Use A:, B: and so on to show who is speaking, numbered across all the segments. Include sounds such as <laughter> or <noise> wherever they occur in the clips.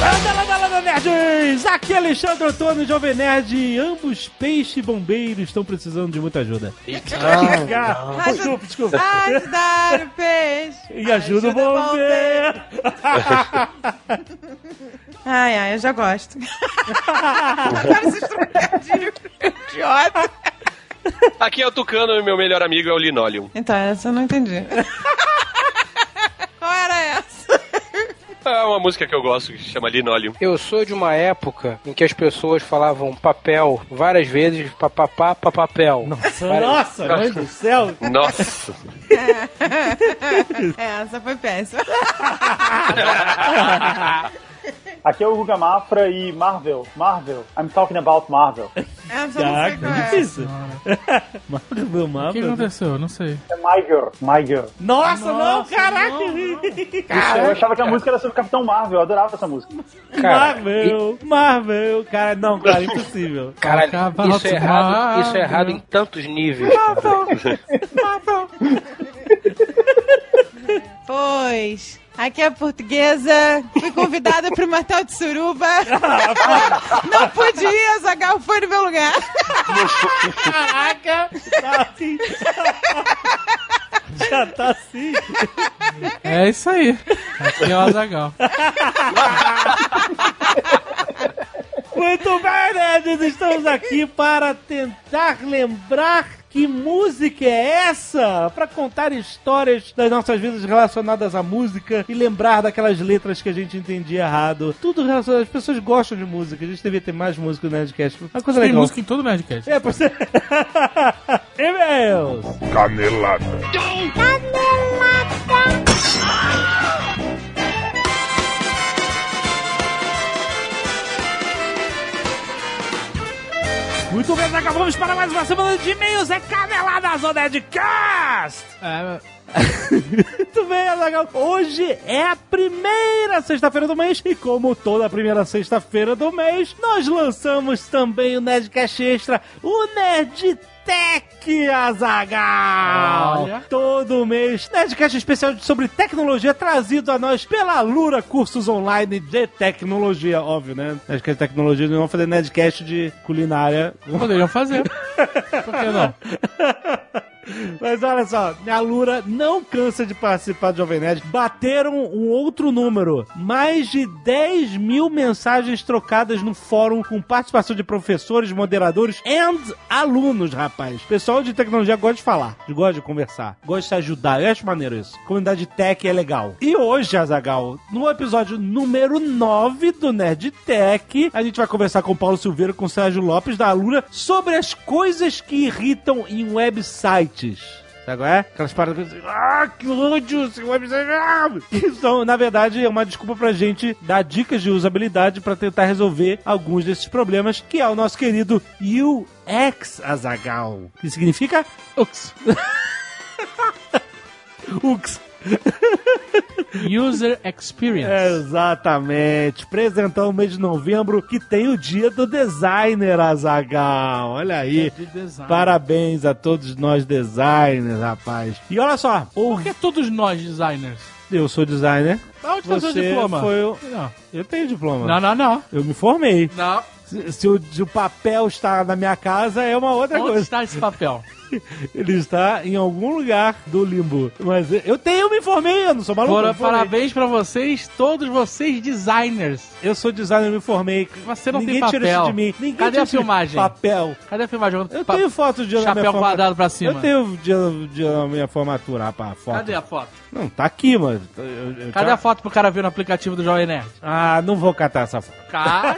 A: Landa, landa, landa, nerds! Aqui é Alexandre Antônio, Jovem Nerd. Ambos peixe e bombeiro estão precisando de muita ajuda. <laughs> Ah, desculpa, desculpa.
B: Ajudar o peixe.
A: E ajuda, o bombeiro.
B: Ai, ai, eu já gosto. Agora vocês estão idiota.
C: Aqui é o Tucano e meu melhor amigo é o Linoleum.
B: Então, essa eu não entendi. Qual era essa?
C: É uma música que eu gosto que se chama Linoleum.
D: Eu sou de uma época em que as pessoas falavam papel várias vezes, papapá, papapel.
A: Nossa, mãe do céu.
C: Nossa.
B: Essa foi péssima.
E: Aqui é o Guga Mafra e Marvel, Marvel, I'm talking about Marvel.
B: Essa eu não sei qual
A: Caraca, que
B: é.
A: isso? <laughs> Marca do
F: O que
A: mapa.
F: aconteceu? Eu Não sei.
E: É My Girl, My Girl.
A: Nossa, não, caraca. <laughs>
E: Isso, eu achava que a música era sobre o Capitão Marvel, eu adorava essa música.
A: <laughs>
D: Cara,
A: Marvel, Marvel, cara, não, cara, impossível.
D: Caralho,
F: Acabado,
D: isso é errado, isso é errado
F: meu.
D: em tantos níveis. cara.
B: Pois. Aqui é a portuguesa. Fui convidada para uma tal de suruba. Não podia, Zagal foi no meu lugar.
A: Caraca, tá assim. <laughs> Já tá assim.
F: É isso aí. Aqui é o Azagal.
A: Muito bem, nerds! Estamos aqui para tentar lembrar que música é essa? Para contar histórias das nossas vidas relacionadas à música e lembrar daquelas letras que a gente entendia errado. Tudo relacionado. As pessoas gostam de música. A gente devia ter mais música no Nerdcast. Uma coisa
F: Tem
A: legal.
F: música em todo o Nerdcast.
A: É, <laughs> você. E-mails!
G: Canelada.
A: Muito bem, Zaga, vamos para mais uma semana de e-mails. É canelada Zona Nerdcast!
F: É,
A: <laughs> Muito bem, Azaghal. Hoje é a primeira sexta-feira do mês e como toda primeira sexta-feira do mês, nós lançamos também o Nerdcast Extra, o Nerd Tech Azagal!
F: Olha.
A: Todo mês, Nerdcast especial sobre tecnologia trazido a nós pela Lura Cursos Online de Tecnologia, óbvio, né? Nerdcast de tecnologia, não vamos fazer Nerdcast de culinária
F: poderiam fazer. Por que não?
A: Mas olha só, a Lura não cansa de participar do Jovem Nerd. Bateram um outro número. Mais de 10 mil mensagens trocadas no fórum com participação de professores, moderadores e alunos, rapaz. Pessoal de tecnologia gosta de falar, gosta de conversar, gosta de se ajudar. Eu acho maneiro isso. Comunidade tech é legal. E hoje, Azagal, no episódio número 9 do Nerd Tech, a gente vai conversar com o Paulo Silveira e com o Sérgio Lopes da Alura sobre as coisas que irritam em websites. Sabe qual é? Aquelas paradas que ah, que ódio, esse website, ah! <laughs> que são, na verdade, é uma desculpa pra gente dar dicas de usabilidade pra tentar resolver alguns desses problemas, que é o nosso querido UX Azagal, que significa
F: Ux.
A: <laughs> UX.
F: User Experience.
A: Exatamente. Apresentar o mês de novembro, que tem o dia do designer, Azagal. Olha aí.
F: É De design.
A: Parabéns a todos nós designers, rapaz. E olha só, o-
F: Por que todos nós designers?
A: eu sou designer.
F: Onde está seu
A: Você
F: diploma?
A: foi o-
F: Não.
A: Eu tenho diploma.
F: não, não, não.
A: Eu me formei.
F: Não.
A: Se, se o, se o papel está na minha casa, é uma outra
F: Onde
A: coisa.
F: está esse papel?
A: Ele está em algum lugar do limbo. Mas eu tenho, eu me formei, <laughs> eu não sou maluco.
F: Bora,
A: eu me formei.
F: parabéns pra vocês, todos vocês designers.
A: Eu sou designer, eu me formei.
F: Você não
A: Ninguém
F: tem
A: tira isso
F: papel.
A: de mim. Ninguém
F: Cadê
A: tira
F: a
A: isso de-
F: filmagem?
A: Papel.
F: Cadê a filmagem?
A: Eu
F: Pa-
A: tenho foto de
F: Chapéu quadrado pra cima.
A: Eu tenho o dia, o dia da minha formatura, rapaz. Foto.
F: Cadê a foto?
A: Não, tá aqui, mano. Eu- eu- eu-
F: Cadê a foto pro cara ver no aplicativo do Jovem Nerd?
A: Ah, não vou catar essa foto. <laughs>
F: Cara,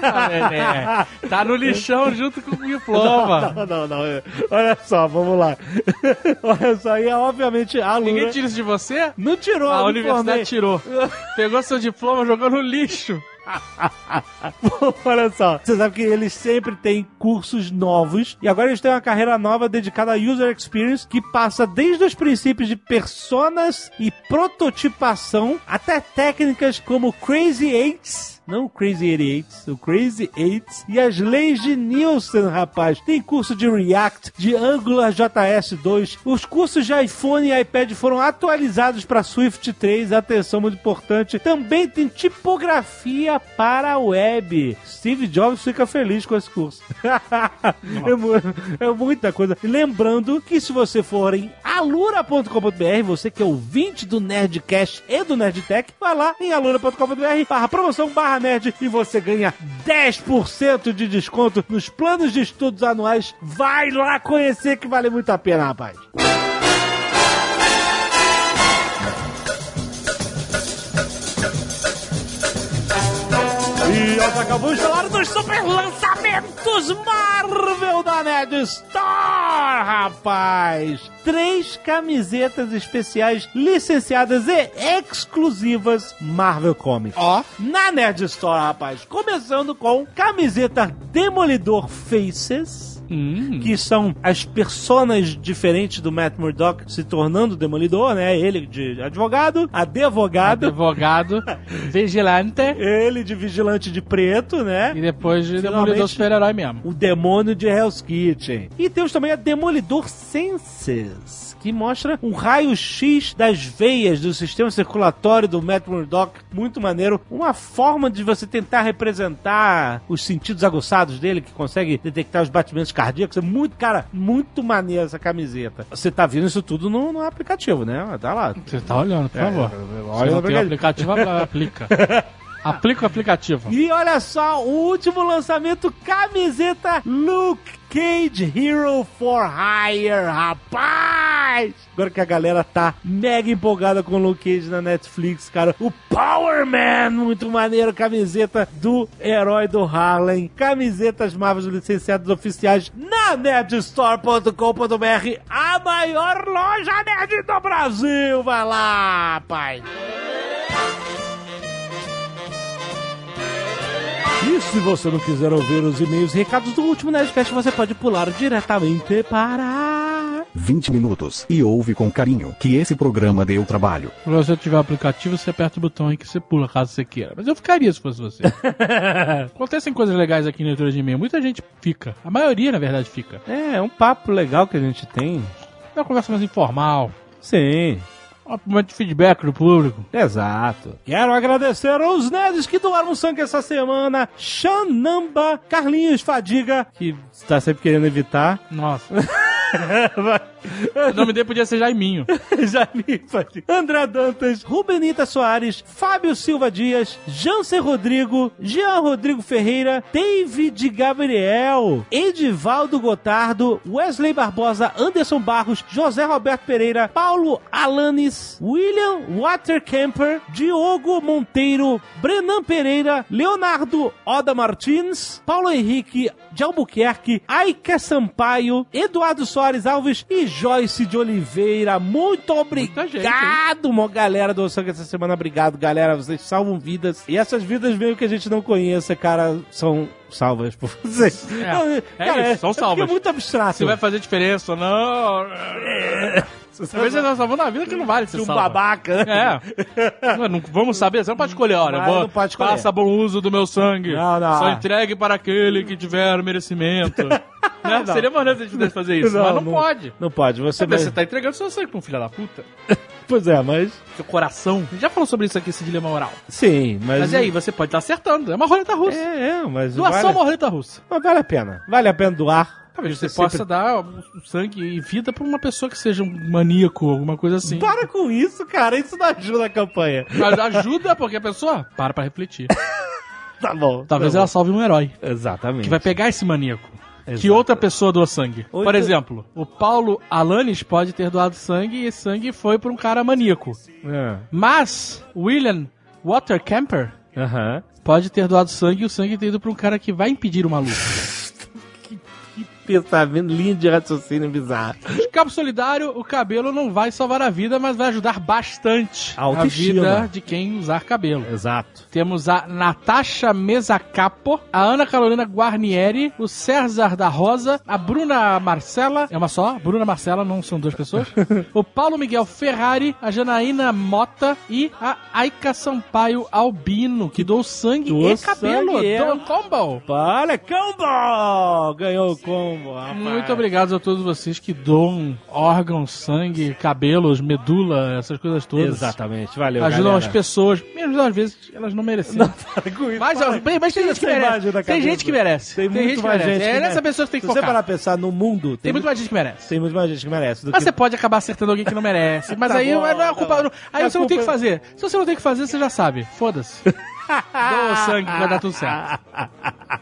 F: Nené, tá no lixão junto com o diploma.
A: Não, tá não, não. Olha só, vamos lá. <laughs> Olha só, e obviamente a Lura...
F: Ninguém tira isso de você?
A: Não tirou,
F: A
A: né? não formei.
F: universidade tirou. Pegou seu diploma, jogou no lixo.
A: <laughs> Olha só, você sabe que eles sempre têm cursos novos e agora eles têm uma carreira nova dedicada a user experience que passa desde os princípios de personas e prototipação até técnicas como Crazy Eights. não o Crazy 88, o Crazy 8 e as leis de Nielsen, rapaz. Tem curso de React, de Angular JS2. Os cursos de iPhone e iPad foram atualizados para Swift 3, atenção muito importante. Também tem tipografia para a web. Steve Jobs fica feliz com esse curso. <laughs> é, mu- é muita coisa. E Lembrando que se você for em alura.com.br, você que é ouvinte do Nerdcast e do Nerdtech, vai lá em alura.com.br barra promoção barra nerd e você ganha 10% de desconto nos planos de estudos anuais. Vai lá conhecer que vale muito a pena, rapaz. E Azaghal, vamos falar dos super lançamentos Marvel da Nerd Store, rapaz! Três camisetas especiais licenciadas e exclusivas Marvel Comics. Ó, na Nerd Store, rapaz. Começando com camiseta Demolidor Faces que são as personas diferentes do Matt Murdock se tornando demolidor, né? Ele de advogado, advogado,
F: Advogado, vigilante
A: ele de vigilante de preto,
F: e
A: né?
F: depois de
A: Finalmente.
F: demolidor super-herói mesmo.
A: O demônio de Hell's Kitchen. E temos também a Demolidor Senses, que mostra um raio-x das veias do sistema circulatório do Matt Murdock. Muito maneiro. Uma forma de você tentar representar os sentidos aguçados dele, que consegue detectar os batimentos cardíacos. É muito, cara, muito maneiro essa camiseta. Você tá vendo isso tudo no, no aplicativo, né? Tá lá.
F: Você tá olhando, por favor.
A: olha
F: Se não
A: no
F: tem o
A: aplicativo.
F: aplicativo, aplica. Aplica o aplicativo.
A: E olha só, o último lançamento, camiseta Luke Cage Hero for Hire, rapaz! Agora que a galera tá mega empolgada com o Luke Cage na Netflix, cara. O Power Man, muito maneiro, camiseta do herói do Harlem. Camisetas Marvel licenciadas oficiais na nerdstore.com.br, a maior loja nerd do Brasil. Vai lá, rapaz! E se você não quiser ouvir os e-mails e recados do último Nerdcast, você pode pular diretamente para.
G: 20 minutos e ouve com carinho que esse programa deu trabalho.
F: Se você tiver o aplicativo, você aperta o botão aí que você pula, caso você queira. Mas eu ficaria se fosse você. Acontecem coisas legais aqui na leitura de e-mail. Muita gente fica. A maioria, na verdade, fica.
A: É, é um papo legal que a gente tem.
F: É uma conversa mais informal.
A: Sim,
F: Um momento de feedback do público.
A: exato. Quero agradecer aos nerds que doaram um sangue essa semana. Xanamba, Carlinhos Fadiga, que está sempre querendo evitar.
F: Nossa. o nome dele podia ser Jaiminho.
A: <laughs> Jaime Fadiga. André Dantas, Rubenita Soares, Fábio Silva Dias, Jansen Rodrigo, Jean Rodrigo Ferreira, David Gabriel, Edivaldo Gotardo, Wesley Barbosa, Anderson Barros, José Roberto Pereira, Paulo Alanis, William Watercamper, Diogo Monteiro, Brenan Pereira, Leonardo Oda Martins, Paulo Henrique de Albuquerque, Aika Sampaio, Eduardo Soares Alves e Joyce de Oliveira. Muito obrigado,
F: gente, hein?
A: mó galera do Sangue essa semana. Obrigado, galera. Vocês salvam vidas. E essas vidas, meio que a gente não conheça, cara, são salvas por vocês.
F: É,
A: Não,
F: é isso, são
A: porque
F: salvas.
A: É muito abstrato. <laughs>
F: Se vai fazer diferença ou não. Talvez você tá salvando a vida que não vale ser
A: de um
F: salva.
A: babaca.
F: É. Não, não- vamos saber, você não pode escolher, olha.
A: Mas
F: vou-
A: não pode escolher.
F: Faça bom uso do meu sangue.
A: Não, não.
F: Só entregue para aquele que
A: <laughs>
F: tiver merecimento. né?
A: Não.
F: Seria maneiro se a gente pudesse fazer isso, mas não, pode.
A: Não pode. Você,
F: Mas Você
A: vai-
F: tá entregando seu sangue pra um filho da puta.
A: Pois é, mas.
F: Seu coração. A gente já falou sobre isso aqui, esse dilema moral.
A: Sim, mas.
F: Mas e aí, você pode estar acertando. É uma roleta russa.
A: É, é, mas.
F: Doação é
A: vale...
F: uma roleta russa.
A: Mas vale a pena. Vale a pena doar.
F: Talvez você
A: Você sempre-
F: possa dar o sangue e vida pra uma pessoa que seja um maníaco, alguma coisa assim.
A: Para com isso, cara. Isso não ajuda a
F: <laughs>
A: campanha.
F: Mas ajuda porque a pessoa para pra refletir.
A: Tá bom.
F: Talvez
A: tá
F: ela salve um herói.
A: bom. Exatamente.
F: que vai pegar esse maníaco. Que
A: Exato.
F: outra pessoa doa sangue.
A: Ou
F: Por
A: então-
F: exemplo, o Paulo Alanis pode ter doado sangue e esse sangue foi pra um cara maníaco.
A: É.
F: Mas William Watercamper
A: Aham. <laughs>
F: pode ter doado sangue e o sangue ter ido pra um cara que vai impedir uma luta.
A: pensamento, linha de raciocínio bizarra.
F: De Cabo solidário, o cabelo não vai salvar a vida, mas vai ajudar bastante
A: A autoestima.
F: a vida de quem usar cabelo.
A: Exato.
F: Temos a Natasha Mesacapo, a Ana Carolina Guarnieri, o César da Rosa, a Bruna Marcela, é uma só, Bruna Marcela, não são duas
A: <laughs>
F: pessoas, o Paulo Miguel Ferrari, a Janaína Mota e a Aika Sampaio Albino, que dou sangue
A: Doou
F: e cabelo.
A: sangue, é.
F: Dou combo!
A: Olha, combo! Ganhou o combo, rapaz.
F: Muito obrigado a todos vocês que doam órgãos, sangue, cabelos, medula, essas coisas todas.
A: Exatamente, valeu,
F: Ajudam
A: galera.
F: as pessoas, mesmo às vezes elas não merecem.
A: <laughs> Com isso,
F: Mas, ó,
A: para.
F: bem, mas tem
A: Tira
F: gente que
A: essa imagem
F: merece.
A: da
F: Tem
A: cabeça.
F: gente que merece.
A: Tem,
F: gente
A: muito
F: que
A: mais gente.
F: merece. É
A: que
F: nessa
A: merece.
F: pessoa que tem que
A: Se você
F: focar.
A: parar a pensar no mundo,
F: Tem
A: tem,
F: muito mais gente que merece.
A: tem muito mais gente que merece. do
F: Mas
A: que-
F: você pode acabar acertando alguém que não merece. Mas
A: Tá
F: aí
A: bom,
F: não é a
A: tá
F: culpa.
A: bom.
F: não- Aí
A: É
F: você não tem que
A: culpa-
F: fazer. Se você não tem que fazer, você já sabe.
A: <laughs>
F: Foda-se. Doa o sangue, vai dar tudo certo.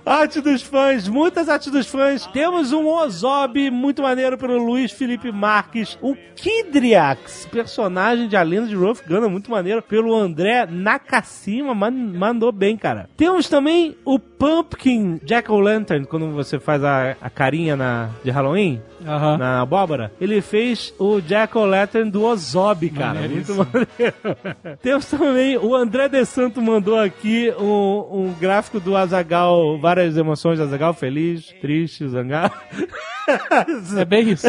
A: Arte dos fãs, muitas artes dos fãs. Temos um Ozob muito maneiro pelo Luiz Felipe Marques. O Kidriax, personagem de A Lenda de Rolf Gunner, muito maneiro, pelo André Nakashima. Man- mandou bem, cara. Temos também o Pumpkin Jack-O-Lantern, quando você faz a, a carinha na, de Halloween,
F: Aham.
A: na abóbora. Ele fez o Jack-O-Lantern do Ozob, cara. Muito
F: Maneiríssimo.
A: maneiro. <laughs> Temos também, o André De Santo mandou aqui um, um gráfico do Azagal, várias emoções do Azagal, feliz, triste, zangado.
F: É bem isso.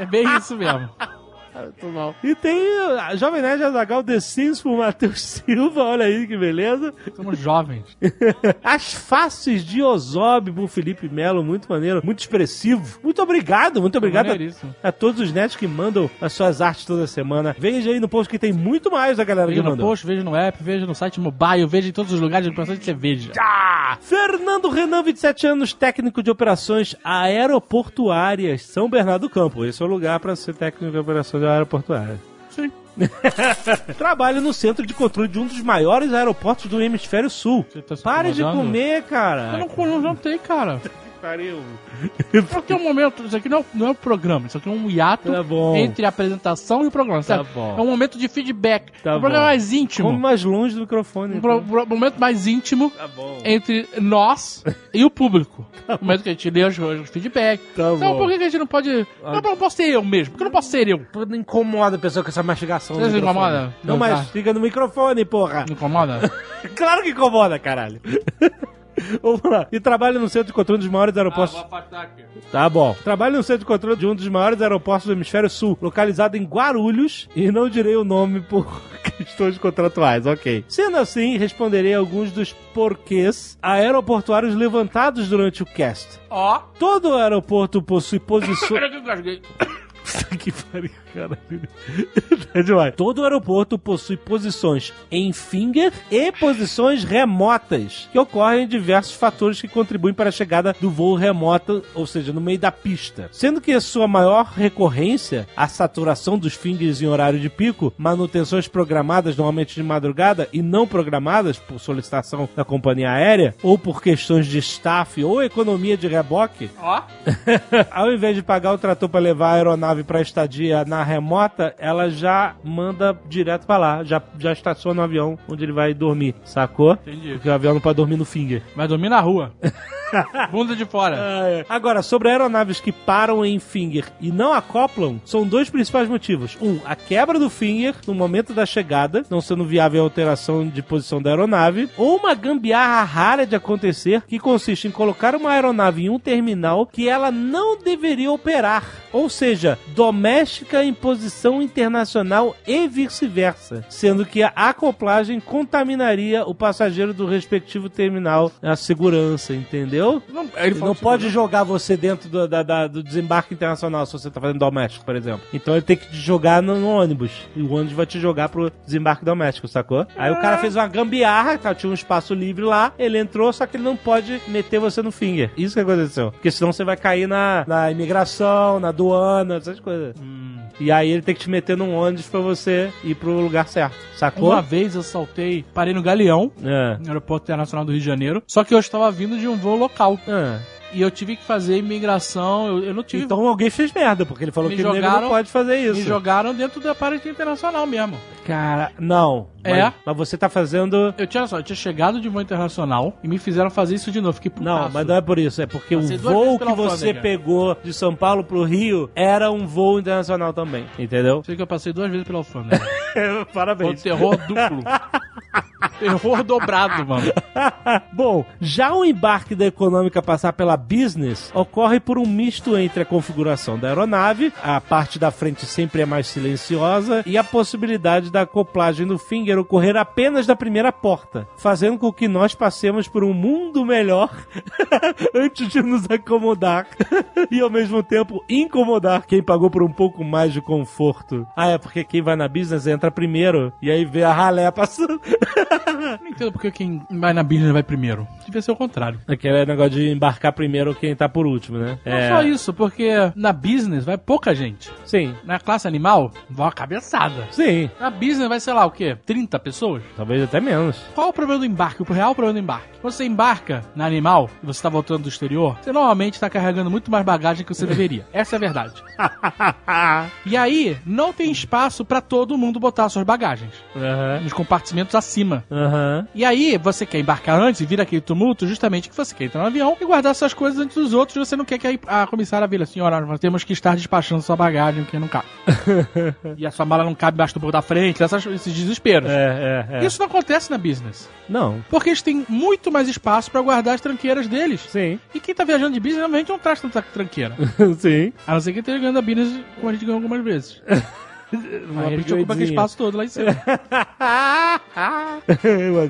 F: É bem isso mesmo.
A: E tem a Jovem Nerd Azagal The Sims por Matheus <laughs> Silva, olha aí que beleza.
F: Somos jovens.
A: As faces de Ozob por Felipe Melo, muito maneiro, muito expressivo. Muito obrigado, muito obrigado a
F: Maneiríssimo.
A: a todos os nerds que mandam as suas artes toda semana. Veja aí no post que tem muito mais da galera
F: Veja
A: que
F: no
A: mandou.
F: post, veja no app, veja no site mobile, veja em todos os lugares de pessoas que você veja.
A: Fernando Renan, 27 anos, técnico de operações aeroportuárias, São Bernardo do Campo. Esse é o lugar para ser técnico de operações aeroportuárias.
F: Sim.
A: Trabalha no centro de controle de um dos maiores aeroportos do hemisfério sul.
F: Você tá se
A: Pare de
F: incomodando?
A: comer,
F: Eu
A: cara.
F: não, eu não jantei, cara.
A: Pariu.
F: Isso aqui é um momento, isso aqui não é, não é um programa, isso aqui é um hiato
A: Tá bom.
F: entre a apresentação e o programa,
A: Tá
F: sabe?
A: bom.
F: É um momento de feedback,
A: Tá
F: um programa
A: bom. assim?
F: mais íntimo.
A: Come mais longe do microfone. então.
F: Um pro- pro- momento mais íntimo
A: Tá bom.
F: entre nós e o
A: <laughs>
F: público. O momento que a gente lê os, os feedback.
A: Tá
F: então
A: bom. Ah.
F: por que que a gente não pode. Não, não posso ser eu mesmo, porque eu não posso ser eu.
A: Tô incomoda a pessoa com essa mastigação.
F: Você
A: no
F: se
A: microfone.
F: incomoda?
A: Não,
F: Tá.
A: mas fica no microfone, porra.
F: Não
A: <laughs>
F: incomoda?
A: Claro que incomoda, caralho. <laughs> Vamos lá. E trabalha no centro de controle dos maiores
D: Ah,
A: aeroportos. tá bom. Trabalha no centro de controle de um dos maiores aeroportos do hemisfério sul, localizado em Guarulhos, e não direi o nome por <laughs> questões contratuais, ok. Sendo assim, responderei alguns dos porquês aeroportuários levantados durante o cast.
F: Ó.
A: Todo aeroporto possui posições.
F: Pera que eu engasguei.
A: <laughs> que pariu, caralho. Tá demais. Todo aeroporto possui posições em finger e posições remotas, que ocorrem diversos fatores que contribuem para a chegada do voo remoto, ou seja, no meio da pista. Sendo que a sua maior recorrência, a saturação dos fingers em horário de pico, manutenções programadas normalmente de madrugada e não programadas por solicitação da companhia aérea, ou por questões de staff ou economia de reboque,
F: Ó.
A: ao invés de pagar o trator pra levar a aeronave pra estadia na remota, ela já manda direto pra lá, já, já estaciona o avião onde ele vai dormir, sacou?
F: Entendi.
A: Porque o avião não pode dormir no finger.
F: Vai dormir
A: <laughs>
F: na rua. Bunda de fora.
A: Ah. É. Agora, sobre aeronaves que param em finger e não acoplam, são dois principais motivos. Um, a quebra do finger no momento da chegada, não sendo viável a alteração de posição da aeronave, ou uma gambiarra rara de acontecer, que consiste em colocar uma aeronave em um terminal que ela não deveria operar, ou seja, doméstica em posição internacional e vice-versa, sendo que a acoplagem contaminaria o passageiro do respectivo terminal, a segurança, entendeu?
F: Não,
A: Ele não
F: assim,
A: pode
F: né?
A: jogar você dentro do, da- da- do desembarque internacional se você tá fazendo doméstico, por exemplo. Então ele tem que te jogar no, no ônibus. E o ônibus vai te jogar pro desembarque doméstico, sacou? Aí
F: Ah.
A: o cara fez uma gambiarra, tá, tinha um espaço livre lá, ele entrou, só que ele não pode meter você no finger. Isso que aconteceu. Porque senão você vai cair na, na imigração, na aduana, essas coisas.
F: Hum.
A: E aí ele tem que te meter num ônibus pra você ir pro lugar certo, sacou?
F: Uma vez eu saltei, parei no Galeão,
A: É.
F: no Aeroporto Internacional do Rio de Janeiro, só que eu estava vindo de um voo local.
A: Ah.
F: e eu tive que fazer imigração. Eu, eu não tive.
A: Então alguém fez merda, porque ele falou
F: Me
A: que o nego
F: jogaram-
A: não pode fazer
F: me
A: isso.
F: jogaram dentro da parte internacional mesmo.
A: Cara, não.
F: É?
A: Mas, mas você tá fazendo.
F: Eu tinha, olha só, eu tinha chegado de voo internacional e me fizeram fazer isso de novo. Fiquei putaço.
A: Não, mas não é por isso. É porque
F: Um Passei
A: o
F: duas vezes
A: voo
F: pela
A: que você
F: alfândega.
A: pegou de São Paulo pro Rio era um voo internacional também.
F: <laughs>
A: Entendeu?
F: Sei que eu passei duas vezes
A: <laughs>
F: pela alfândega. Foi um
A: Parabéns.
F: terror duplo. terror dobrado, mano.
A: <laughs> Bom, já o embarque da econômica passar pela business ocorre por um misto entre a configuração da aeronave, a parte da frente sempre é mais silenciosa, e a possibilidade da acoplagem do finger ocorrer apenas da primeira porta, fazendo com que nós passemos por um mundo melhor <laughs> antes de nos acomodar <laughs> e ao mesmo tempo incomodar quem pagou por um pouco mais de conforto. Ah, é porque quem vai na business entra primeiro e aí vê a ralé passando. <laughs>
F: Não entendo porque quem vai na business vai primeiro. Devia ser o contrário.
A: Aquele negócio de embarcar primeiro quem tá por último, né?
F: Não só isso, porque na business vai pouca gente.
A: Sim.
F: Na classe animal, vai uma cabeçada.
A: Sim.
F: Na business vai, sei lá, o quê? 30 pessoas?
A: Talvez até
F: <laughs>
A: menos.
F: Qual o problema do embarque? O real problema do embarque. Quando você embarca na animal e você tá voltando do exterior, você normalmente tá carregando muito mais bagagem que você deveria. Essa é a verdade. E aí, não tem espaço pra todo mundo botar suas bagagens.
A: Aham.
F: Nos compartimentos acima.
A: Aham.
F: E aí, você quer embarcar antes e vira aquele tumulto, justamente que você quer entrar no avião e guardar suas coisas antes dos outros, você não quer que a, a comissária vira, senhora, nós temos que estar despachando sua bagagem, porque não cabe. e a sua mala não cabe embaixo do burro da frente, essas- esses desesperos.
A: É, é, é.
F: Isso não acontece na business.
A: Não.
F: Porque eles têm muito mais espaço pra guardar as tranqueiras deles.
A: Sim. <laughs>
F: E quem tá viajando de business, normalmente não traz tanta tranqueira.
A: Sim.
F: A não ser que esteja ganhando a business, como a gente ganhou
A: <laughs>
F: algumas vezes. Aí a gente
A: erguidinha.
F: ocupa aquele espaço todo lá em cima.
A: <laughs> Mas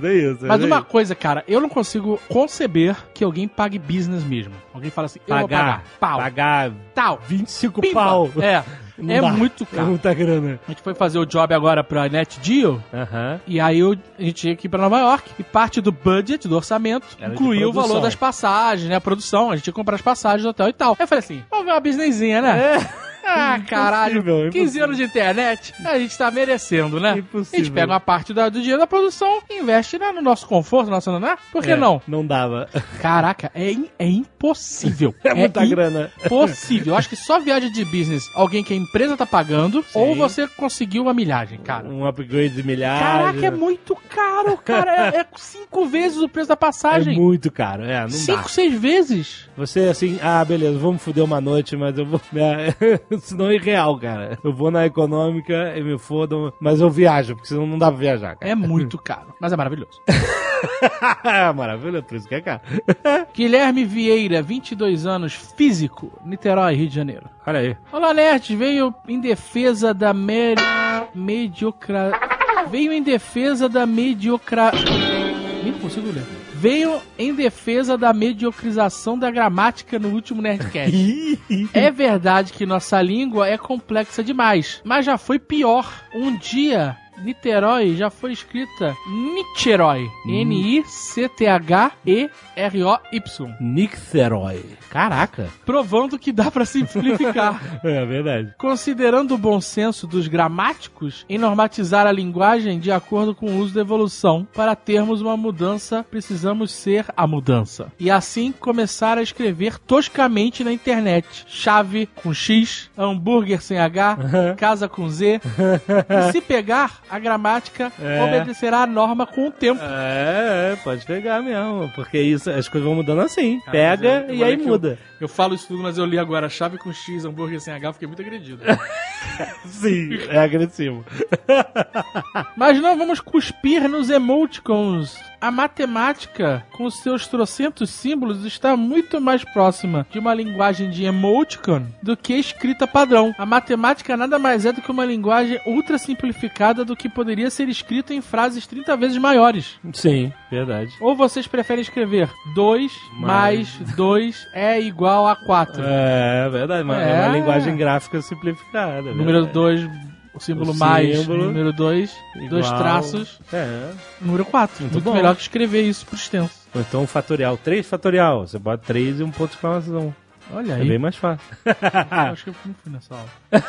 A: é isso.
F: Mas
A: é
F: uma
A: isso.
F: coisa, cara, eu não consigo conceber que alguém pague business mesmo. Alguém fala assim, eu vou
A: Pagar.
F: pagar. Pau.
A: Pagar
F: Tal.
A: 25
F: Pimba.
A: pau.
F: É.
A: Não
F: É
A: dá.
F: muito
A: É
F: caro.
A: muita grana.
F: A gente foi fazer o job agora pra NetDeal.
A: Aham.
F: E aí eu- a gente tinha que ir pra Nova York. E parte do budget, do orçamento,
A: Era de
F: incluía o
A: produção.
F: valor das passagens, né? A produção. A gente ia comprar as passagens do hotel e tal. Aí eu falei assim, vamos ver uma businessinha, né? Ah, caralho.
A: É, Impossível, é
F: 15 anos de internet, a gente tá merecendo, né?
A: Impossível.
F: A gente pega uma parte da- do dinheiro da produção e investe né, no nosso conforto, no nosso naná. Por que
A: É,
F: não?
A: Não dava.
F: Caraca, é, im- é impossível.
A: <laughs> É muita grana.
F: Impossível. Eu acho que só viagem de business alguém que a empresa tá pagando ou você conseguiu uma milhagem, cara.
A: Um upgrade de milhares.
F: Caraca, é muito caro, cara. É, é cinco vezes o preço da
A: É
F: passagem.
A: muito caro, é, não dá.
F: cinco, seis vezes.
A: Você assim, ah, beleza, vamos foder uma noite, mas eu vou. <laughs> senão é irreal, cara. Eu vou na econômica e me fodam, mas eu viajo, porque senão não dá pra viajar, cara.
F: É muito caro, mas é maravilhoso.
A: É <laughs> maravilha, por isso que é caro.
F: Guilherme Vieira, 22 anos, físico, Niterói, Rio de Janeiro.
A: Olha aí.
F: Olá, Nerd, veio em defesa da me... mediocra... Veio em defesa da mediocra... Nem consigo ler. Veio em defesa da mediocrização da gramática no último Nerdcast. É verdade que nossa língua é complexa demais, mas já foi pior. Um dia, Niterói já foi escrita Nicherói. N-I-C-T-H-E-R-O-Y.
A: Nixerói. Caraca.
F: Provando que dá pra simplificar.
A: É verdade.
F: Considerando o bom senso dos gramáticos em normatizar a linguagem de acordo com o uso da evolução, para termos uma mudança, precisamos ser a mudança. E assim começar a escrever toscamente na internet. Chave com X, hambúrguer sem H, casa com Z. E se pegar, a gramática
A: É.
F: obedecerá à norma com o tempo.
A: É, é, pode pegar mesmo, porque isso, as coisas vão mudando assim. Pega
F: Ah, mas eu- eu
A: e aí
F: olhei que
A: muda.
F: Eu falo isso tudo, mas eu li agora chave com X, hambúrguer sem H, fiquei muito agredido.
A: Sim, é agressivo.
F: Mas não vamos cuspir nos emoticons. A matemática, com seus trocentos símbolos, está muito mais próxima de uma linguagem de emoticon do que escrita padrão. A matemática nada mais é do que uma linguagem ultra simplificada do que poderia ser escrita em frases 30 vezes maiores.
A: Sim, verdade.
F: Ou vocês preferem escrever 2 mais
A: Mais.
F: 2 é igual a 4.
A: É, verdade, mas é. uma
F: É.
A: linguagem gráfica simplificada. né?
F: Número
A: verdade.
F: 2, o símbolo
A: O
F: mais,
A: símbolo
F: número 2, dois
A: igual-
F: traços,
A: É.
F: número 4. Muito,
A: bom.
F: melhor que escrever isso pro extenso.
A: Ou então fatorial 3 fatorial. Você bota 3 e um ponto de exclamação.
F: Olha Ah.
A: É bem mais fácil.
F: Acho que eu não fui nessa aula.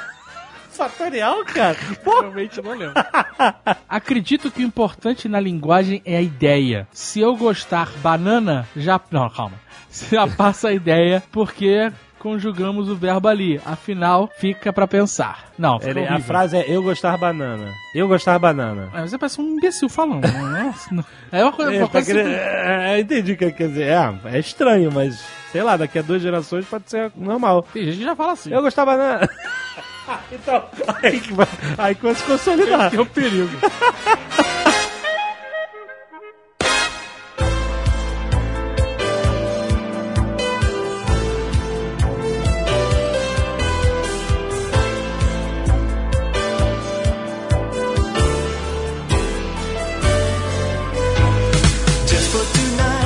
A: Fatorial, cara? Pô,
F: Realmente não lembro. <laughs> Acredito que o importante na linguagem é a ideia. Se eu gostar banana, já. Não, calma. Se Já passa a ideia, porque conjugamos o verbo ali. Afinal, fica pra pensar. Não, fica
A: ele- a
F: horrível.
A: frase é eu gostar banana. Eu gostar banana.
F: É, Você parece um imbecil falando. né? Não- É uma coisa.
A: É,
F: Uma
A: tá
F: coisa
A: querendo- é, é, entendi o que quer dizer. É, é estranho, mas sei lá, daqui a duas gerações pode ser normal.
F: Tem gente que já fala assim.
A: Eu gostar banana. <laughs> então, aí que vai, aí que vai se consolidar.
F: Que é
A: <laughs>
F: um perigo.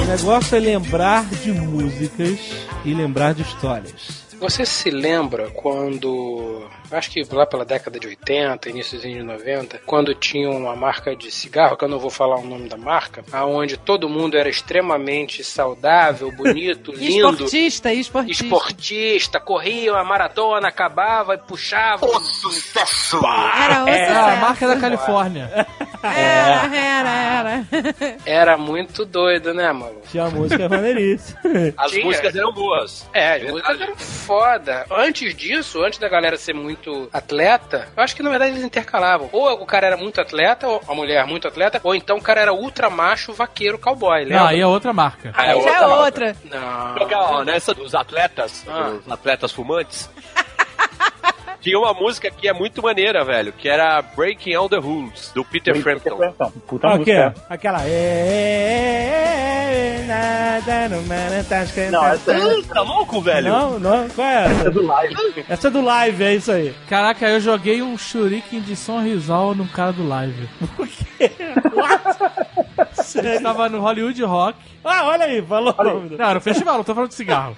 A: O negócio é lembrar de músicas e lembrar de histórias.
D: Você se lembra quando, acho que lá pela década de 80, iníciozinho de 90, quando tinha uma marca de cigarro, que eu não vou falar o nome da marca, aonde todo mundo era extremamente saudável, bonito, lindo,
B: Esportista, esportista.
D: esportista, corria a maratona, acabava e puxava.
B: Era o
F: É a marca da
A: é.
F: Califórnia.
B: Era, era, era.
D: Era muito doido, né, mano?
A: Tinha música é <laughs> maneiríssima.
C: <laughs> As
D: Tinha.
C: músicas eram boas.
D: É, as
C: Verdade.
D: músicas eram foda. Antes disso, antes da galera ser muito atleta, eu acho que na verdade eles intercalavam. Ou o cara era muito atleta, ou a mulher muito atleta, ou então o cara era ultra macho, vaqueiro, cowboy, lembra?
F: Não, aí é outra marca.
C: Ah,
B: Aí já é
C: marca.
B: outra.
D: Não.
C: Legal, nessa dos atletas,
D: Ah.
C: dos atletas fumantes. Tinha uma música que é muito maneira, velho, que era Breaking All the Rules, do Peter Frampton.
E: Puta
A: Qual que é?
E: música.
A: Aquela. é, é, é, é, nada no mar, tá escrito-
E: Não, essa é
C: Tá louco, velho?
A: Não, não. Qual é
E: essa é
A: essa?
E: do live.
A: Essa é do live, é isso aí.
F: Caraca, eu joguei um shuriken de sonrisal num cara
A: <laughs>
F: do live. Eu tava no Hollywood Rock.
A: Ah, olha aí, falou.
F: Não, no festival, não tô falando
A: <laughs>
F: de cigarro.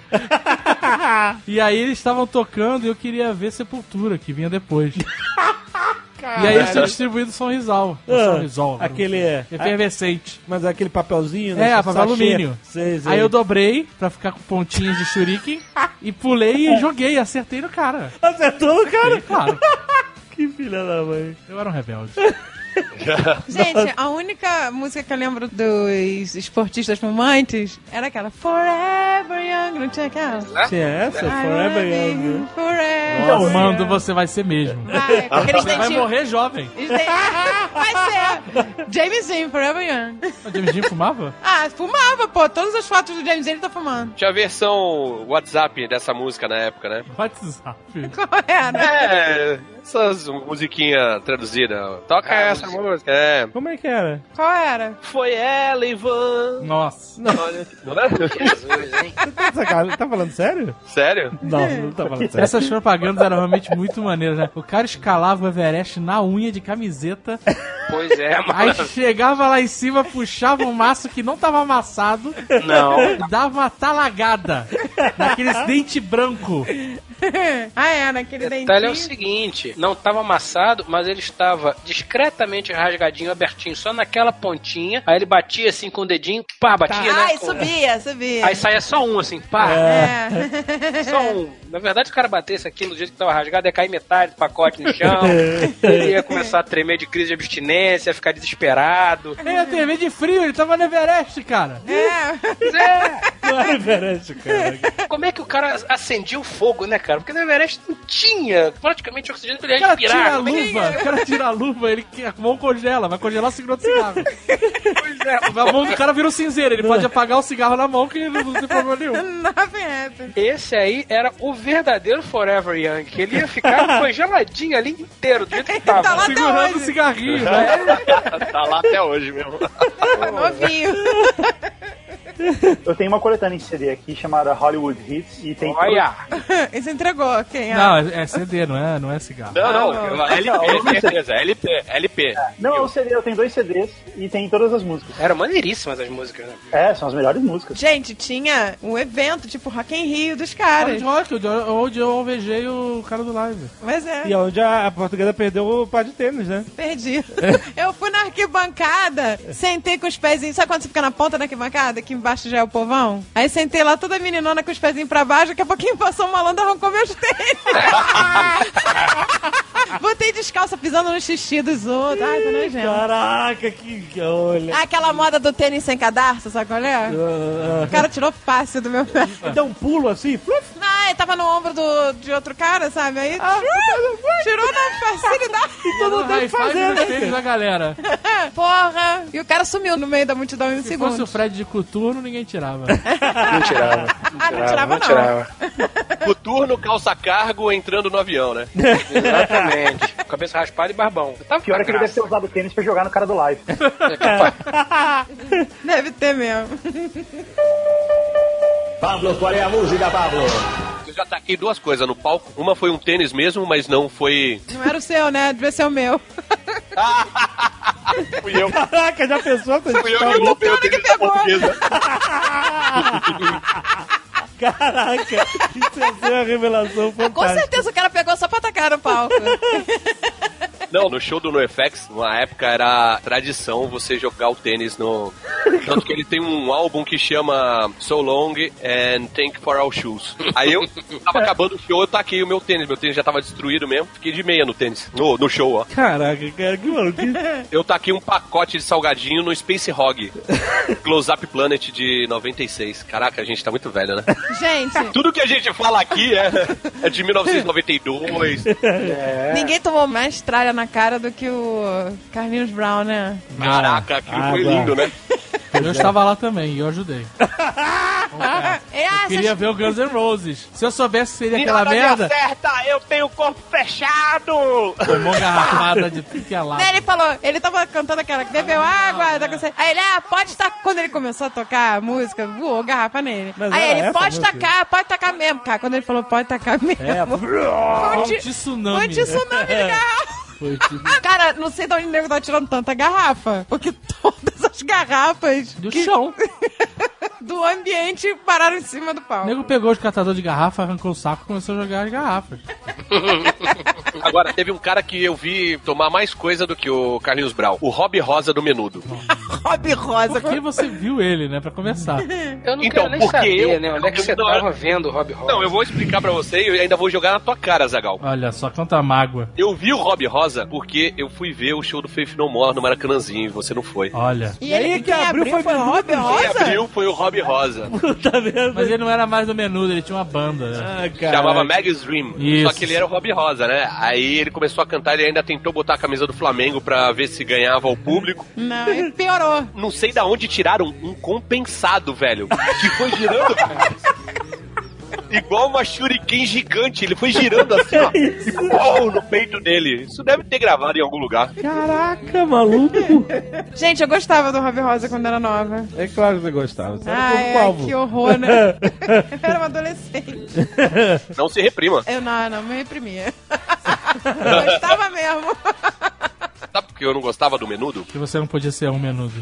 F: E aí eles estavam tocando e eu queria ver Sepultura, que vinha depois. E aí eles tinham distribuído sonrisal.
A: Ah,
F: Sonrisal.
A: aquele-
F: um
A: é.
F: Efervescente.
A: Mas aquele papelzinho, né?
F: É,
A: Esse
F: papel
A: sachê.
F: alumínio.
A: Sei, sei.
F: Aí eu dobrei pra ficar com pontinhas de shuriken e pulei e joguei, acertei no cara.
A: Acertou no é cara?
F: E, claro,
A: <laughs> Que filha da mãe.
F: eu era um rebelde.
B: Gente, a única música que eu lembro dos esportistas fumantes era aquela Forever Young, não tinha aquela?
A: Tinha essa? é,
B: I
A: Forever
B: wanna be
A: Young. né?
B: Forever.
F: Então,
B: young.
A: é.
F: mando, você vai ser mesmo.
B: Vai, aquele
F: Você vai
B: instantinho.
F: morrer jovem.
B: Instantinho. <laughs> Vai ser. James Dean, Forever Young.
F: O James Dean fumava?
B: Ah, fumava, pô. Todas as fotos do James Dean ele tá fumando. <laughs>
C: Tinha a versão WhatsApp dessa música na época, né?
F: WhatsApp.
B: Qual era?
C: É, essas musiquinhas traduzidas. Toca essa música. É.
A: Como é que era?
B: Qual era? <laughs>
C: Foi ela, Ivan.
F: Nossa.
C: Olha, não é?
D: Jesus, hein?
A: Você tá, de sacanagem? tá falando sério?
C: Sério?
A: Não, não tá falando sério.
F: Essas propagandas eram realmente muito maneiras, né? O cara escalava o Everest na unha de camiseta,
D: Pois é,
F: aí
D: mano.
F: chegava lá em cima, puxava um maço que não tava amassado, <laughs>
D: Não.
F: dava uma talagada naquele dente branco.
B: Ah, era aquele
D: O
B: dentinho.
D: detalhe é o seguinte, não estava amassado, mas ele estava discretamente rasgadinho, abertinho, só naquela pontinha. Aí ele batia assim com o dedinho, pá, batia, né?
B: Ah, Tá. Ai,
D: com-
B: subia, subia.
D: Aí saía só um, assim, pá.
B: É.
D: Só um. Na verdade, o cara batesse aqui no jeito que tava rasgado, ia cair metade do pacote no chão, ele ia começar a tremer de crise de abstinência, ia ficar desesperado.
F: Ele ia tremer de frio, ele tava no Everest, cara.
B: <laughs> É.
D: Mas é,
A: Não era Everest, cara.
D: como é que o cara acendia o fogo, né, cara? Porque no Everest não tinha praticamente oxigênio pra ele
F: O cara tira a
D: respirar. Como é que-
F: luva, o cara tira a luva, ele que- a mão congela, vai congelar o segundo cigarro.
D: Pois é,
F: A mão do cara vira um cinzeiro, ele pode apagar o cigarro na mão que não tem problema
B: É, <laughs>
F: nenhum.
B: Nothing happened.
D: Esse aí era o verdadeiro Forever Young. que Ele ia ficar congeladinho ali inteiro, do jeito que tava.
B: Tá lá até
F: Segurando o
B: hoje.
F: cigarrinho, né?
C: tá lá até hoje mesmo.
B: tá Novinho.
E: Eu tenho uma coletânea em CD aqui chamada Hollywood Hits e tem.
D: Olha,
B: Isso entregou quem é?
F: Não, é é CD, não é, não é cigarro.
C: Não, não, LP, certeza, LP, LP.
E: Não, é um CD, eu tenho dois CDs e tem todas as músicas.
D: eram maneiríssimas as músicas, né?
E: É, são as melhores músicas.
B: Gente, tinha um evento tipo Rock in Rio dos
F: Cara,
B: caras.
F: de rock, onde eu- onde eu alvejei o cara do live.
B: Mas é,
A: E onde a, a portuguesa perdeu o par de tênis, né?
B: <laughs> perdi. Eu fui na arquibancada, sentei com os pezinhos. Sabe quando você fica na ponta da arquibancada? Que baixo já é o povão? Aí sentei lá toda meninona com os pezinhos pra baixo, daqui a pouquinho passou um malandro e arrancou meus tênis. Botei descalça pisando no xixi dos outros. Ai, tô nojento.
A: Caraca, que olha.
B: Aquela moda do tênis sem cadarço, sabe qual é? O cara tirou fácil do meu pé.
A: Dá um pulo assim, fluf,
B: Ah, eu tava no ombro do, de outro cara, sabe? Aí
A: Ah,
B: tirou na facilidade.
A: e todo mundo tem que fazer,
F: nos
A: né?
F: tênis da galera.
B: <laughs> Porra! E o cara sumiu no meio da multidão em um
F: Se fosse o
B: segundo.
F: Fred de Coturno, ninguém tirava.
D: Não tirava.
B: Ah, não tirava, não.
C: Coturno, calça cargo, entrando no avião, né?
D: Exatamente. Cabeça raspada e barbão. Eu tava
E: Pior é que ele deve ter usado tênis pra jogar no cara do live.
B: <laughs> Deve ter mesmo.
C: Eu já taquei duas coisas no palco. Uma foi um tênis mesmo, mas não foi.
B: Não era o seu, né? Devia ser o meu.
C: Fui eu.
A: Caraca, <laughs> já pensou essa
C: Fui eu
A: história?
C: que roubei o
B: que
C: tênis da
B: pegou.
C: portuguesa.
A: Caraca, isso é uma revelação
B: Com
A: fantástica.
B: certeza o cara pegou só pra tacar no
C: <laughs>
B: palco.
C: Não, no show do NoFX, na época era tradição você jogar o tênis no. Tanto que ele tem um álbum que chama So Long and Thank for Our Shoes. Aí eu tava acabando o show, eu taquei o meu tênis. Meu tênis já tava destruído mesmo, fiquei de meia no tênis, no, no show, ó.
A: Caraca, cara, que maluquice.
C: Eu taquei um pacote de salgadinho no Space Hog, Close Up Planet de 96. Caraca, a gente tá muito velho, né?
B: Gente,
C: Tudo que a gente fala aqui é, é de 1992. É.
B: ninguém tomou mais tralha na cara do que o Carlinhos Brown, né?
C: Caraca, que foi
A: Água.
C: lindo, né?
F: Eu estava lá também e eu ajudei.
B: Ah, <laughs> é, ah, vocês-
A: <laughs>
F: Queria ver o Guns N' Roses. Se eu soubesse que seria aquela merda,
C: eu tenho o corpo fechado!
F: tomou garrafada de tudo que é lado.
B: Né, ele falou, ele tava cantando aquela que bebeu água, tá com sede. aí ele, ah, pode tacar. Quando ele começou a tocar a música, voou garrafa nele.
A: Mas
B: aí
A: era
B: ele,
A: essa
B: pode
A: a música?
B: tacar, pode tacar mesmo, cara. Quando ele falou, pode tacar mesmo.
A: É,
B: <laughs> Foi um
F: Um
B: ti-
F: tsunami.
B: Foi um tsunami de garrafa.
A: um
B: Cara, não sei de onde o nego tá tirando tanta garrafa. Porque <laughs> todas as garrafas
F: Do chão.
B: <laughs> do ambiente pararam em cima do
F: O
B: pau.
F: nego pegou os catadores de garrafa, arrancou o saco e começou a jogar as garrafas.
C: Agora, teve um cara que eu vi tomar mais coisa do que o Carlinhos Brau. O Rob Rosa do Menudo.
B: Rob Rosa.
F: Por que você viu ele, né? Pra começar.
D: Eu não
C: Então,
D: quero nem
C: porque
D: saber,
C: eu-
D: né? Onde é que você
C: Não,
D: tava
C: eu-
D: vendo o Rob Rob?
C: Não, eu vou explicar pra você e eu ainda vou jogar na tua cara, Zagal.
F: Olha só quanta mágoa.
C: Eu vi o Rob Rosa porque eu fui ver o show do Faith No More no Maracanãzinho e você não foi.
F: Olha.
B: E
A: E aí
B: ele
A: que
B: quem
A: abriu foi
B: foi o Rob
C: Quem
B: Rosa?
C: abriu foi o Rob Rosa.
A: Tá vendo?
F: Mas ele não era mais do menudo, ele tinha uma banda. Né?
A: Ah, cara.
C: Chamava Maggie's Dream.
F: Isso.
C: Só que ele era o Rob Rosa, né? Aí ele começou a cantar, ele ainda tentou botar a camisa do Flamengo pra ver se ganhava o público.
B: Não, e piorou.
C: Não sei da onde tiraram um compensado, velho. Que foi girando. Igual uma shuriken gigante, ele foi girando assim, ó. E pau no peito dele. Isso deve ter gravado em algum lugar.
A: Caraca, maluco.
B: Gente, eu gostava do Rob Rosa quando era nova.
A: É claro que você gostava. Você era
B: Ai,
A: um
B: ai,
A: povo.
B: que horror,
A: <laughs>
B: né? Eu era uma adolescente.
C: Não se reprima.
B: Eu não, não, me reprimia. Gostava mesmo.
C: Sabe por que eu não gostava do menudo?
F: Que você não podia ser um menudo.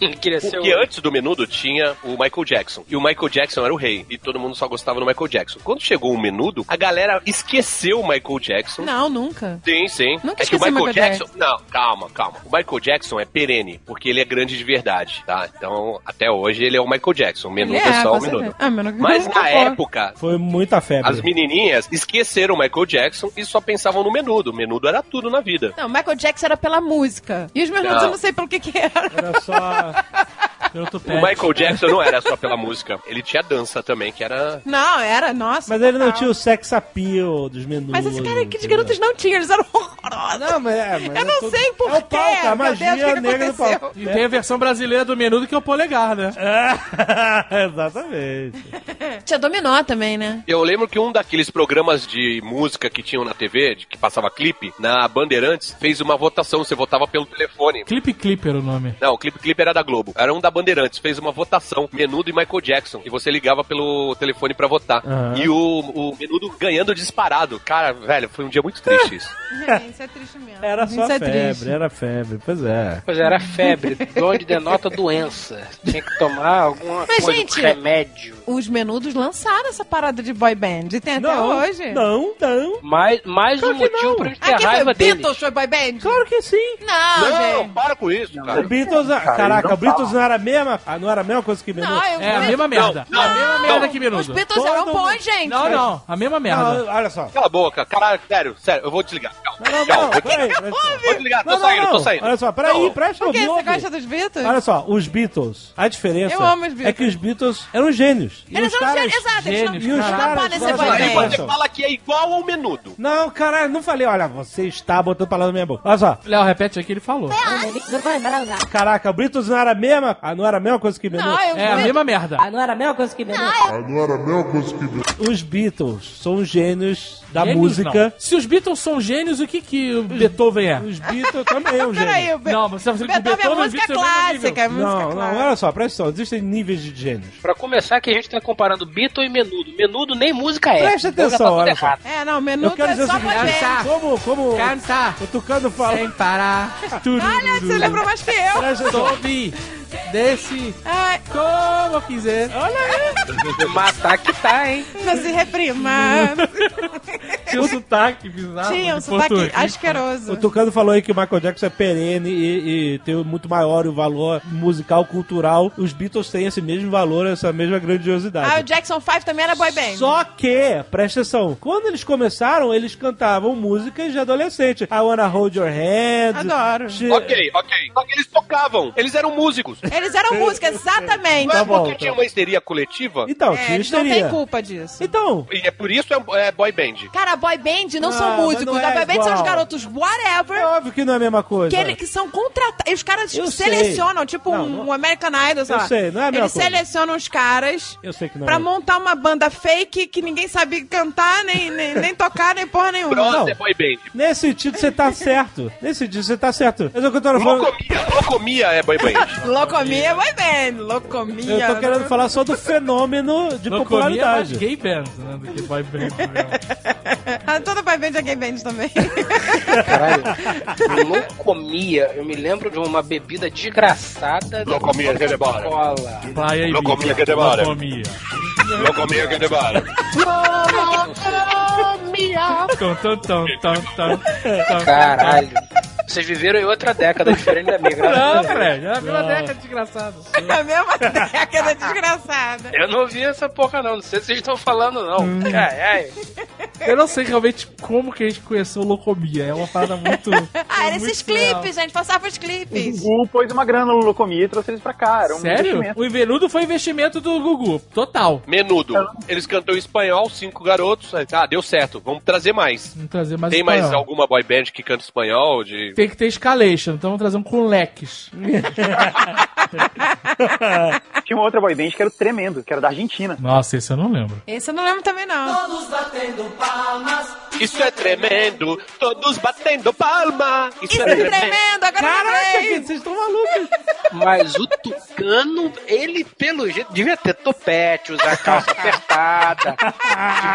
D: Ele queria ser
C: Porque
D: o...
C: antes do menudo tinha o Michael Jackson. E o Michael Jackson era o rei. E todo mundo só gostava do Michael Jackson. Quando chegou o menudo, a galera esqueceu o Michael Jackson.
B: Não, nunca.
C: Sim, sim.
B: Nunca
C: é que o
B: esqueci
C: Michael,
B: o Michael
C: Jackson... Não, calma, calma. O Michael Jackson é perene, porque ele é grande de verdade, tá? Então, até hoje, ele é o Michael Jackson. O menudo é, só o
B: você vê.
C: menudo.
B: Ah, meu, nunca-
C: Mas
B: nunca
C: na
B: foi.
C: época,
A: Foi muita febre.
C: as menininhas esqueceram o Michael Jackson e só pensavam no menudo. O menudo era tudo na vida.
B: Não, Michael Jackson era pela música. E os meus nomes eu não sei pelo que que era.
A: Era
F: <laughs>
A: só...
F: Pelo
A: É.
C: O
F: tupete.
C: Michael Jackson não era só pela <laughs> música. Ele tinha dança também, que era
B: Não, era, nossa.
A: Mas ele não
B: total.
A: tinha o sex appeal dos menudos.
B: Mas esse cara, aqueles
A: entendeu?
B: garotos não tinham, eles eram horrorosos.
A: Não, mas é, mas
B: Eu não
A: é tudo-
B: sei por
A: É o pau,
B: quê,
A: cara, a
B: meu Deus,
A: magia
B: o que que
A: negra do pau.
B: aconteceu?
F: E tem a versão brasileira do menudo que é o polegar, né?
A: É, <laughs> exatamente.
B: Tinha dominó também, né?
C: Eu lembro que um daqueles programas de música que tinham na TV, de que passava clipe, na Bandeirantes, fez uma votação. Você votava pelo telefone.
F: Clip Clip era o nome.
C: Não, o clipe clipe era da Globo. Era um da Bandeirantes. Fez uma votação, Menudo e Michael Jackson. E você ligava pelo telefone pra votar.
A: Aham.
C: E o, o Menudo ganhando disparado. Cara, velho, foi um dia muito triste isso.
B: Isso é triste mesmo.
A: Era só
B: Isso é
A: febre,
B: triste.
A: era febre. Pois é.
D: Pois é, era febre, de onde denota doença. Tinha que tomar alguma
B: Mas,
D: coisa,
B: gente,
D: remédio.
B: os menudos lançaram essa parada de boy band. E tem até
A: não,
B: hoje.
A: não, não.
D: Mais, mais um
A: Claro que
D: motivo
A: não.
D: pra gente ter
B: Aqui foi
D: raiva dele.
B: Beatles, foi boy band?
A: Claro que sim.
B: Não,
C: Não,
B: gente.
C: para com isso,
A: O
C: cara.
A: Beatles, caraca, o Beatles não era a mesma, ah, não era a mesma coisa que Menudo.
B: Não, eu
F: É a mesma merda.
C: não,
F: a mesma
C: não.
F: merda que
B: Os
F: Menudo.
B: Beatles eram
A: Todo
B: bons,
A: mundo-
B: gente.
F: Não, não. A mesma merda.
A: é- Não, olha só.
C: Cala a boca, caralho, sério, sério, eu vou desligar. Calma,
A: Não, não,
C: calma.
A: não, peraí. peraí.
C: Vou desligar, tô
A: Não, não,
C: saindo,
A: não.
C: tô saindo.
A: Olha só, peraí,
C: Não.
A: presta
B: Por que você
A: ouve.
B: gosta dos Beatles?
A: Olha só, os Beatles, a diferença
B: Eu amo os Beatles.
A: é que os Beatles eram gênios. E os
B: Eles eram
A: caras-
B: gênios, exato. Eles
F: gênios,
A: E os
B: não, não
A: caras
B: podem ser
A: agora
B: boy
A: já-
C: Aí
A: Olha
B: band.
C: você
A: só.
C: fala que é igual ao menudo.
A: Não, caralho, não falei. Olha, você está botando palavras na minha boca. Olha só,
F: Léo, repete o que ele falou.
B: Tá,
A: caraca, Beatles não era a mesma, ah, não era a mesma coisa que Menudo.
B: Não, eu
F: É a mesma merda.
A: Os Beatles são gênios da
F: Gênios,
A: música.
F: não. Se os Beatles são gênios, o que, que o Beethoven é?
A: Os Beatles também é um
B: Peraí,
A: gênio.
B: o Be-
F: Não, você tá fazendo com o
B: Beethoven é
F: Beethoven,
B: música
F: Beatles é o mesmo nível.
B: clássica, é música
A: Não, não,
B: clássica.
A: olha só, presta atenção, existem níveis de gênios.
D: Pra começar, que a gente tá comparando Beatle e Menudo. Menudo nem música é.
A: Presta
D: Então já
A: atenção,
D: tá tudo
A: olha só.
D: errado.
B: É, não,
A: Eu
B: menudo
A: quero
B: é
A: dizer o
B: só boy
A: seguinte,
B: band.
A: como, como
F: Canta
A: o Tucano fala,
F: sem parar. Tudo.
B: Olha, você lembra mais que eu.
A: presta atenção.
F: Sobe, desce,
B: Ai,
F: como quiser.
D: Matar que tá, hein?
B: não se reprima.
F: Tinha um sotaque bizarro.
B: Tinha um
F: de
B: sotaque
F: português.
A: O
B: asqueroso.
A: Tucano falou aí que o Michael Jackson é perene e, e tem um muito maior o valor musical, cultural. Os Beatles têm esse mesmo valor, essa mesma grandiosidade.
B: Ah, o Jackson 5 também era boy band.
A: Só que, presta atenção, quando eles começaram, eles cantavam músicas de adolescente. I Wanna Hold Your Hand.
B: Adoro.
A: She-
C: Ok, ok. Só que eles tocavam, eles eram músicos.
B: Eles eram música, exatamente.
C: Não é
A: Tá bom,
C: porque
A: tá
C: tinha
A: bom.
C: uma histeria coletiva?
A: Então,
B: É,
A: tinha
B: eles não
A: histeria.
B: têm culpa disso.
A: Então,
C: E é por isso que é, é boy band.
B: Cara, boy band não
A: Ah,
B: são
A: mas
B: músicos.
A: não
B: a
A: é
B: boy band são os
A: igual.
B: garotos
A: é
B: whatever.
A: óbvio que não é a mesma coisa.
B: Que, ele- que são contratados. Os caras
A: Eu sei.
B: selecionam, tipo
A: Não,
B: um,
A: não-
B: um American Idol, sei
A: Eu
B: lá.
A: sei, não é a mesma
B: Eles
A: coisa.
B: selecionam os caras
A: Eu sei que não é.
B: pra montar uma banda fake que ninguém sabe cantar, nem, nem, nem tocar, nem porra nenhuma.
C: Bronze é boy band.
A: Nesse sentido, você tá certo. Nesse sentido, você tá certo. Mas é o que eu tô falando.
C: Locomia, locomia é boy
A: <laughs>
C: band.
B: Locomia, boy band. Locomia.
A: Eu tô querendo falar só do fenômeno de
F: Não, comia mais
A: popularidade.
F: gay bands, né, do que boy band.
C: <laughs>
F: né?
B: Ah, Toda boy band é gay band também. <laughs>
D: Caralho. Locomia. Eu me lembro de uma bebida desgraçada. da
C: Locomia, que demora.
D: Coca-Cola.
F: Praia e
C: Locomia
F: bicha.
C: que é demora. <laughs>
F: Locomia.
C: locomia que é demora.
F: Tum, tum, tum, tum, tum, tum.
D: Caralho. Vocês viveram em outra década diferente da minha. graças a
F: Não,
D: Deus.
F: Fred, é pela década desgraçado.
B: A
A: <laughs>
B: mesma década desgraçada.
D: Eu não vi essa porra, não. Não sei se vocês estão falando, não. Ai, ai.
F: Eu não sei realmente como que a gente conheceu Locomia. É uma parada muito.
B: <laughs> Ah, eram
F: muito
B: esses
F: surreal.
B: clipes, gente. Passava os
A: Uhum.
B: clipes.
E: Gugu pôs uma grana no Locomia e trouxe eles pra cá. Era um
F: Sério?
E: investimento.
F: O Iveludo foi investimento do Gugu. Total.
C: Menudo. Eles cantam em espanhol, cinco garotos. aí, Ah, deu certo. Vamos trazer mais.
F: Vamos trazer mais
C: Tem mais
F: espanhol.
C: alguma boy band que canta espanhol? De...
F: Tem que ter escalation, então vamos trazer um com leques.
E: Tinha uma outra boy band que era o Tremendo, que era da Argentina.
F: Nossa, esse eu não lembro.
B: Esse eu não lembro também, não.
C: Isso é tremendo, todos batendo palma. Isso,
B: Isso
C: é
B: é
C: tremendo.
B: tremendo, agora eu
A: Caraca,
B: lembrei.
A: que vocês estão malucos.
D: Mas o Tucano, ele, pelo jeito, devia ter topete, usar calça apertada.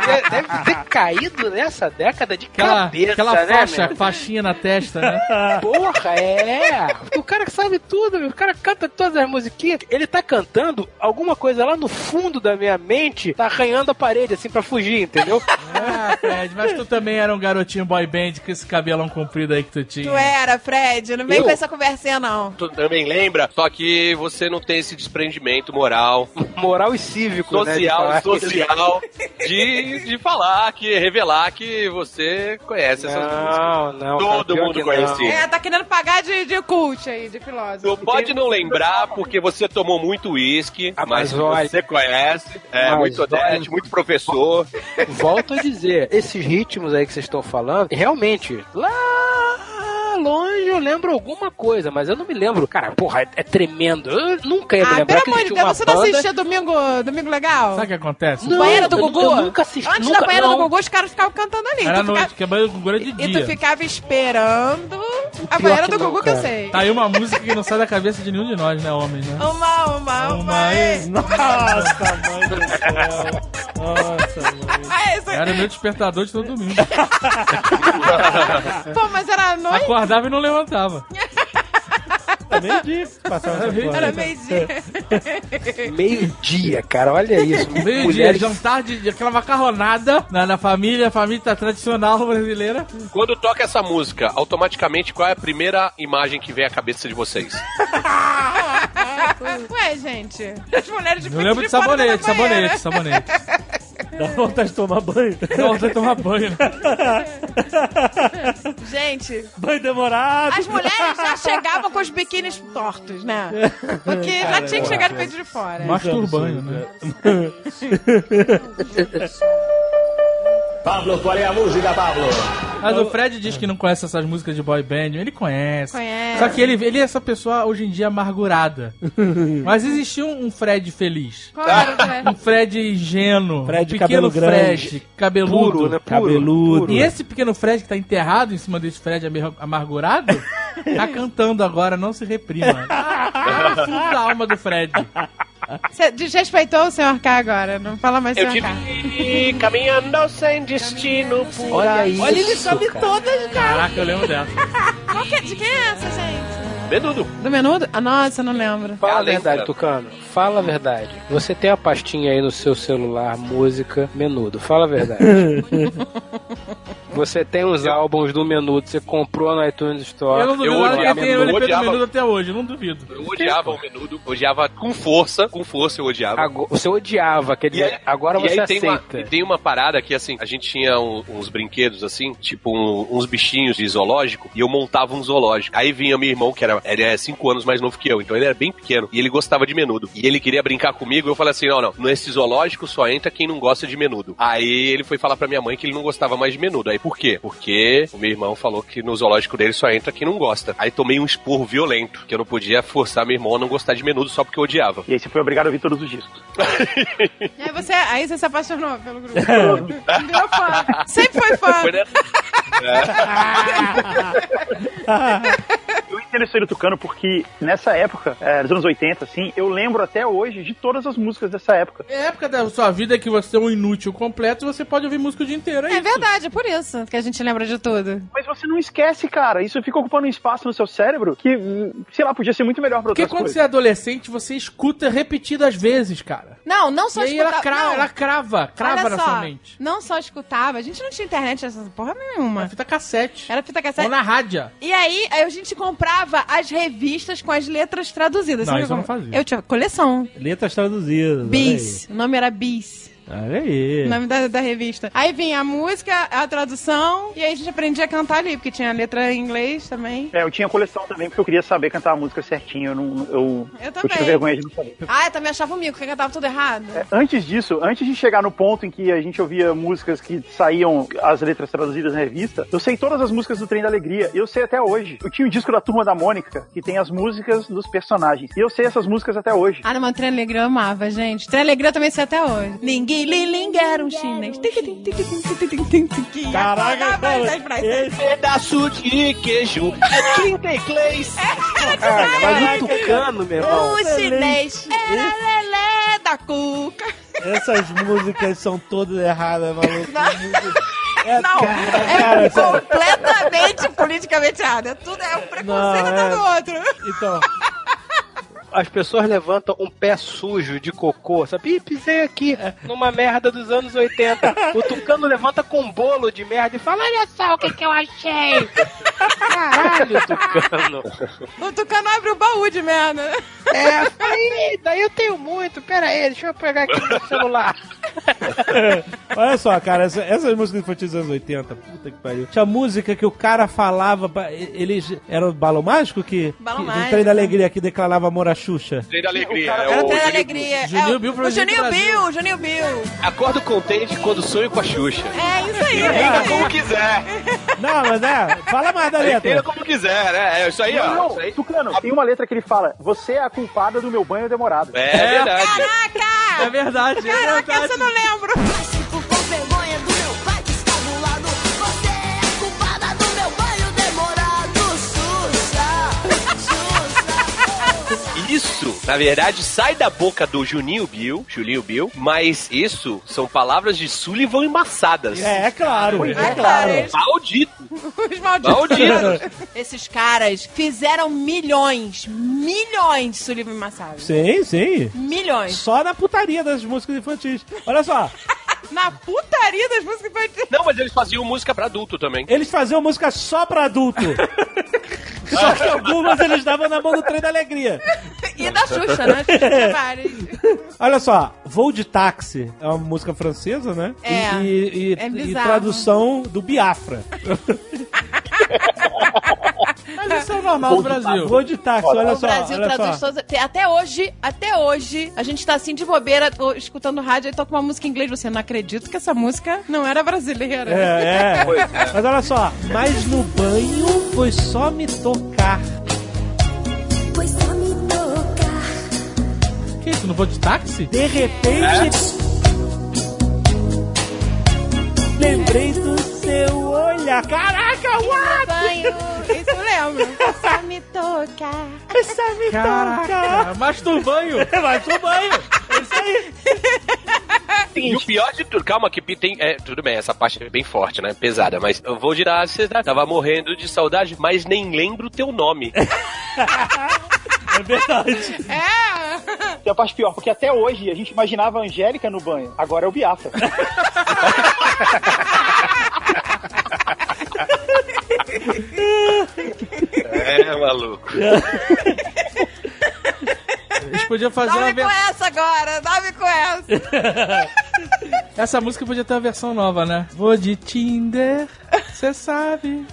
D: Devia, deve ter caído nessa década de
F: Aquela,
D: cabeça,
F: aquela
D: né,
F: faixa,
D: meu?
F: faixinha na testa, né?
A: <laughs>
D: Porra, é! O cara que sabe tudo, meu. o cara canta todas as musiquinhas. Ele tá cantando alguma coisa lá no fundo da minha mente, tá arranhando a parede, assim, pra fugir, entendeu?
F: ah, Fred, mas tu também era um garotinho boy band com esse cabelão comprido aí que tu tinha.
B: Tu é- era, Fred. Não vem
C: Eu?
B: com essa conversinha, não.
C: Tu também lembra? Só que você não tem esse desprendimento moral,
D: Moral e cívico, né, de
C: social,
D: falar que- <laughs>
C: social, de, de falar, que revelar que você conhece essas músicas.
D: Não, não. cara,
C: Todo
D: pior
C: mundo
D: que não.
C: conhecia.
B: É, tá querendo pagar de, de cult aí, de
C: Tu
B: filósofo.
C: pode não lembrar porque você tomou muito uísque,
D: Ah,
C: mas
D: mas olha-
C: você conhece, é
D: Mas
C: muito odete,
D: olha-
C: muito professor.
D: Volto a dizer, esses ritmos aí que vocês estão falando, realmente, lá longe eu lembro alguma coisa, mas eu não me lembro. Cara, porra, é, é tremendo. Eu nunca ia me
B: Ah,
D: lembrar
B: pelo
D: que
B: amor de
D: existia
B: Deus,
D: uma
B: você não
D: banda...
B: assistia Domingo, domingo Legal?
F: Sabe o que acontece?
D: Não,
B: Banheira do
D: eu-
B: Gugu?
D: eu nunca assisti-
B: Antes
D: nunca-
B: da banheira do
D: não.
B: Gugu, os caras ficavam cantando ali.
F: Era
B: Tu
F: noite,
B: ficava-
F: que banheiro com de
B: E tu
F: dia.
B: ficava esperando a
D: Pior
B: banheira
D: que
B: do
D: não,
B: Gugu, que eu
D: cara.
B: sei.
F: Tá aí uma música que não sai da cabeça de nenhum de nós, né, homens, né?
B: Uma, uma, uma. ei.
A: Nossa, mãe do céu. Nossa, mãe.
B: Ah, isso-
F: Era o meu despertador de todo domingo.
B: Pô, mas era à noite?
F: Acordava e não levantava.
A: É meio dia. que Passava essa porra.
B: Era meio-dia.
D: Meio-dia, cara, olha isso.
F: <laughs> Meio-dia,
D: Mulheres-
F: jantar de, de aquela macarronada na, na família, a família tá tradicional brasileira.
C: Quando toca essa música, automaticamente qual é a primeira imagem que vem à cabeça de vocês?
B: Ah, Ué, gente, as mulheres de
F: Eu lembro de sabonete,
B: né?
F: sabonete, sabonete.
A: Dá vontade de tomar banho.
F: Não, você tomar banho. né?
B: Gente,
A: Banho demorado.
B: as mulheres já chegavam com os biquínis tortos, né? Porque já tinha que chegar no peito de fora.
F: Masturbanho, né?
H: Pablo, qual é a música, Pablo?
F: Mas o Fred diz que não conhece essas músicas de boy band. Ele conhece.
B: Conhece.
F: Só que ele, ele é essa pessoa hoje em
A: <laughs>
F: dia amargurada. Mas existia um, um Fred feliz.
B: Qual era o
F: Um Fred ingênuo.
A: Fred
F: um
A: cabelo
F: pequeno
A: grande.
F: Fred, cabeludo.
D: Puro, né? Puro.
A: Cabeludo.
F: E esse pequeno Fred que tá enterrado em cima desse Fred amar- amargurado,
A: <laughs>
F: tá cantando agora, não se reprima. Tá no fundo da alma do Fred.
B: Você desrespeitou o senhor K agora, não tá. fala mais
C: Eu
B: senhor
C: tive
B: K.
C: que ir caminhando sem destino por
D: Olha isso.
A: Olha, ele sabe
D: cara.
A: todas, cara.
F: Caraca, eu lembro dessa.
B: Qual que é? De quem é essa, gente?
C: Menudo.
B: Do menudo? Ah, nossa, não lembro.
D: Fala a
C: Além,
D: verdade,
C: cara.
D: Tucano. Fala a verdade. Você tem a pastinha aí no seu celular, música, menudo. Fala a
F: <laughs>
D: verdade. Você tem os álbuns do menudo, você comprou no iTunes Store.
F: Eu não duvido
C: eu
F: nada que
C: odiava,
F: ele tenha
C: eu
F: o LP do
C: odiava.
F: Menudo até hoje, eu não duvido.
C: Eu odiava o menudo, odiava com força, com força eu odiava.
D: Agora, você odiava, quer
C: E
D: dizer,
C: aí-
D: agora
C: e
D: você
C: aí tem uma, Um
D: aceita.
C: e tem uma parada que, assim, a gente tinha um- uns brinquedos, assim, tipo um- uns bichinhos de zoológico, e eu montava um zoológico. Aí vinha meu irmão, que era, ele é cinco anos mais novo que eu, então ele era bem pequeno, e ele gostava de menudo. E ele queria brincar comigo, eu falei assim, não, não, nesse zoológico só entra quem não gosta de menudo. Aí ele foi falar pra minha mãe que ele não gostava mais de menudo. Aí por quê? Porque o meu irmão falou que no zoológico dele só entra quem não gosta. Aí tomei um esporro violento, que eu não podia forçar meu irmão a não gostar de menudo só porque eu odiava.
H: E aí você foi obrigado a ouvir todos os discos.
B: Aí você, aí você se apaixonou pelo
C: <laughs>
B: grupo. Virou fã. Sempre foi fã.
C: Foi nessa-
H: Eu entendo isso aí do Tucano porque nessa época, é, nos anos 80, assim, eu lembro até hoje de todas as músicas dessa época.
F: É época da sua vida que você é um inútil completo, você pode ouvir música o dia inteiro, é,
B: É
F: isso.
B: verdade, é por isso que a gente lembra de tudo.
H: Mas você não esquece, cara. Isso fica ocupando um espaço no seu cérebro que, hum, sei lá, podia ser muito melhor pra
F: Porque
H: outras
F: quando
H: coisas.
F: você é adolescente, você escuta repetidas vezes, cara.
B: Não, não
F: E
B: só
F: aí ela
B: escutava.
F: crava,
B: não.
F: ela crava, crava
B: Olha
F: na
B: só,
F: sua mente. É.
B: Não só escutava, a gente não tinha internet essa porra
F: Na
B: nenhuma.
F: fita cassete.
B: Era fita
F: Ou
B: cassete.
F: na rádio.
B: E aí, aí a gente comprava as revistas com as letras traduzidas.
F: Não,
B: Sabe
F: isso eu
B: como?
F: não fazia.
B: Eu tinha coleção.
A: Letras traduzidas.
B: Bis. O nome era Bis.
A: Olha
B: O
A: aí.
B: nome da, da revista. Aí vinha a música, a tradução, e aí a gente aprendia a cantar ali, porque tinha letra em inglês também.
H: É, eu tinha coleção também porque eu queria saber cantar a música certinho. Eu, não, eu,
B: Eu
H: eu
B: também.
H: tinha vergonha de não saber.
B: Ah, eu também achava o mico, porque eu cantava tudo errado.
H: É, Antes disso, antes de chegar no ponto em que a gente ouvia músicas que saíam as letras traduzidas na revista, eu sei todas as músicas do Trem da Alegria. Eu sei até hoje. Eu tinha o disco da Turma da Mônica, que tem as músicas dos personagens. E eu sei essas músicas até hoje.
B: Ah, não, mas o Trem Alegre eu amava, gente. Trem Alegre eu também sei até hoje. Ninguém lilingue era um chinês. Tá
A: Caraca,
B: cara.
A: cara. Esse
D: Pedaço de queijo é 33. Cara, Ah, mas o Tucano, meu irmão.
B: O Um chinês era lelé da cuca.
A: Essas músicas são todas erradas, maluco. É,
B: Não, é
A: cara, sério.
B: completamente politicamente errado. É tudo é um preconceito
A: Não, é.
B: do outro.
A: Então,
D: As pessoas levantam um pé sujo de cocô, sabe? Ih, pisei aqui numa merda dos anos 80. O Tucano levanta com um bolo de merda e fala: Olha só o que, que eu achei. Caralho, Tucano.
B: O Tucano abre o baú de merda.
D: É, falei, "Eita, eu tenho muito. Pera aí, deixa eu pegar aqui meu celular.
A: olha só, cara, essa- essas músicas infantis dos anos 80, puta que pariu. Tinha música que o cara falava, ba- eles era o balão mágico que
B: Balão
A: que-
B: mágico,
A: o trem da
B: né?
A: alegria que declarava amor à Xuxa.
C: Trem da alegria. é
B: Era
C: o-
B: Trem da Alegria.
F: Juninho
B: é, o-
F: Bill pra
B: o
F: gente do
B: Juninho
F: Brasil.
B: Bill, Juninho Bill.
C: Acordo contente quando sonho com a Xuxa.
B: É isso aí.
C: Entenda como quiser.
A: Não, mas é, fala mais da
C: Entenda
A: letra.
C: como quiser, né? É isso aí,
H: Não,
C: ó.
H: não,
C: Isso aí.
H: Tucano, tem uma letra que ele fala: Você é a culpada do meu banho demorado.
C: É, verdade.
F: É
B: Caraca!
F: verdade, é
B: Caraca,
F: verdade.
B: essa eu não lembro.
I: Fico tipo, com vergonha do meu pai que está do lado. Você é a culpada do meu banho demorado. Xuxa, Xuxa.
C: Isso Na verdade, sai da boca do Juninho Bill, Julinho Bill, mas isso são palavras de Sullivan embaçadas.
A: É, é claro, é claro.
C: Maldito!
B: Os malditos.
C: Malditos.
B: Esses caras fizeram milhões, milhões de Sullivan Massado.
A: Sim, sim.
B: Milhões.
A: Só na putaria das músicas infantis. Olha só,
B: Na putaria das músicas infantis.
C: Não, mas eles faziam música pra adulto também.
A: eles faziam música só pra adulto. Só que algumas eles davam na mão do trem da alegria.
B: E da
A: <laughs>
B: Xuxa, né? Xuxa tinha várias.
A: Olha só, Voo de Táxi é uma música francesa, né?
B: É,
A: E, e- e-
B: é
A: e
B: bizarro.
A: tradução do Biafra.
F: Mas isso é normal no Brasil.
A: Voo de Táxi, olha
B: O
A: só.
B: Brasil
A: olha
B: traduz
A: só.
B: todas. tem- Até hoje, até hoje, a gente tá assim de bobeira, tô escutando rádio, aí toca uma música em inglês. Você não acredita que essa música não era brasileira.
A: É, é. Mas olha só, mas no banho foi só me tocar.
I: Pois só me tocar.
F: Que isso? Não vou de táxi?
A: De repente. Lembrei do seu olhar. Caraca, what?
B: Banho, isso eu lembro. Só me tocar.
A: Essa me toca.
F: Caraca, mas no banho.
A: Vai pro banho. É isso aí.
C: E o pior de tudo, calma que tem. É, tudo bem, essa parte é bem forte, né? Pesada, mas eu vou girar, você tá- tava morrendo de saudade, mas nem lembro o teu nome.
A: É verdade.
B: É!
E: Tem a parte pior, porque até hoje a gente imaginava a Angélica no banho. Agora é
C: <laughs>
E: o Biafra.
C: é, maluco.
F: A gente podia fazer uma
B: Dorme com
F: versão.
B: essa agora, dorme com essa.
F: Essa música podia ter uma versão nova, né? Vou de Tinder, cê sabe.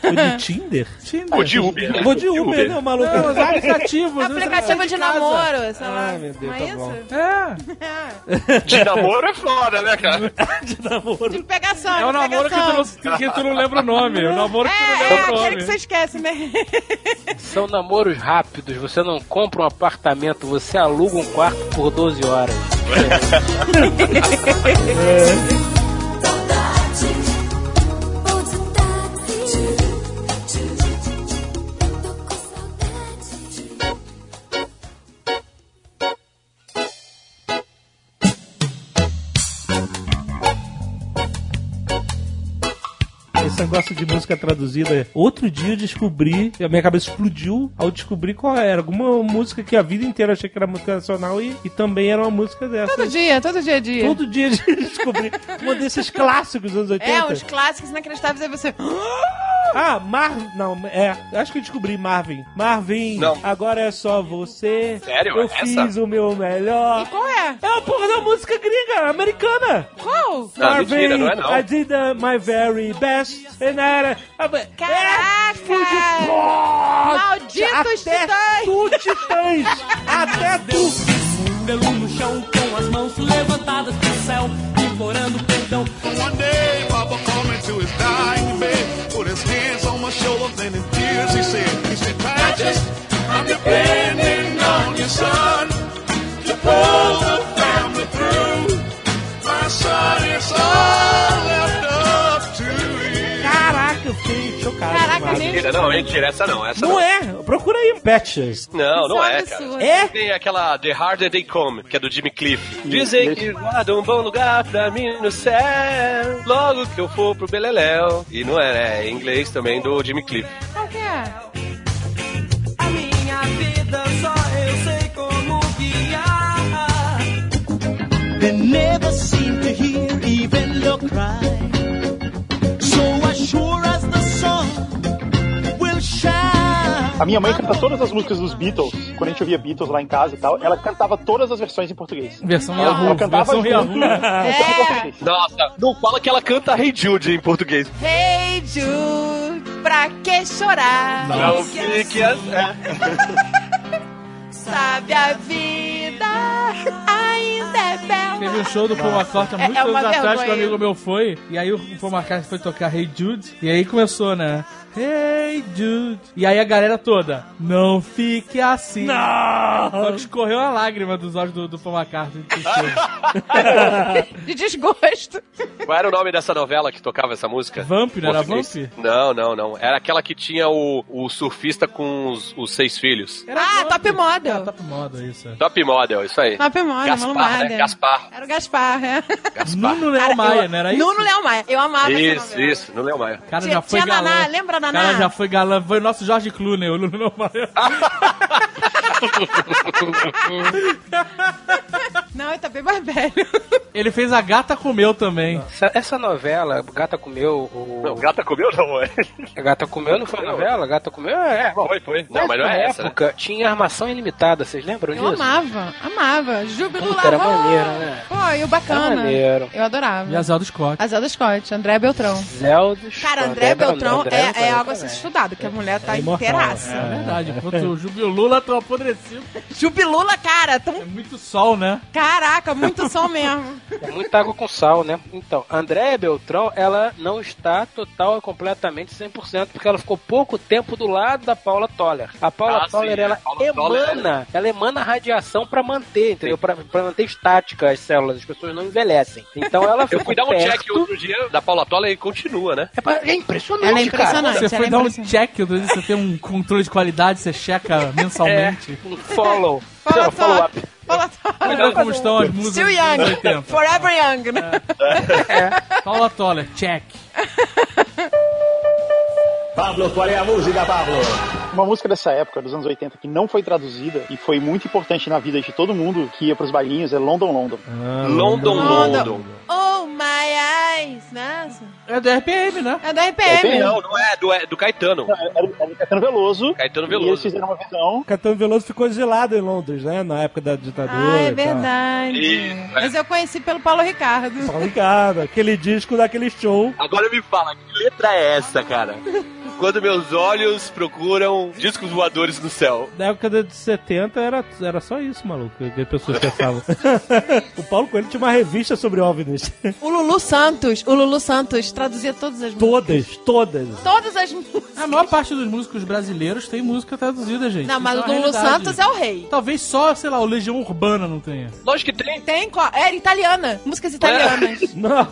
A: Foi de Tinder? <laughs>
F: Tinder.
C: Vou de Uber. né?
A: Vou de Uber, né, o maluco?
F: Não, os aplicativos.
B: Aplicativo de namoro, sei lá.
A: Ai, meu Deus,
B: não é
A: tá
B: isso?
A: bom.
F: É,
B: É.
C: De namoro é foda, né, cara?
A: de namoro.
B: De pegação,
F: é o
B: de
F: namoro que tu,
B: pegação.
F: não, que tu não lembra o nome. O namoro que tu não
B: É, é
F: lembra o
B: aquele
F: nome.
B: que você esquece, né?
D: São namoros rápidos, você não compra um apartamento, você aluga um quarto por 12 horas.
I: Saudade. Vou de táxi. Tô com saudade.
A: Esse negócio de música traduzida. Outro dia eu descobri, e a minha cabeça explodiu ao descobrir qual é. era. Alguma música que a vida inteira eu achei que era música nacional e, e também era uma música dessa.
B: Todo dia, todo dia é dia.
A: Todo dia eu <laughs> descobri um desses clássicos dos anos 80.
B: é, os clássicos inacreditáveis aí você.
A: Ah, Marvin. Não, é. Acho que eu descobri Marvin. Marvin,
C: Não.
A: agora é só você.
C: Sério?
A: Eu
C: Essa?
A: fiz o meu melhor.
B: E qual é?
A: É a porra da música gringa, americana.
B: Qual?
C: Não, mentira, não é não.
A: I did uh, my very best. And I, I-
B: Caraca!
A: É,
B: Malditos
A: até
B: titãs!
A: tu, titãs! até tu!
J: Pelo no chão, com as mãos levantadas pro céu, implorando perdão.
G: One day, Papa called me to his dying bed, put his hands on my shoulders and in tears he said, he said, Patches, I'm depending on your son to pull the family through. My son, it's all left up to you.
A: Caraca, eu fiquei chocado.
B: Caraca,
A: demais.
B: nem
C: Mentira, não, mentira, essa não, essa não.
A: Não é? Procura aí, Patches.
C: Não, não
B: Isso
C: é,
B: um
C: cara.
B: absurdo.
A: É?
C: Tem aquela The Harder They Come, que é do Jimmy Cliff. Dizem que guarda um bom lugar pra mim no céu, logo que eu for pro Beleléu. E não é, né? É em inglês também do Jimmy Cliff.
B: Qual que é?
J: A minha vida só eu sei como guiar. They never seem to hear even the cry. So as sure as the sun will shine.
E: A minha mãe canta todas as músicas dos Beatles. Quando a gente ouvia Beatles lá em casa e tal, ela cantava todas as versões em português.
F: Versão
E: Ela, ela
F: Yahoo,
E: cantava
F: versão
E: junto,
F: Yahoo.
E: cantava em português.
C: <laughs> Nossa, não fala que ela canta Hey Jude em português.
B: é? Hey Jude, pra que chorar?
C: Não fique assim. É.
B: Sabe a vida ainda é bela.
F: Teve <laughs> um show do Paul McCartney
B: É-
F: há muitos
B: é uma
F: anos atrás
B: vergonha.
F: que um amigo meu foi. E aí o Paul McCartney foi tocar Hey Jude. E aí começou, né? Hey Jude. E aí a galera toda. Não fique assim. Não! Só que escorreu a lágrima dos olhos do, do Paul McCartney. de tristeza.
B: De desgosto.
C: Qual era o nome dessa novela que tocava essa música?
F: Vamp, não era
C: Português.
F: Vamp?
C: Não, não, não. Era aquela que tinha o, o surfista com os, os seis filhos.
B: ah, top model.
F: É, Top moda isso.
C: Top Model, isso aí.
B: Top model,
C: Gaspar,
B: Mano
C: né?
B: Mader.
C: Gaspar.
B: Era o Gaspar, é.
F: Nuno Léo Maia, não era isso?
B: Nuno Léo Maia. Ah, Eu amava esse
C: Isso,
B: novela.
C: isso. Não lembro mais.
F: Cara,
B: Tinha-
F: já foi
B: tinha
F: galã.
B: Naná, lembra a Naná?
F: Cara, já foi galã. Foi o nosso Jorge Clooney, o Nuno Léo Maia.
B: Não, ele tá bem mais velho.
F: Ele fez A Gata Comeu também.
D: Essa, essa novela, Gata Comeu, o...
C: Não, gata comeu não, é?
D: Gata Comeu não foi novela? Gata Comeu é...
C: Foi, foi. <laughs> Não, mas não é
D: Nessa
C: essa. né?
D: época, tinha armação ilimitada, vocês
B: <laughs>
D: lembram
B: Eu
D: disso?
B: amava, amava. Júbilo
D: Puta, era
B: Larrou.
D: maneiro, né?
B: Pô, e o bacana.
D: Era maneiro.
B: Eu adorava.
F: E a Zelda Scott.
B: Azelda Scott, André Beltrão.
D: Zelda
B: Cara, André Beltrão é, é algo a ser estudado, que a mulher tá
F: É
B: inteiraça.
F: verdade. Enquanto o Júbilo Lula tá apodrecido.
B: Jubilula, cara,
F: É
B: tão.
F: muito sol, né?
B: Caraca, muito som mesmo.
D: É muita água com sal, né? Então, Andréia Beltrão, ela não está total e completamente 100%, porque ela ficou pouco tempo do lado da Paula Toller. A Paula
C: Ah, sim,
D: Toller,
C: é.
D: ela
C: Paula Toller,
D: emana, ela emana radiação pra manter, entendeu? Pra, pra manter estática as células, as pessoas não envelhecem. Então ela
C: Eu
D: ficou
C: fui dar um
D: perto.
C: check outro dia da Paula Tola e continua, né?
D: É, pra- é impressionante,
B: Ela é
D: cara.
B: impressionante.
F: Você
B: ela
F: foi
B: é
F: dar um
B: impressionante.
F: check, outro dia você tem um controle de qualidade,
B: <laughs>
F: você
B: É.
F: checa mensalmente.
D: Um follow.
B: Fala
D: Não, follow
B: só.
D: up.
B: Fala só.
F: Olha como estão as músicas
B: um Still
F: dos anos É.
B: Young.
F: 80.
B: Forever Young, né?
F: Paula Toller, check.
G: Pablo, qual é a música, Pablo?
E: Uma música dessa época, dos anos 80, que não foi traduzida e foi muito importante na vida de todo mundo que ia pros bailinhos é London London.
C: Hum. London,
B: London.
C: London.
B: Oh my eyes. Nossa.
F: É do RPM, né?
B: É da RPM.
C: Não, não é, do, é do Caetano.
E: Era, era o é Caetano Veloso.
C: Caetano
E: E eles
C: Veloso.
E: fizeram uma versão.
A: Caetano Veloso ficou gelado em Londres, né? Na época da ditadura.
B: Ah, é
A: e tal.
B: verdade.
D: né?
C: Isso, é.
B: Mas eu conheci pelo Paulo Ricardo.
A: Tá ligado? Aquele disco daquele show. <laughs>
C: Agora me fala, que letra é essa, cara? Quando meus olhos procuram discos voadores no céu.
A: Na época dos 70 era, era só isso, maluco, que as pessoas pensavam. o Paulo Coelho tinha uma revista sobre OVNIs.
B: O Lulu Santos. O Lulu Santos traduzia todas as músicas.
A: Todas, todas.
B: Todas as músicas.
F: A maior parte dos músicos brasileiros tem música traduzida, gente.
B: Não, mas
F: Isso
B: o
F: é uma
B: Lulu
F: realidade.
B: Santos é o rei.
F: Talvez só, sei lá, o Legião Urbana não tenha.
C: Lógico que tem.
B: Tem qual? Era italiana.
D: É?
B: Músicas
F: <laughs>
B: italianas.
A: Não.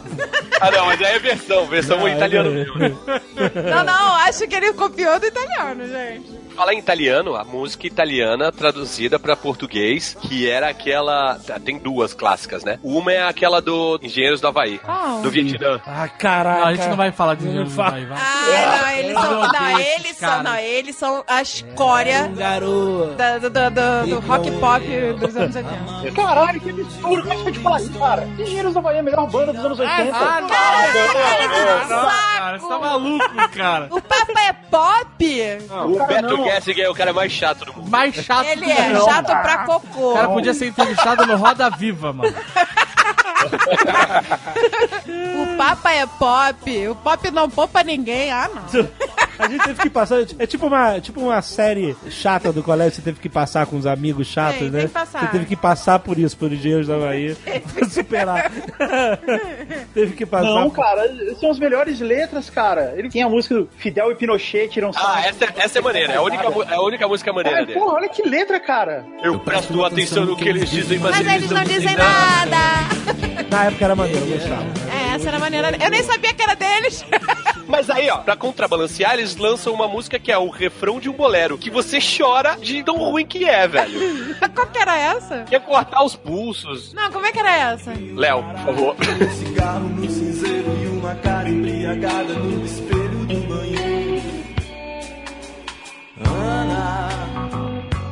C: Ah, não, mas aí é versão, versão italiana.
B: não, não, acho que ele copiou do italiano, gente.
C: Falar em italiano, a música italiana traduzida pra português, que era aquela. tá, Tem duas clássicas, né? Uma é aquela do Engenheiros do Havaí,
B: Qual?
C: do Vietnã.
A: Ah, caraca.
F: Não, a gente não vai falar de
A: Não
F: Legião
A: fala.
F: Urbana. vai.
B: Ah, não, eles são.
F: Meu
B: Não,
F: Deus,
B: eles são.
F: cara.
B: Não, eles são a escória da- do, do- do- do rock pop dos anos 80.
E: Caralho, que absurdo! Como é que foi de falar isso, cara? Engenheiros da Bahia, a melhor banda dos anos 80.
F: Ah, não,
B: É um
F: não, não, não, cara, você tá maluco, cara.
B: O Papa é pop?
C: o Beto Gessinger é o cara mais chato do mundo.
F: Mais chato
B: Ele
F: que
B: é
F: não.
B: chato pra
F: O
B: cocô.
F: cara podia ser entrevistado no Roda Viva, mano.
B: O Papa é pop. O pop não poupa ninguém. Ah, não.
A: A gente teve que passar. É tipo uma, tipo uma série chata do colégio, você teve que passar com os amigos chatos,
B: Tem,
A: né?
B: tem que passar.
A: Você teve que passar por isso, por Engenheiros da
B: <laughs>
A: Bahia, pra superar. <laughs> teve que passar.
E: Não,
A: por...
E: cara, são as melhores letras, cara. Ele tem a música do Fidel e Pinochet tiram
C: Ah,
E: sarro.
C: essa, essa é maneira, é a única, mu- é a única música maneira
E: Ai,
C: dele.
E: porra, olha que letra, cara.
C: Eu presto atenção no que eles dizem, mas,
B: Mas eles não dizem nada.
A: Na época era maneiro, eu gostava.
B: É, essa era a maneira. Eu nem sabia que era deles. <laughs>
C: Mas aí, ó, pra contrabalancear, eles lançam uma música que é o refrão de um bolero, que você chora de tão ruim que é, velho.
B: Qual que era essa?
C: Quer cortar os pulsos.
B: Não, como é que era essa?
C: Léo, por favor.
G: Cigarro no cinzeiro e uma cara embriagada no espelho do banheiro. Ana,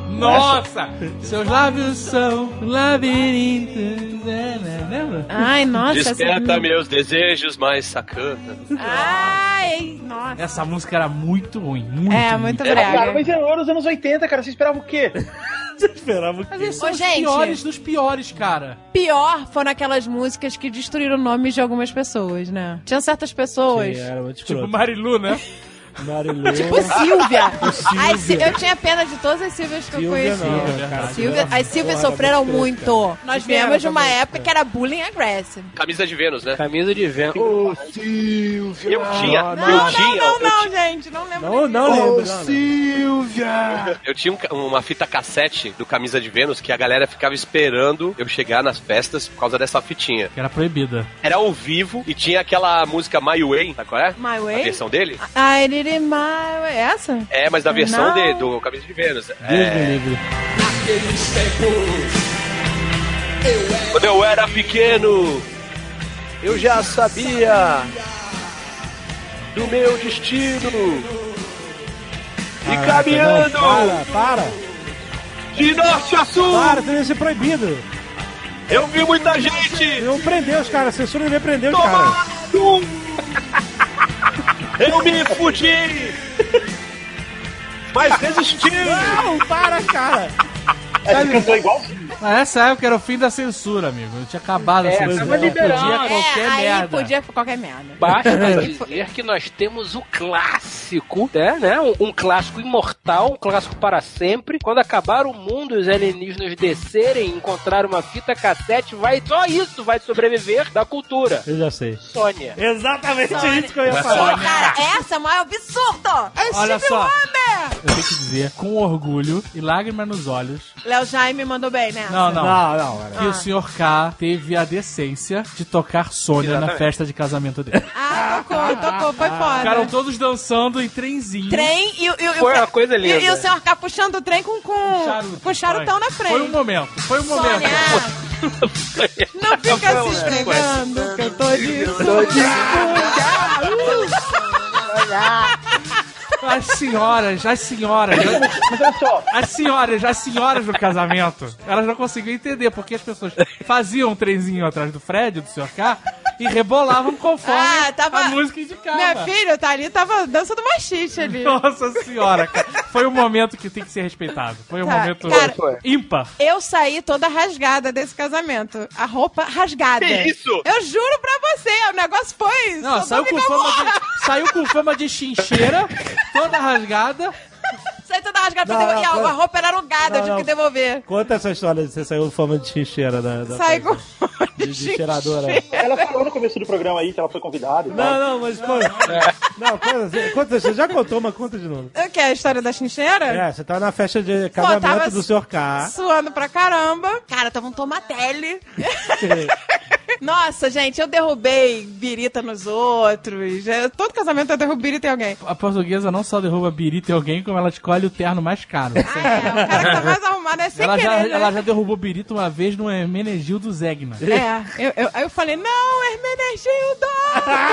F: Nossa! Seus lábios são um labirinto. né, né, Lembra?
B: Ai, nossa. é
C: Desperta meus desejos mais sacanas.
B: Ai, nossa.
F: Essa música era muito ruim, muito
B: É,
F: ruim.
B: muito
E: Cara,
B: brega.
E: mas é, era os anos 80, cara. Você esperava o quê?
A: Você esperava o
F: Mas
A: quê?
F: eles são
B: Ô,
F: os
B: gente.
F: piores dos piores, cara.
B: Pior foram aquelas músicas que destruíram nomes de algumas pessoas, né? Tinha certas pessoas.
A: É, Era muito
F: Tipo
A: escroto.
F: Marilu, né?
A: Marilu.
B: Tipo Silvia.
A: O Silvia.
B: Ai, Sil- eu tinha pena de todas as Silvias que eu
A: Silvia
B: conheci.
A: não, cara.
B: Silvia- as Silvias sofreram muito. Nós
A: Que pena
B: viemos de uma
A: também,
B: época que era bullying aggressive.
C: Camisa de
B: <laughs>
C: Vênus, né?
D: Camisa de vento. Ô, Silvia!
C: Eu tinha,
A: não,
C: eu
B: Não,
C: tinha,
B: não, não,
C: eu
B: não, gente. Não lembro.
A: Não, não
H: Ô,
A: lembro. não, não.
H: Silvia!
C: Eu tinha um ca- uma fita cassete do Camisa de Vênus que a galera ficava esperando eu chegar nas festas por causa dessa fitinha.
F: Que era proibida.
C: Era ao vivo e tinha aquela música My Way, sabe qual é?
B: My
C: A
B: Way?
C: versão dele?
B: I did it my way. Essa?
C: É, mas da
B: Não.
C: versão de, do Camisa de Vênus.
F: Deus me
C: É,
F: livre.
C: quando eu era pequeno, eu já sabia do meu destino. E
A: Não,
C: caminhando
A: para, para,
C: de norte a sul,
A: para, tem que ser proibido.
C: eu vi muita gente
A: Eu prender os caras, a censura deveria prender os caras.
C: Tomado! Eu me fudi! Mas resisti!
A: Não, para, cara.
E: Ele cantou igual
F: Mas nessa época era o fim da censura, amigo. Eu tinha acabado a censura.
D: É, tava liberado.
F: Podia
B: é,
F: qualquer
B: aí
F: merda.
B: podia qualquer merda.
D: Basta dizer que nós temos o clássico, né? né? Um, um clássico imortal, um clássico para sempre. Quando acabar o mundo, os alienígenas descerem, encontrar uma fita cassete, vai só isso vai sobreviver da cultura.
A: Eu já sei.
D: Sônia.
A: Exatamente isso que eu ia falar.
B: Pô, cara, essa é o maior absurdo! É
F: Olha
B: Steve
F: só.
B: Wonder!
F: Eu tenho que dizer, com orgulho e lágrimas nos olhos,
B: Léo Jaime mandou bem, né? Ah.
F: Não, não.
A: Não, não, cara.
F: que o senhor K teve a decência de tocar Sônia na festa de casamento dele.
B: Ah, tocou, tocou, foi foda.
F: Ficaram todos dançando em trenzinho.
B: Trem e, o- e, o-
D: Foi
B: e o-
D: uma coisa linda.
B: E, e o senhor cá puxando o trem com, com,
F: Um Charuto.
B: com charutão na
F: Foi um
B: frente.
F: momento, foi um momento. um
B: Sônia, não fica se esfregando, que eu tô de <laughs>
F: As senhoras, as senhoras. As senhoras, as senhoras do casamento, elas não conseguiam entender porque as pessoas faziam um trenzinho atrás do Fred, do Sr. K, e rebolavam conforme
B: Ah, tava-
F: a música indicava.
B: Minha filha tá ali, tava dançando machiste ali.
F: Nossa senhora, cara. Foi um momento que tem que ser respeitado. Foi um
B: Tá,
F: momento
B: cara-
F: ímpar.
B: Eu saí toda rasgada desse casamento. A roupa rasgada.
C: Que isso?
B: Eu juro pra você, o negócio foi.
F: Não,
B: só
F: saiu
B: me
F: com, fama de, saiu com fama de chincheira, toda rasgada.
B: Saí toda rasgada
A: Não,
B: pra devolver.
A: não,
B: e a,
A: não.
B: a roupa era alugada, eu
A: Não,
B: tive
A: não.
B: que devolver.
A: Conta essa história de você saiu de forma de chincheira da, da
B: Saí com. um
A: de, de cheiradora.
E: Ela falou no começo do programa aí que ela foi convidada. e tal.
A: Não, não, mas foi. Não, conta, assim, conta, você já contou, mas conta de novo.
B: O que? é A história da chincheira?
A: É, você tá na festa de casamento
B: tava-
A: do Sr. K.
B: Suando pra caramba. Cara, tava um tomatelli. <laughs> Nossa, gente, eu derrubei birita nos outros. Eu- todo casamento eu derrubo birita em alguém.
F: A portuguesa não só derruba birita em alguém, como ela escolhe o terno mais caro.
B: Ah, é, o cara que tá mais arrumado é sem
F: Ela já,
B: querer, né?
F: ela já derrubou birita uma vez no Hermenegildo Zegna.
B: É, eu, eu, aí eu falei, não, Hermenegildo!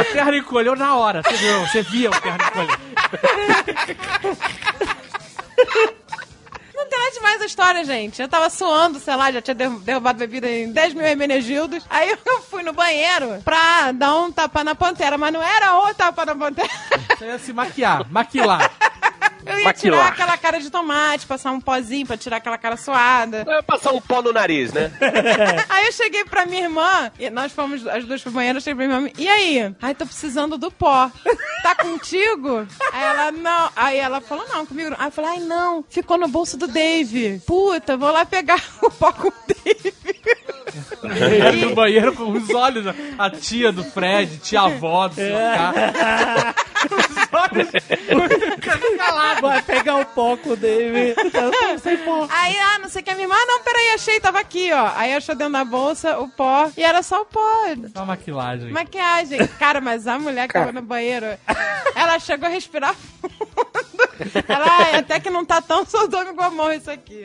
F: O terno encolheu na hora, você viu? Você via o terno encolher.
B: Não tem nada demais a história, gente. Eu tava suando, sei lá, já tinha derru- derrubado bebida em 10 mil Hermenegildos. Aí <laughs> eu fui no banheiro pra dar um tapa na pantera, mas não era o tapa na pantera.
F: Você ia se maquiar, maquilar.
B: Eu ia tirar
D: Maquilar.
B: aquela cara de tomate, passar um pozinho pra tirar aquela cara suada.
C: É passar um pó no nariz, né?
B: <laughs> Aí eu cheguei pra minha irmã, e nós fomos as duas pro banheiro, eu cheguei pra minha irmã, e aí? Ai, tô precisando do pó. <laughs> Tá contigo? Aí ela, não. Aí ela falou, não, comigo não. Aí eu falei, ai, não, ficou no bolso do Dave. Puta, vou lá pegar <laughs> o pó com o Dave. É.
F: no banheiro com os olhos, a tia do Fred, tia avó do
B: É.
F: Sr. K.
A: Vai pegar o poco, David. Eu tô sem pó.
B: Aí, ah, não sei o que, a minha irmã, ah, não, peraí, achei, tava aqui, ó. Aí achou dentro da bolsa o pó, e era só o pó.
F: Uma maquilagem.
B: Maquiagem. Cara, mas a mulher que tava no banheiro, ela chegou a respirar fundo. Ela, "Ai, até que não tá tão sodoma igual a mão isso aqui.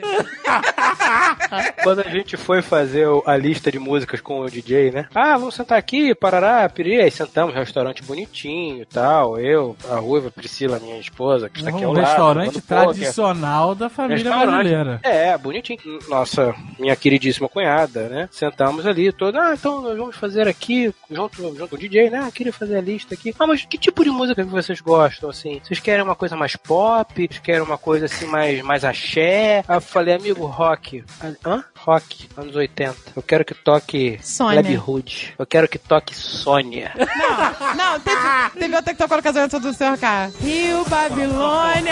D: Quando a gente foi fazer o- a lista de músicas com o DJ, né? Ah, vamos sentar aqui, parará, piri. Aí sentamos, restaurante bonitinho e tal. Eu, a Ruiva, Priscila, minha esposa, que está aqui
F: Um
D: ao lado.
F: restaurante
D: jogando pôquer.
F: tradicional da família
D: Restaurante.
F: brasileira.
D: É, bonitinho. Nossa, minha queridíssima cunhada, né? Sentamos ali, todos, ah, então nós vamos fazer aqui, junto, junto com o DJ, né? Ah, queria fazer a lista aqui. Ah, mas que tipo de música que vocês gostam, assim? Vocês querem uma coisa mais pop? Vocês querem uma coisa, assim, mais, mais axé? Aí eu falei, amigo, rock. Ah, Hã? Rock, anos 80. Eu quero que toque
B: Sônia.
D: Lab Hood. Eu quero que toque Sônia.
B: Não, não, teve, teve outra que tocou no casamento do Sr. K. Rio Babilônia.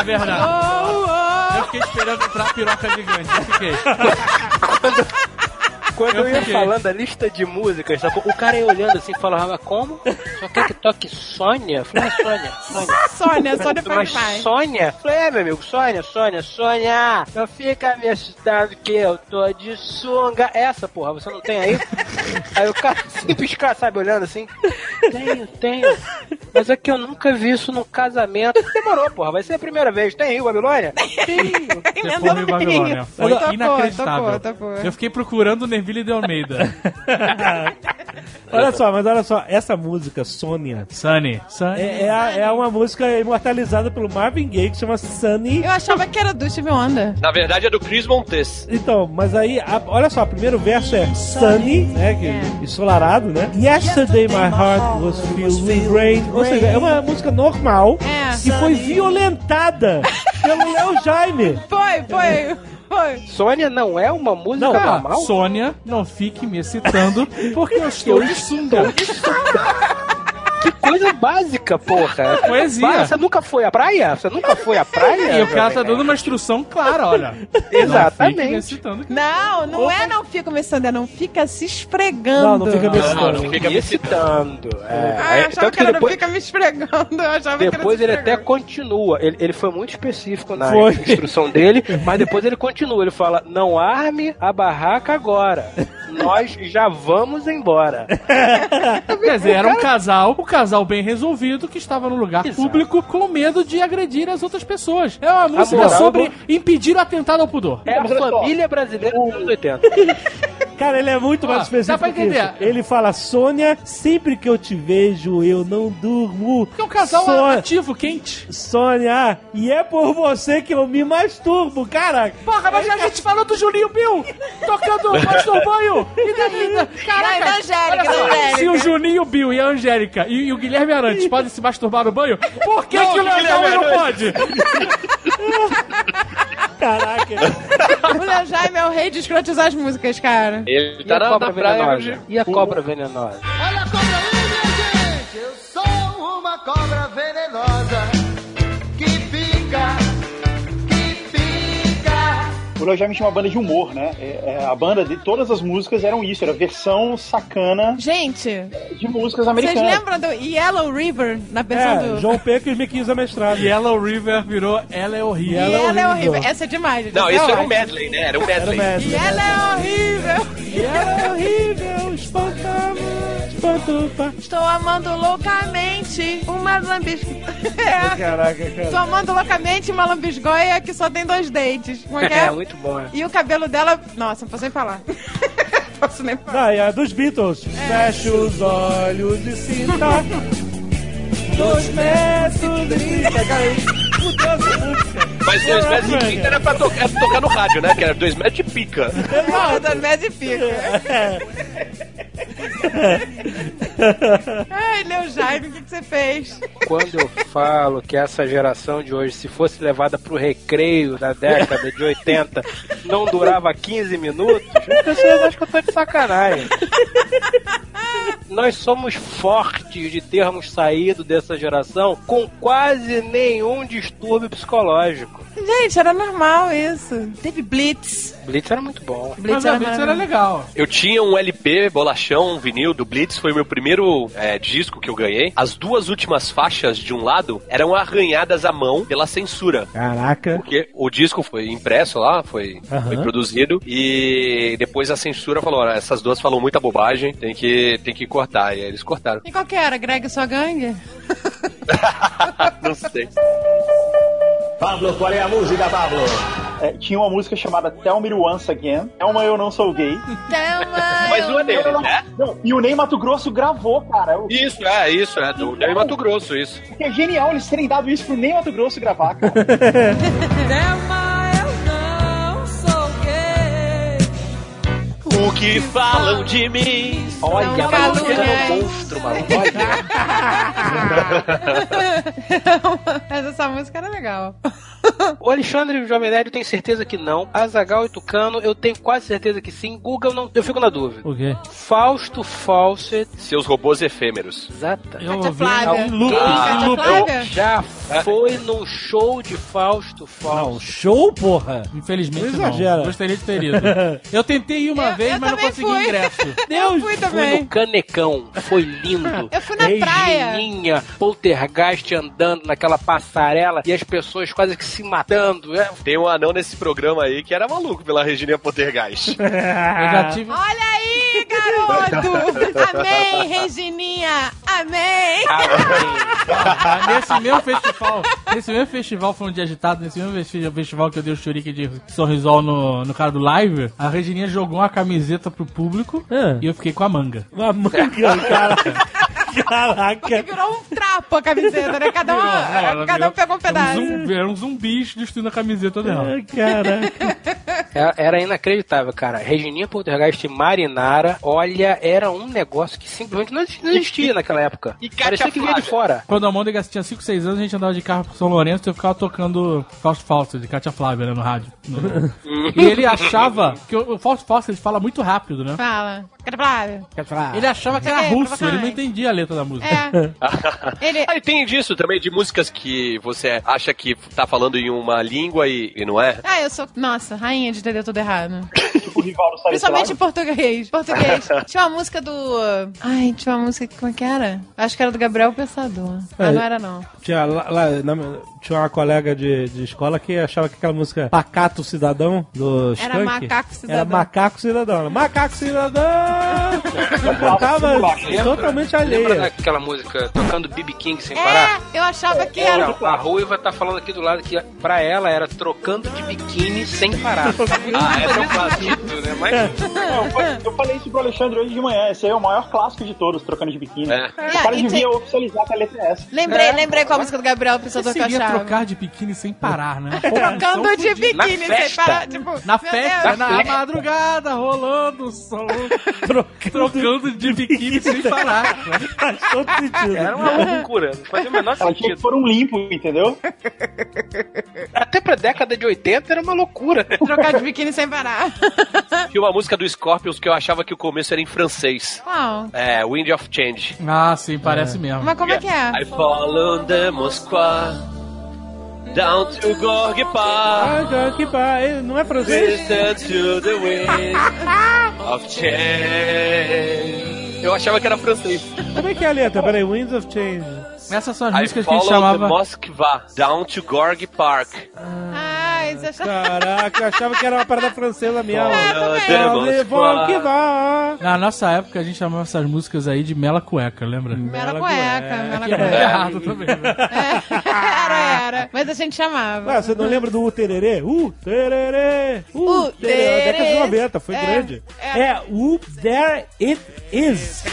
F: É verdade.
B: Oh,
F: Eu fiquei esperando entrar a piroca gigante. Eu fiquei.
D: Quando eu,
F: Eu
D: ia
F: fiquei.
D: falando a lista de músicas, sacou? o cara ia olhando assim e falava, mas como? Só quer que toque Sônia? Eu Falei, mas Sônia, Sônia.
B: oh. Sônia, Sônia
D: Mas
B: Pagpai.
D: Sônia? Eu Falei, é, meu amigo, Sônia, Sônia, Sônia, não fica me assustando que eu tô de sunga. Essa, porra, você não tem aí? aí o cara se piscar, sabe, olhando assim. Tenho, tenho. Mas é que eu nunca vi isso num casamento. Demorou, porra, vai ser a primeira vez. Tem Rio Babilônia?
B: Tá
F: Você foi Rio Babilônia. Foi
B: Tocou, tocou,
F: inacreditável.
B: tocou.
F: Eu fiquei procurando o Neville
D: <laughs>
F: de Almeida.
A: <laughs> Olha só, mas olha só, essa música, Sônia,
F: Sunny. Sunny.
A: é, é, a- é uma música imortalizada pelo Marvin Gaye, que chama Sunny.
B: Eu achava que era do Steve Wonder.
C: Na verdade é do Chris Montes.
A: Então, mas aí, a- olha só, o primeiro verso é Sunny, né, que,
B: É.
A: ensolarado, né? Yesterday my heart was filled with rain. Ou seja, é uma música normal
B: É.
A: que foi violentada pelo Léo Jaime.
B: Foi, foi, foi.
D: Sônia não é uma música
F: Não,
D: normal?
F: Sônia, não fique me excitando, porque eu estou de sunga.
D: Que coisa básica, porra.
F: Poesia.
D: Bah, Você nunca foi à praia? Você nunca foi à praia?
F: E o cara tá
D: jovem nerd?
F: dando uma instrução clara, olha. Não fique me
D: Exatamente.
F: excitando.
B: Não, não é não fica me estando, é não fica se
A: Não,
B: esfregando.
A: não fica
C: Não, não,
A: pensando.
C: não fica me excitando.
B: <laughs> Ah,
D: É.
B: eu
D: Ah. Aí,
B: achava
D: tanto
B: que
D: que
B: ela
D: depois,
B: não fica me esfregando. Eu achava que era
D: depois
B: se
D: ele até
B: esfregando.
D: continua. Ele, ele foi muito específico na
A: Foi.
D: instrução dele, mas depois ele continua. Ele fala: Não arme a barraca agora. Nós já vamos embora. Tá
F: Quer dizer, era um casal, um casal bem resolvido que estava no lugar
D: Exato. Tá
F: público com medo de agredir as outras pessoas. É uma música
D: moral
F: sobre impedir o atentado ao pudor.
D: É a família brasileira dos anos 80.
A: Cara, ele é muito
F: Ó,
A: mais específico
F: dá pra
A: que isso.
F: entender.
A: Ele fala, Sônia, sempre que eu te vejo, eu não durmo.
F: Porque é um casal
A: Sônia,
F: ativo, quente.
A: Sônia, e é por você que eu me masturbo, cara.
F: Porra, mas a gente falou do Julinho Bill tocando o Pastor Banho. E da- da-
B: Não, é da
F: Caraca,
B: Angélica,
F: olha só,
B: da Angélica.
F: se o Juninho Bill e a Angélica e, e o Guilherme Arantes podem se masturbar no banho, por que, que o Léo Jaime não pode?
B: <laughs>
A: Caraca.
B: O Léo Jaime é o rei de escrotizar as músicas, cara.
C: Ele
D: E a
C: tá na, na
D: cobra
C: praia
D: venenosa?
C: hoje.
D: E a cobra venenosa?
I: Olha a cobra aí, minha gente! Eu sou uma cobra venenosa que pica, que pica.
E: O Léo Jaime tinha uma banda de humor, né? É, é, a banda de todas as músicas eram isso, era versão sacana
B: Gente,
E: de músicas
B: vocês
E: americanas.
B: lembram do Yellow River na versão
A: É,
B: do.
A: João Pedro e Miquinhos é Amestrado.
F: Yellow River virou Ela é
B: E
F: Horrível.
A: Ela é
B: ela é
A: horrível.
B: horrível. Essa é demais. gente.
C: Não,
B: Essa
C: isso
B: é
C: era um
B: ótima.
C: medley, né? Era um
A: Era o
C: medley.
B: E
A: mestre.
B: ela é horrível.
A: E ela é horrível, espantava, espantupa.
B: Estou amando loucamente uma <laughs> lambisgoia.
A: Caraca, cara.
B: Estou amando loucamente uma lambisgoia que só tem dois dentes. Como é que é?
D: É, muito bom. né?
B: E o cabelo dela. Nossa, não posso nem falar. <laughs> Não posso nem falar.
A: Ah, e a dos Beatles.
B: É.
A: Fecha os olhos e sinta. Dois metros de trinta, cara. Mudança de música.
C: Mas dois metros e trinta era pra to- era pra tocar no rádio, né? Que era dois metros de pica.
F: É
B: Não, das médias e pica. Ai, Leo Jaime, o que, que você fez?
D: Quando eu falo que essa geração de hoje, se fosse levada pro recreio da década de 80, não durava 15 minutos, as pessoas acham que eu tô de sacanagem. Nós somos fortes de termos saído dessa geração com quase nenhum distúrbio psicológico.
B: Gente, era normal isso. Teve Blitz.
D: Blitz era muito bom.
F: Mas a Blitz era legal.
C: Eu tinha um LP, bolachão, um vinil do Blitz, foi o meu primeiro é, disco que eu ganhei. As duas últimas faixas de um lado eram arranhadas à mão pela censura.
A: Caraca.
C: Porque o disco foi impresso lá, foi,
A: Aham.
C: foi produzido, e depois a censura falou: "Olha, essas duas falam muita bobagem, tem que, tem que cortar. E aí eles cortaram.
B: E qual que era? Greg e sua gangue?
C: Não sei.
G: Pablo, qual é a música, Pablo?
E: É, tinha uma música chamada Tell Me Once Again. É uma Eu Não Sou Gay.
C: Mas não é dele, né?
E: Não, e o Ney Mato Grosso gravou, cara. O
C: Isso, é, isso, é. Do Ney Mato Grosso, isso.
E: que é genial eles terem dado isso pro Ney Mato Grosso gravar, cara.
B: <laughs>
C: O que falam de mim?
D: Olha,
B: Não,
D: mas o
B: calúnia,
D: é um
B: hein?
D: monstro, maluco. Olha.
B: Mas essa música era legal.
D: O Alexandre Jovem Nerd eu tenho certeza que não. Azagal e Tucano eu tenho quase certeza que sim. Guga eu não. Eu fico na dúvida.
F: O quê?
D: Fausto Fawcett.
C: Seus robôs efêmeros.
D: Exata.
F: Eu
B: Tia
F: ouvi
B: Flávia.
F: em loop,
D: Ah,
F: em
B: Tia
F: loop.
B: Flávia?
D: Já foi num show de Fausto
A: Não,
D: Fawcett.
A: show, porra!
F: Infelizmente
A: Não
F: não.
A: exagera.
F: Gostaria de ter <laughs> ido. Eu tentei ir uma
B: Eu-
F: vez,
B: eu
F: mas não
B: também
F: consegui
B: fui.
F: ingresso.
B: <laughs>
F: <laughs>
B: Eu fui
D: Foi no
B: também.
D: Canecão. Foi lindo.
B: <laughs> Eu fui na praia.
D: Menininha, poltergeist andando naquela passarela e as pessoas quase que se matando. É,
C: Tem um anão nesse programa aí que era maluco pela Regina Poltergeist.
F: Eu já tive...
B: Olha aí, garoto! Amém, Regininha! Amém!
D: assim.
B: <laughs>
F: Ah, nesse mesmo festival, nesse mesmo festival foi um dia agitado, nesse mesmo festi- festival que eu dei o churique de sorrisol no, no cara do live, a Regininha jogou uma camiseta pro público
A: Ah.
F: e eu fiquei com a manga.
A: Uma manga, caraca.
B: Porque
A: Caraca.
B: virou um trapo a camiseta, né? Cada
F: Virou, é, ela
B: um, cada um
F: virou-
B: pegou um pedaço.
F: Era um zumbi, era um zumbis destruindo a camiseta dela.
A: Ah, Caraca.
D: Era- É, Era inacreditável, cara. Regininha Poltergeist e Marinara, olha, era um negócio que simplesmente não existia, não existia naquela época.
C: E Cátia
D: Parecia que vinha de
C: Flávia.
D: fora.
F: Quando a Mônica tinha 5, 6 anos, a gente andava de carro pro São Lourenço e eu ficava tocando Fausto Fausto, de Cátia Flávia, né, no rádio. No- E ele achava que o o Fausto Fausto, ele fala muito rápido, né?
B: Fala. Quero falar.
F: Ele achava que era
B: É,
F: russo, ele
B: provocante.
F: não entendia a letra da música.
B: É. Ele.
C: <laughs> Ah, e tem disso também, de músicas que você acha que tá falando em uma língua e, e não é.
B: Ah, eu sou. Nossa, rainha de entender tudo errado.
E: Tipo o Rivaldo sai
B: Principalmente em português. Português. Tinha uma música do. Ai, tinha uma música. que- Como é que era? Acho que era do Gabriel Pensador.
A: É.
B: Mas não era, não.
A: Tinha, lá, lá na- tinha uma colega de, de escola que achava que aquela música Pacato Cidadão do Skank
B: Macaco Cidadão.
A: Era Macaco Cidadão. Era Macaco Cidadão! Eu cantava totalmente
D: Lembra
A: alheia.
D: daquela música tocando BB King sem parar?
B: É, eu achava que era.
D: Não, a Ruiva tá falando aqui do lado que pra ela era trocando de biquíni sem parar. <laughs> ah, essa é um clássico, né? Mas
E: Não, eu falei- eu falei isso pro Alexandre hoje de manhã. Esse aí é o maior clássico de todos, trocando de biquíni.
C: É.
E: O cara
B: É, e
E: devia
B: tem-
E: oficializar que a letra é essa.
B: Lembrei, lembrei qual a música do É, Gabriel Pensador que eu
F: seria
B: achava.
F: trocar né? de biquíni sem parar, né?
B: Trocando de biquíni,
D: Na
B: sem parar.
D: festa.
B: Tipo,
F: Na
B: meu
F: festa,
B: Deus.
F: na madrugada, rolando o som, <laughs> trocando de biquíni sem parar. né?
A: Faz todo sentido.
D: era uma loucura, não fazia
C: <laughs>
D: o menor
E: Ela tinha
D: sentido.
E: que pôr um limpo,
A: <laughs>
E: entendeu?
D: Até pra década de 80 era uma loucura.
B: Trocar de biquíni sem parar.
C: Tinha uma música do Scorpions que eu achava que o começo era em francês.
B: Uau.
C: É, Wind of Change.
F: Ah, sim, parece mesmo.
B: Mas como é que é?
C: I follow the Moscow down to Gorg Park.
A: Ah, já, que ba- eh, Não é francês?
C: Listen to the wind of change. Eu achava que era francês.
A: Como é que é a letra? Peraí, Winds of Change.
F: Essas são as
C: I
F: músicas que a gente
C: follow the
F: chamava... É,
C: Moskva down to Gorg Park.
B: Ah, isso eu achava.
A: Caraca, eu achava que era uma parada francesa mesmo.
C: Follow
B: também.
C: the
F: É,
A: Olha, vamos que
C: Moskva.
A: vá.
F: Na nossa época, a gente chamava essas músicas aí de mela cueca, lembra?
B: Mela
A: Mela
B: cueca,
A: cueca.
B: mela
F: Que era
B: cueca.
F: errado também, né?
B: <laughs> Era, era. Mas a gente chamava.
A: Ah, você não lembra do Utererê? Utererê! Utererê!
B: Utererê.
A: Década de 90, foi
B: É,
A: grande.
B: é.
A: É, U There It Is.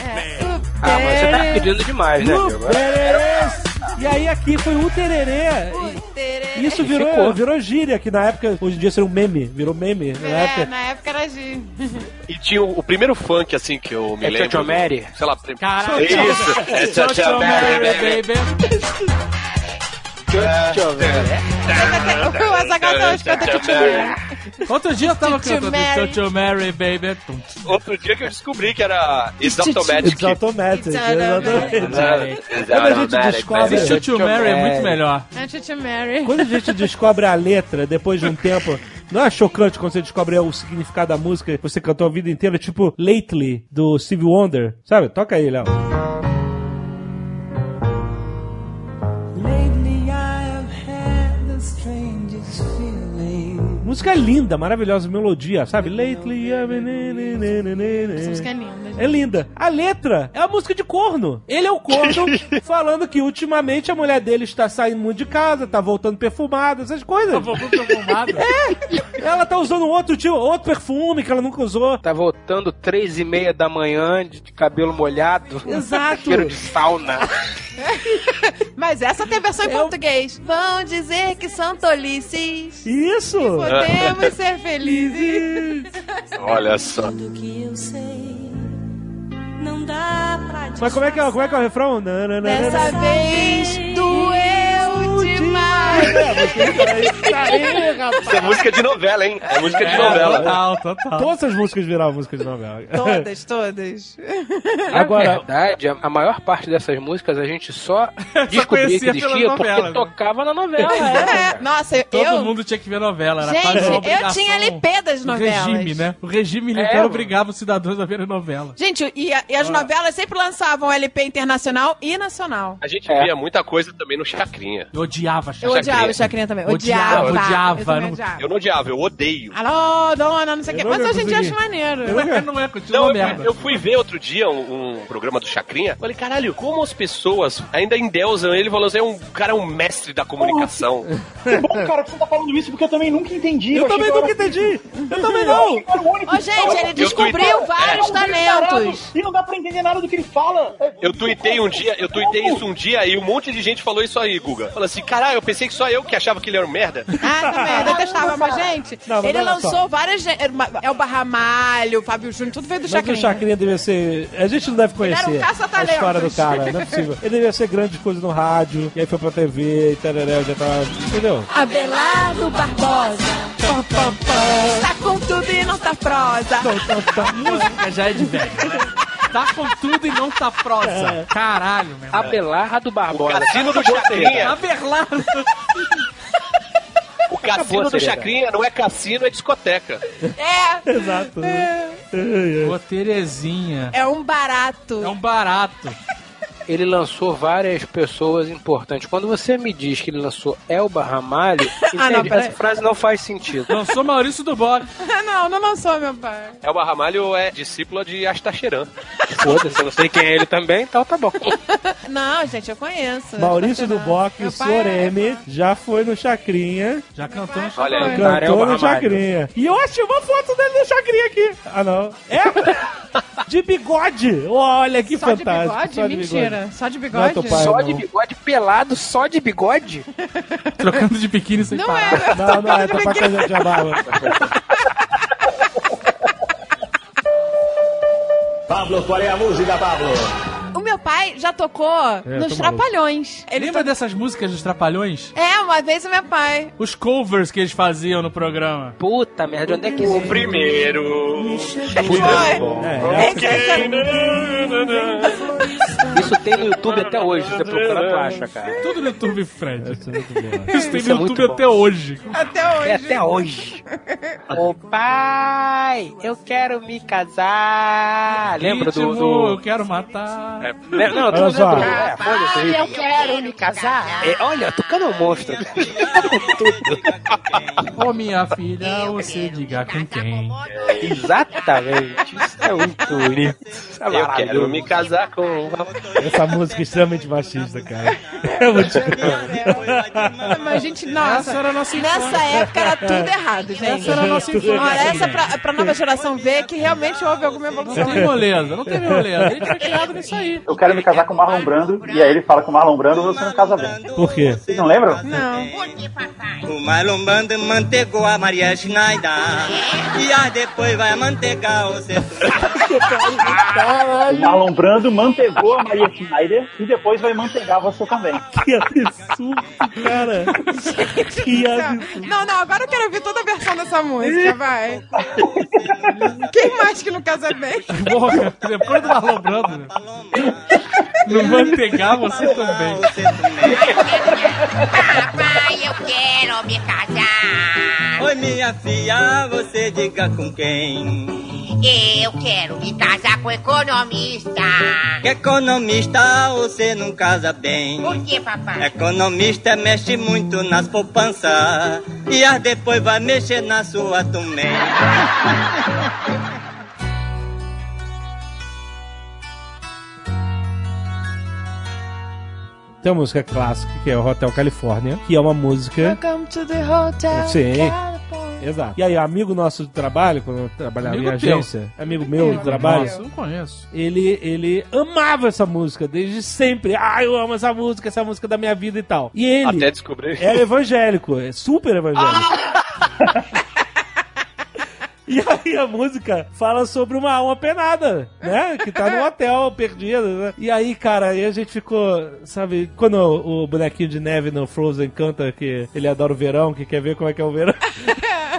D: Ah, mas você tá pedindo demais, né, Diego?
A: Utererê! E aí aqui foi Utererê. E Isso virou,
D: ficou.
A: virou gíria, que na época, hoje em dia seria um meme. Virou meme né? na
B: É,
A: época.
B: na época era de. <laughs>
C: E tinha o, o primeiro funk, assim, que eu me
D: É
C: lembro.
D: Tchotchô Mary?
C: Sei lá, prim...
F: Caraca.
C: Isso, é Tchotchô Mary, baby.
B: O Azaghal até hoje canta que tinha.
F: Outro dia eu tava
B: Tchotchô
F: cantando
B: Mary.
F: Tchotchô Mary, baby. Tum, tum,
C: Outro dia que eu descobri que era It's
A: It's
C: Automatic.
A: automatic.
B: It's automatic.
A: Exatamente.
F: É,
C: Quando
A: a gente descobre-
F: Esse Tchotchô Mary é muito melhor.
B: É Titi Mary.
A: Quando a gente descobre a letra depois de um tempo, não é chocante quando você descobre o significado da música que você cantou a vida inteira, tipo Lately, do Steve Wonder. Sabe? Toca aí, Léo.
J: Lately I've had the strangest feeling.
A: Música linda, maravilhosa, melodia, sabe? Lately. I'm in-
B: Essa música é linda. gente.
A: É linda. A letra é a música de corno. Ele é o <laughs> corno falando que ultimamente a mulher dele está saindo muito de casa, tá voltando perfumada, essas coisas. Ela tá usando outro tipo, outro perfume que ela nunca usou.
D: Tá voltando três e meia da manhã de de cabelo molhado.
A: Exato.
D: <laughs> Cheiro de sauna.
B: Mas essa tem a versão em português. Vão dizer que são tolices.
A: Isso!
B: Podemos ser felizes.
C: Olha só.
J: Tudo que eu sei não dá pra dizer.
A: é Mas como é que é, como é, que é o refrão? Nananana.
B: Dessa vez doeu demais.
C: Isso é música de novela, hein? É música de novela.
F: Total, total.
A: Todas as músicas viraram música de novela.
B: Todas, todas.
D: Na
F: Agora,
D: verdade, a a maior parte dessas músicas a gente <laughs> só descobria que
F: conhecia pela
D: existia porque
F: novela, né?
D: tocava na novela. <laughs> é.
B: É, nossa,
F: todo
B: eu.
F: mundo tinha que ver novela. Era quase uma
B: Gente, eu
F: obrigação.
B: tinha LP das
F: O
B: novelas.
F: regime, né? O regime militar
D: mano.
F: obrigava os cidadãos a verem novela.
B: Gente, e, a- e as novelas sempre lançavam LP internacional e nacional.
C: A gente
D: É.
C: via muita coisa também no Chacrinha.
F: Eu odiava,
B: Eu
F: Chacha.
B: odiava o Chacrinha também.
F: Odiava,
B: Odiava.
F: odiava,
B: Eu também
F: não-
B: odiava.
C: Eu não odiava, um- eu
F: Ah,
C: odeio.
B: Alô, dona, não sei o quê.
A: Eu não
B: Mas hoje em dia
A: consegui.
B: acho maneiro.
F: Não é, continua
C: Não,
F: uma
C: eu,
F: merda.
C: fui- eu fui ver outro dia um, um programa do Chacrinha. Falei, caralho, como as pessoas ainda endeusam ele. Falou assim, é um o cara é um mestre da comunicação.
F: assim?
H: Que bom, cara, que você tá falando isso, porque eu também nunca entendi.
A: Eu também nunca entendi. Eu
E: um
A: também não.
B: Ô, gente, ele
C: tuitei-
B: descobriu
C: é.
B: vários talentos.
H: um E não dá pra entender nada do que ele fala. É-
C: Eu tuitei um dia, eu tuitei isso um dia e um monte de gente falou isso aí, Guga. Falou assim, caralho, eu pensei que só eu que achava que ele era um merda.
B: Ah, também, eu detestava, mas, gente,
A: Não, mas
B: ele
A: olha só.
B: lançou várias. gen- era uma- É o Barramalho, o Fábio Júnior, tudo veio do
A: Mas o
B: Chacrinha.
A: Chacrinha devia ser. A gente não deve
B: era um
A: conhecer a
B: caça-talentos.
A: história do cara, não é possível. Ele devia ser grande coisa no rádio, e aí foi pra TV, e tararé, já tava. Entendeu?
B: Abelardo Barbosa
A: Pá, pá, pá.
B: tá com tudo e não tá prosa.
A: Então, então, tá.
F: Música já é de velho, né? Tá com tudo e não tá prosa. Caralho, meu irmão. Tá
D: Abelardo
C: O
D: Barbosa.
C: cassino do Chacrinha.
F: Abelardo.
C: O cassino do Chacrinha não é cassino, é discoteca.
B: É,
A: Exato. né?
F: Ô, Terezinha.
B: é um barato.
F: É um barato.
D: Ele lançou várias pessoas importantes. Quando você me diz que ele lançou Elba Ramalho,
B: não,
D: entende?
B: peraí.
D: essa frase não faz sentido.
F: Lançou Maurício do Bog.
A: um
B: <laughs> não, não lançou, meu pai.
C: Elba Ramalho é discípula de Astacheran.
D: Foda-se, eu não sei quem é ele também, então tá bom.
B: Não, gente, eu conheço.
A: <laughs> Maurício do Boque,
B: Meu
A: o
B: pai
A: senhor
B: é-
A: M, já foi no Chacrinha,
F: Já cantou.
C: Olha aí.
D: Amarelo
A: cantou no
D: Barramalho.
A: Chacrinha. E eu achei uma foto dele no Chacrinha aqui. Ah, não. É? De bigode. Olha que
B: Só de
A: fantástico.
B: bigode?
A: Só de
B: Mentira.
A: bigode.
B: Só de
A: Não é
B: bigode?
A: teu pai,
D: só
A: não.
D: de bigode pelado, só de bigode?
F: Trocando de biquíni sem
B: Não
F: parar.
B: é.
A: Não, não, é teu pai que a gente amava.
G: Pablo, qual é a música, Pablo?
B: O meu pai já tocou
A: É,
B: nos
A: tô maluco.
B: Trapalhões. Ele tá-
F: Lembra dessas músicas dos Trapalhões?
B: É, uma vez o meu pai.
F: Os covers que eles faziam no programa.
D: Puta merda, onde é que existe?
C: Primeiro.
B: Foi.
A: É,
B: Esse é-
D: Isso tem no YouTube até hoje. Se você procurar, tu acha, cara.
F: Tudo no YouTube, Fred.
A: isso é muito bom.
F: Isso tem
D: Isso
F: no
D: é muito
F: YouTube
D: bom.
F: até hoje.
B: Até hoje.
D: É até hoje. Ô pai, eu quero me casar. Ah, Lembra do.
F: Ritmo,
D: do...
F: Eu quero matar.
D: Le- Né? Não, tu
A: Olha
D: não
A: só.
D: lembra. É, foda-se, Ritmo.
J: Ah, Eu quero me casar.
D: É, olha, Tucano é
J: <laughs>
D: um monstro.
J: Ô
F: Ô minha filha, você diga tá com quem.
D: Exatamente. Isso é muito bonito. Isso é
C: Eu quero
D: maravilhoso.
C: me casar com.
A: Essa música é extremamente machista, cara. É muito
B: Mas, gente,
F: Essa
B: nossa.
F: era Ah, a é nossa infância.
B: Nessa época era tudo errado, gente.
F: Essa era a nossa infância.
B: Olha, essa é
F: gente.
B: pra, pra nova geração ver que realmente houve alguma evolução.
F: Não tem moleza, não tem moleza. A gente foi criado nisso <laughs> aí.
E: Eu quero me casar com o Marlon Brando, e aí ele fala com o Marlon Brando, você não casa bem.
A: Por quê?
E: Vocês não lembram?
B: Não.
J: O Marlombando mantegou a Maria Schneider E aí depois vai mantegar o seu
E: O Marlon Brando mantegou a Maria Schneider e depois vai mantegar você também.
A: Que absurdo, cara. Que absurdo.
B: Não, não, agora eu quero ouvir toda a versão dessa música, vai. Quem mais que não casa bem?
F: Porra, depois do Marlon Brando, né?
J: Paloma
F: Não mantegar você também.
J: Você também
K: Papai, eu quero me casar.
J: Oi minha filha, você diga com quem
K: Eu quero me casar com o economista.
J: Que economista você não casa bem
K: Por que, papai?
J: Economista mexe muito nas poupanças E as depois vai mexer na sua também
A: Tem uma música clássica que é o Hotel California, que é uma música.
B: Welcome to the hotel.
A: Sim.
B: California.
A: Exato. E aí, amigo nosso de trabalho, quando eu trabalhava
F: Amigo
A: em
F: teu.
A: agência, amigo meu de trabalho,
F: Nossa, eu não conheço.
A: ele, ele amava essa música desde sempre. Ah, eu amo essa música, essa música da minha vida e tal. E ele
C: Até descobrir.
A: é era evangélico, é super evangélico. <laughs> E aí a música fala sobre uma alma penada, né? Que tá num hotel perdida, né? E aí, cara, aí a gente ficou, sabe, quando o, o bonequinho de neve no Frozen canta que ele adora o verão, que quer ver como é que é o verão.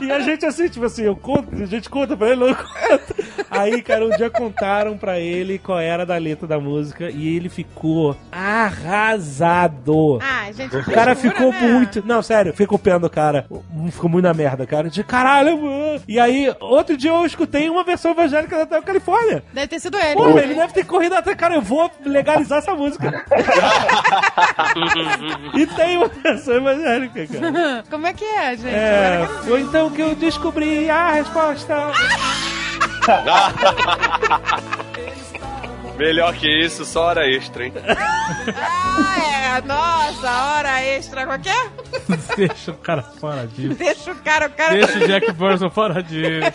A: E a gente assim, tipo assim, eu conto, a gente conta pra ele, não conta. Aí, cara, um dia contaram pra ele qual era da letra da música e ele ficou arrasado.
B: Ah, gente,
A: O cara
B: frescura,
A: ficou
B: né?
A: muito. Não, sério, ficou copiando o cara. Um Ficou muito na merda, cara. De caralho, mano. E aí, outro dia eu escutei uma versão evangélica da Hotel Califórnia.
B: Deve ter sido ele.
A: Pô, ele deve ter corrido até, cara, eu vou legalizar essa música. e tem uma versão evangélica, cara.
B: Como é que é, gente?
A: É, foi então que eu descobri a resposta.
F: É.
C: Melhor que isso, só hora extra, hein?
B: Ah, é. Nossa, hora extra. Qual que é?
F: Deixa o cara fora disso.
B: Deixa o cara, o cara.
F: Deixa o Jack Burson fora disso.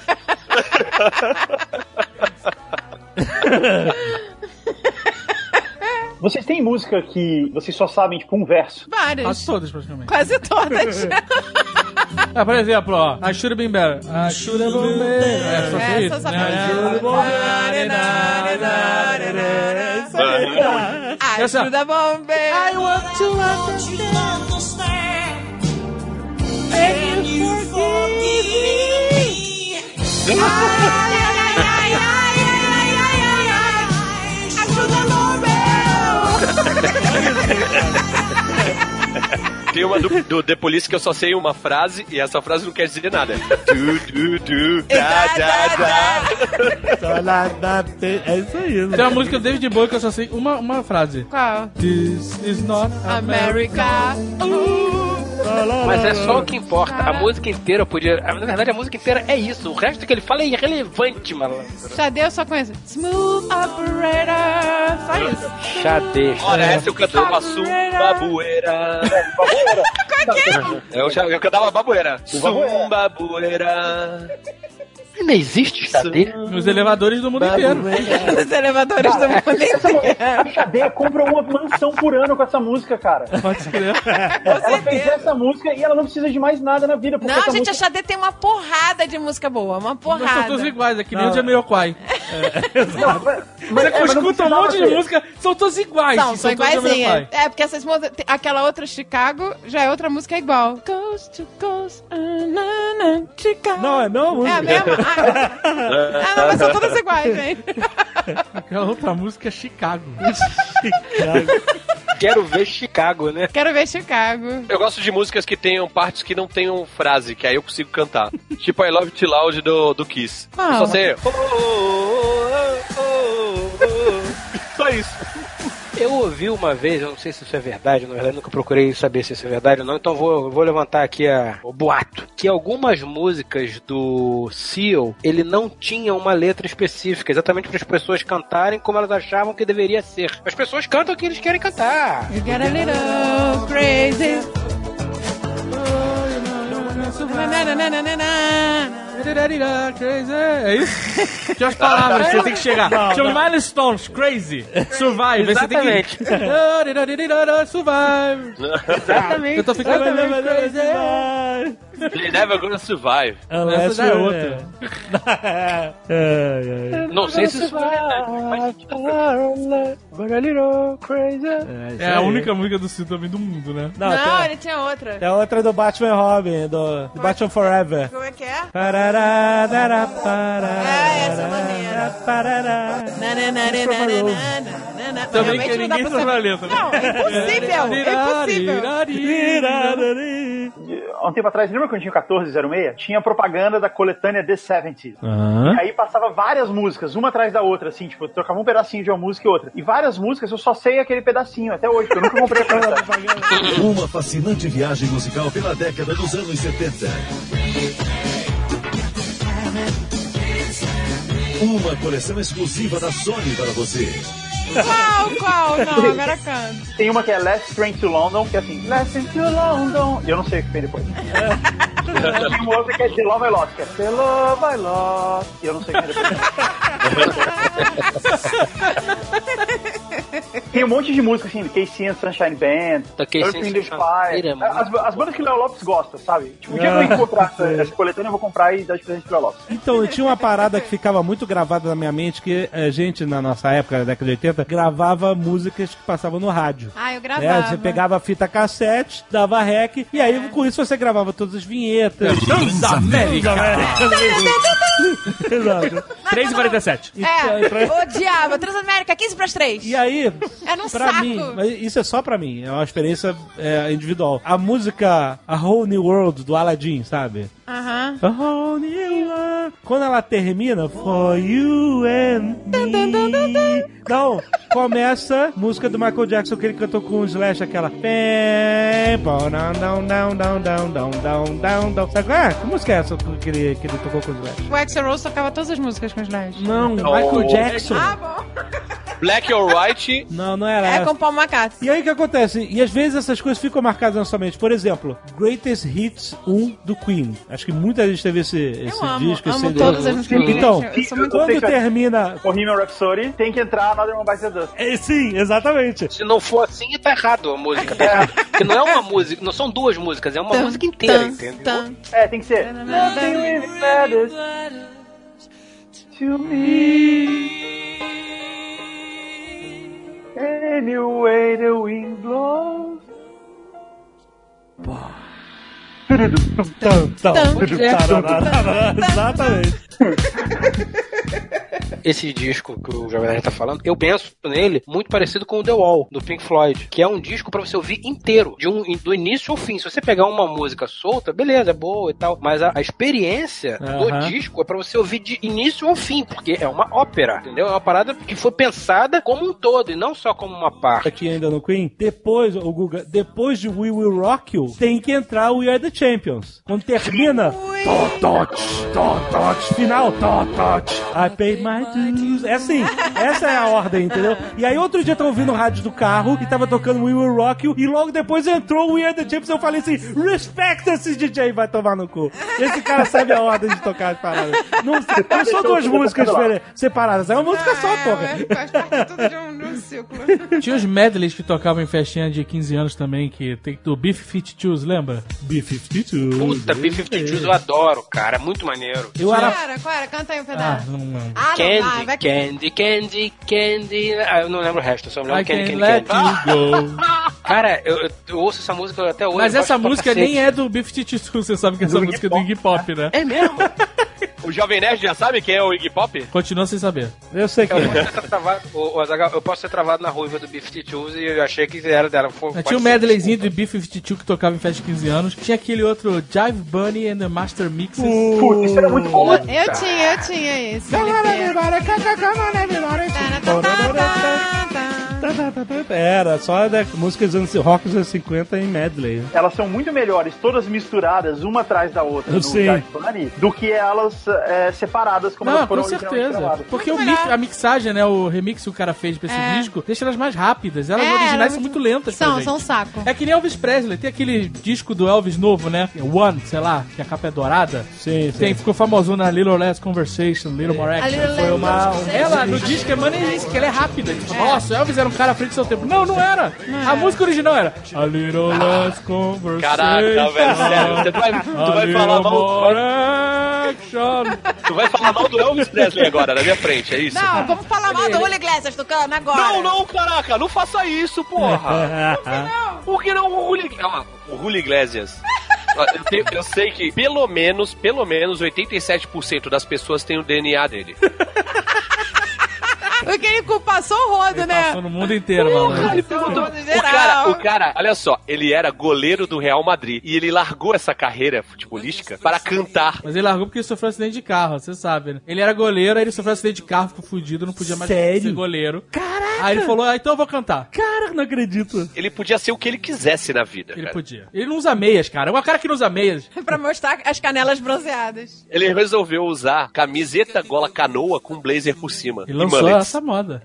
H: Vocês têm música que vocês só sabem, tipo, um verso.
F: As
B: Várias.
F: todas, praticamente.
B: Quase todas.
F: <laughs> Ah, por exemplo, ó. I should have been better. I should have been better. É, só que
B: Essa
F: isso.
B: só
A: Isso aí, cara.
B: Ai,
F: Essa-
B: ajuda bomba. I want to
C: Tem uma do, do The Police que eu só sei uma frase e essa frase não quer dizer nada. Du, du, du, da, da, da.
A: Só na- na- te- É isso aí. né?
F: Tem uma música do David Bowie que eu só sei uma, uma frase.
B: Qual?
F: This is not Ah. America.
B: America. Uh.
A: Lá, lá,
D: Mas
A: lá,
D: é só
A: lá.
D: o que importa. A música inteira podia. Na verdade, a música inteira é isso. O resto que ele fala é irrelevante, malandro.
B: Xadê eu só conheço. Smooth Operator. Só isso.
D: Xadê.
C: Ora, essa eu cantava uma sumbabueira. Eu, já, eu cantava babueira. Sumbabueira.
D: Ainda existe xadê?
F: Nos elevadores do mundo inteiro.
B: Os elevadores do mundo inteiro.
H: A cadeia compra uma mansão por ano com essa música, cara.
F: Pode crer.
H: Ela fez essa música e ela não precisa de mais nada na vida. Porque
B: Não,
H: essa
B: gente,
H: música...
B: a Xadê tem uma porrada de música boa. Uma
F: Nós somos
B: porrada.
F: todos iguais, é que nem
A: Não.
F: o Jamiroquai. É. <laughs>
H: Não, mas, mas,
F: Você
H: é, mas não
F: escuta um
H: precisava
F: monte de
H: ter.
F: música, são todas iguais.
B: Não, são
F: todas
B: iguaizinhas.
F: Jamiroquai.
B: É, porque essas músicas. tem- Aquela outra Chicago já é outra música igual. Coast to coast. ah, na, na, Chicago.
A: Não, é a mesma
B: É a
A: música.
B: mesma? Ah, <laughs> ah, não, mas são todas iguais, gente.
F: Aquela outra música é Chicago.
D: Quero ver Chicago, né?
B: Quero ver Chicago.
C: Eu gosto de músicas que tenham partes que não tenham frase, que aí eu consigo cantar. tipo I Love It Loud do, do Kiss.
B: Qual?
C: Eu só sei. "Oh, oh, oh, oh, oh, oh." Só isso.
D: Eu ouvi uma vez, eu não sei se isso é verdade, na verdade nunca procurei saber se isso é verdade ou não, então vou, vou levantar aqui a- o boato. Que algumas músicas do Seal, ele não tinha uma letra específica, exatamente para as pessoas cantarem como elas achavam que deveria ser. As pessoas cantam o que eles querem cantar.
B: You got a little crazy. Na, na, na, na, na, na.
F: Crazy. É isso? Tinha as palavras que Ah, você tem que
D: <laughs>
F: né? chegar. Tinha Miley Stones, Crazy. Survive. Aí você tem que. Survive.
D: Exatamente.
F: Eu tô ficando crazy.
C: They never gonna survive.
F: Essa já é outra.
A: <laughs> É, é, é.
D: Não sei se isso é verdade, mas
F: É a única música do Sintoma do mundo, né?
A: Não,
B: Não,
A: tem,
B: ele tinha outra.
A: tem a É outra do Batman e Robin, do, do Batman Forever.
B: Como é que é?
A: Parará, dará,
B: É, essa é maneira.
A: parará, parará.
B: Na, na, na, na, na, na, na, na, na.
F: Também
B: Realmente
F: que
B: não dá
F: ninguém
B: pra
F: sabe a
B: saber.
F: letra.
B: Não, é impossível. É impossível.
A: Irarari.
H: Há um tempo atrás, lembra quando tinha o 1406? Tinha propaganda da coletânea The 70s. E aí passava várias músicas, uma atrás da outra, assim, tipo, trocava um pedacinho de uma música e outra. E várias músicas eu só sei aquele pedacinho, até hoje, porque eu nunca comprei aquela propaganda.
G: Uma fascinante viagem musical pela década dos anos 70. Uma coleção exclusiva da Sony para você.
B: Qual, qual? Não, agora canto.
H: Tem uma que é Last Train to London, que é assim, Last Train to London. E eu não sei o que vem depois. E <laughs> tem uma outra que é The Love I Lost, que é The Love I Lost. E eu não sei o que vem depois. Tem um monte de música, assim, do KC and Sunshine Band,
D: Da KC and
H: Earth, Wind and
D: Sunshine
H: Fire.
D: Band, é
H: As, as bandas que o Léo Lopes gosta, sabe? Tipo, um dia que eu encontrar essa, essa coletânea, eu vou comprar e dar de presente pro Léo Lopes.
A: Então, eu tinha uma parada que ficava muito gravada na minha mente, que a gente, na nossa época, na década de 80, gravava músicas que passavam no rádio.
B: Ah,
A: Né?
B: eu gravava.
A: Você pegava a fita cassete, dava rec, e aí com isso você gravava todas as vinhetas.
L: Transamérica.
A: Exato.
L: 3h47.
A: pra-
B: É, odiava. Transamérica, 15 pras 3.
A: E aí,
B: Era um
A: pra
B: saco.
A: mim, mas isso é só pra mim, é uma experiência é, individual. A música A Whole New World do Aladdin, sabe?
B: Aham.
A: A Whole New World. Quando ela termina, For You and Me. Não, começa a música do Michael Jackson que ele cantou com o Slash, aquela. Pem, pom, Down, down, down, down, down, down, down, down, down. Sabe qual é? Que música é essa que ele, que ele tocou com o Slash?
B: O Axel Rose tocava todas as músicas com os Slash.
A: Não, Michael Jackson.
B: Ah, bom.
C: Black or White.
A: Não, não era
B: É
A: essa.
B: com o Paul McCartney.
A: E aí o que acontece? E às vezes essas coisas ficam marcadas na sua mente. Por exemplo, Greatest Hits 1 do Queen. Acho que muita gente teve esse, esse
B: amo,
A: disco,
B: amo
A: esse
B: todas as músicas do
A: Então,
B: Queen, eu sou muito-
A: quando termina.
H: Bohemian Rhapsody, tem que entrar Another One Bites the Dust.
A: É, sim, exatamente.
D: Se não for assim, tá errado a música. Tá errado. Porque não é uma música, não são duas músicas, é uma música inteira, entendeu?
H: É, tem que ser. Nothing really matters to me. Anyway the wind blows.
A: Tam, tam,
B: Tam.
A: tam, tam, Exatamente.
D: Esse disco que o Jovem Nerd tá falando, eu penso nele muito parecido com o The Wall, do Pink Floyd, que é um disco pra você ouvir inteiro, de um, do início ao fim. Se você pegar uma música solta, beleza, é boa e tal, mas a, a experiência
A: Aham.
D: do disco é pra você ouvir de início ao fim, porque é uma ópera, entendeu? É uma parada que foi pensada como um todo e não só como uma parte.
A: Aqui ainda no Queen. Depois, o Guga, depois de We Will Rock You, tem que entrar We Are the Champions. Quando termina. final. I paid my dues. É assim, essa é a ordem, entendeu? E aí outro dia eu tava ouvindo o rádio do carro e tava tocando We Will Rock You e logo depois entrou We Are The Champions e eu falei assim, respecta esse DJ, vai tomar no cu. Esse cara sabe a ordem de tocar as paradas. Não, não são duas músicas diferen- separadas, é uma música só, porra.
B: É, faz parte tudo de um, de um
A: <laughs>
B: círculo.
F: Tinha os medleys que tocavam em festinha de 15 anos também, que tem do Beef Fit Choose, lembra?
A: B-52.
D: Puta, B-52 eu adoro, cara, é muito maneiro.
A: Eu
B: Qual
A: era
B: era? Qual era? Canta aí um
F: Ah,
B: pedaço.
F: não lembro.
B: Ah, não dá.
D: Candy,
B: Vai...
D: candy, candy, candy. Ah, eu não lembro o resto, eu só me lembro
F: I
D: candy,
F: can't
D: candy,
F: let
D: candy.
F: you go.
D: <laughs> Cara, eu, eu- eu ouço essa música até hoje.
F: Mas
D: eu
F: essa
D: gosto pra
F: música
D: cacete.
F: nem é do Beef Fit Choose, você sabe que essa música é do Iggy Pop,
D: <laughs>
F: né?
D: É mesmo?
C: O Jovem Nerd já sabe quem é o Iggy Pop?
F: Continua sem saber.
A: Eu sei é. que
D: Eu posso ser travado, ô, ô, Azaghal, eu posso ser travado na ruiva do Beef Tools e eu achei que era dela. Foi,
F: Mas
D: pode
F: tinha o
D: ser,
F: medleyzinho do Beef 52 que tocava em festa de 15 anos. Tinha aquele outro Jive Bunny and the Master Mixes.
D: Uh.
H: Putz, isso era muito bom.
B: Eu tinha, eu tinha esse. LP. Tananana.
A: Era só da música dos anos, rock dos anos 50 em medley.
H: Elas são muito melhores, todas misturadas, uma atrás da outra,
F: <laughs>
H: do
A: Sim.
H: Jack Bunny, do que elas
E: eh,
H: é, separadas, como
F: Não,
H: elas
F: com
H: foram
F: certeza.
H: originalmente gravadas.
F: Porque o
B: Muito
F: mix,
B: melhor.
F: a mixagem, né? O remix que o cara fez pra esse
B: É.
F: disco, deixa elas mais rápidas. Elas
B: É,
F: originais
B: elas
F: são muito
B: muito-
F: lentas, pra
B: São,
F: gente.
B: são um saco.
F: É que nem Elvis Presley, tem aquele disco do Elvis novo, né? One, sei lá, que a capa é dourada.
A: Sim, É.
F: Tem, ficou famoso na Little Less Conversation, Little More
B: A
F: Action.
B: Little Lady Goes to
F: Ela, no disco, é maneiríssima, que ela é rápida. Tipo, nossa, o Elvis era um cara à frente do seu tempo. Não, não era. Ah. A música original era A Little Less Conversation.
C: Caraca, velho, sério. Você vai, tu vai falar mal. tu vai-
F: mal. Action.
C: Tu vai falar mal do Elvis Presley agora, na minha frente, é isso?
B: Não, vamos falar mal do Julio Iglesias tocando agora.
C: Não, não, caraca, não faça isso, porra! Por que não o Julio Ah, O Julio Iglesias. Ó, Eu, tenho- eu sei que pelo menos, pelo menos 87% das pessoas têm o DNA dele.
B: Porque ele culpa só o rodo, né?
F: Passou no mundo inteiro, mano.
C: Ele perguntou-
B: Todo
C: O cara,
B: geral.
C: o cara, olha só, ele era goleiro do Real Madrid e ele largou essa carreira futebolística para cantar.
F: Mas ele largou porque ele sofreu acidente de carro, você sabe, né? Ele era goleiro, aí ele sofreu acidente de carro, ficou fudido, não podia mais
A: Sério?
F: ser goleiro. Caraca! Aí ele falou, ah, então eu vou cantar.
A: Cara, não acredito.
C: Ele podia ser o que ele quisesse na vida.
F: Ele
C: cara.
F: podia. Ele não usa meias, cara. É uma cara que não usa meias.
B: pra mostrar as canelas bronzeadas.
C: Ele resolveu usar camiseta gola canoa com blazer por cima.
F: Ele lançou
C: e mullets.
F: essa moda.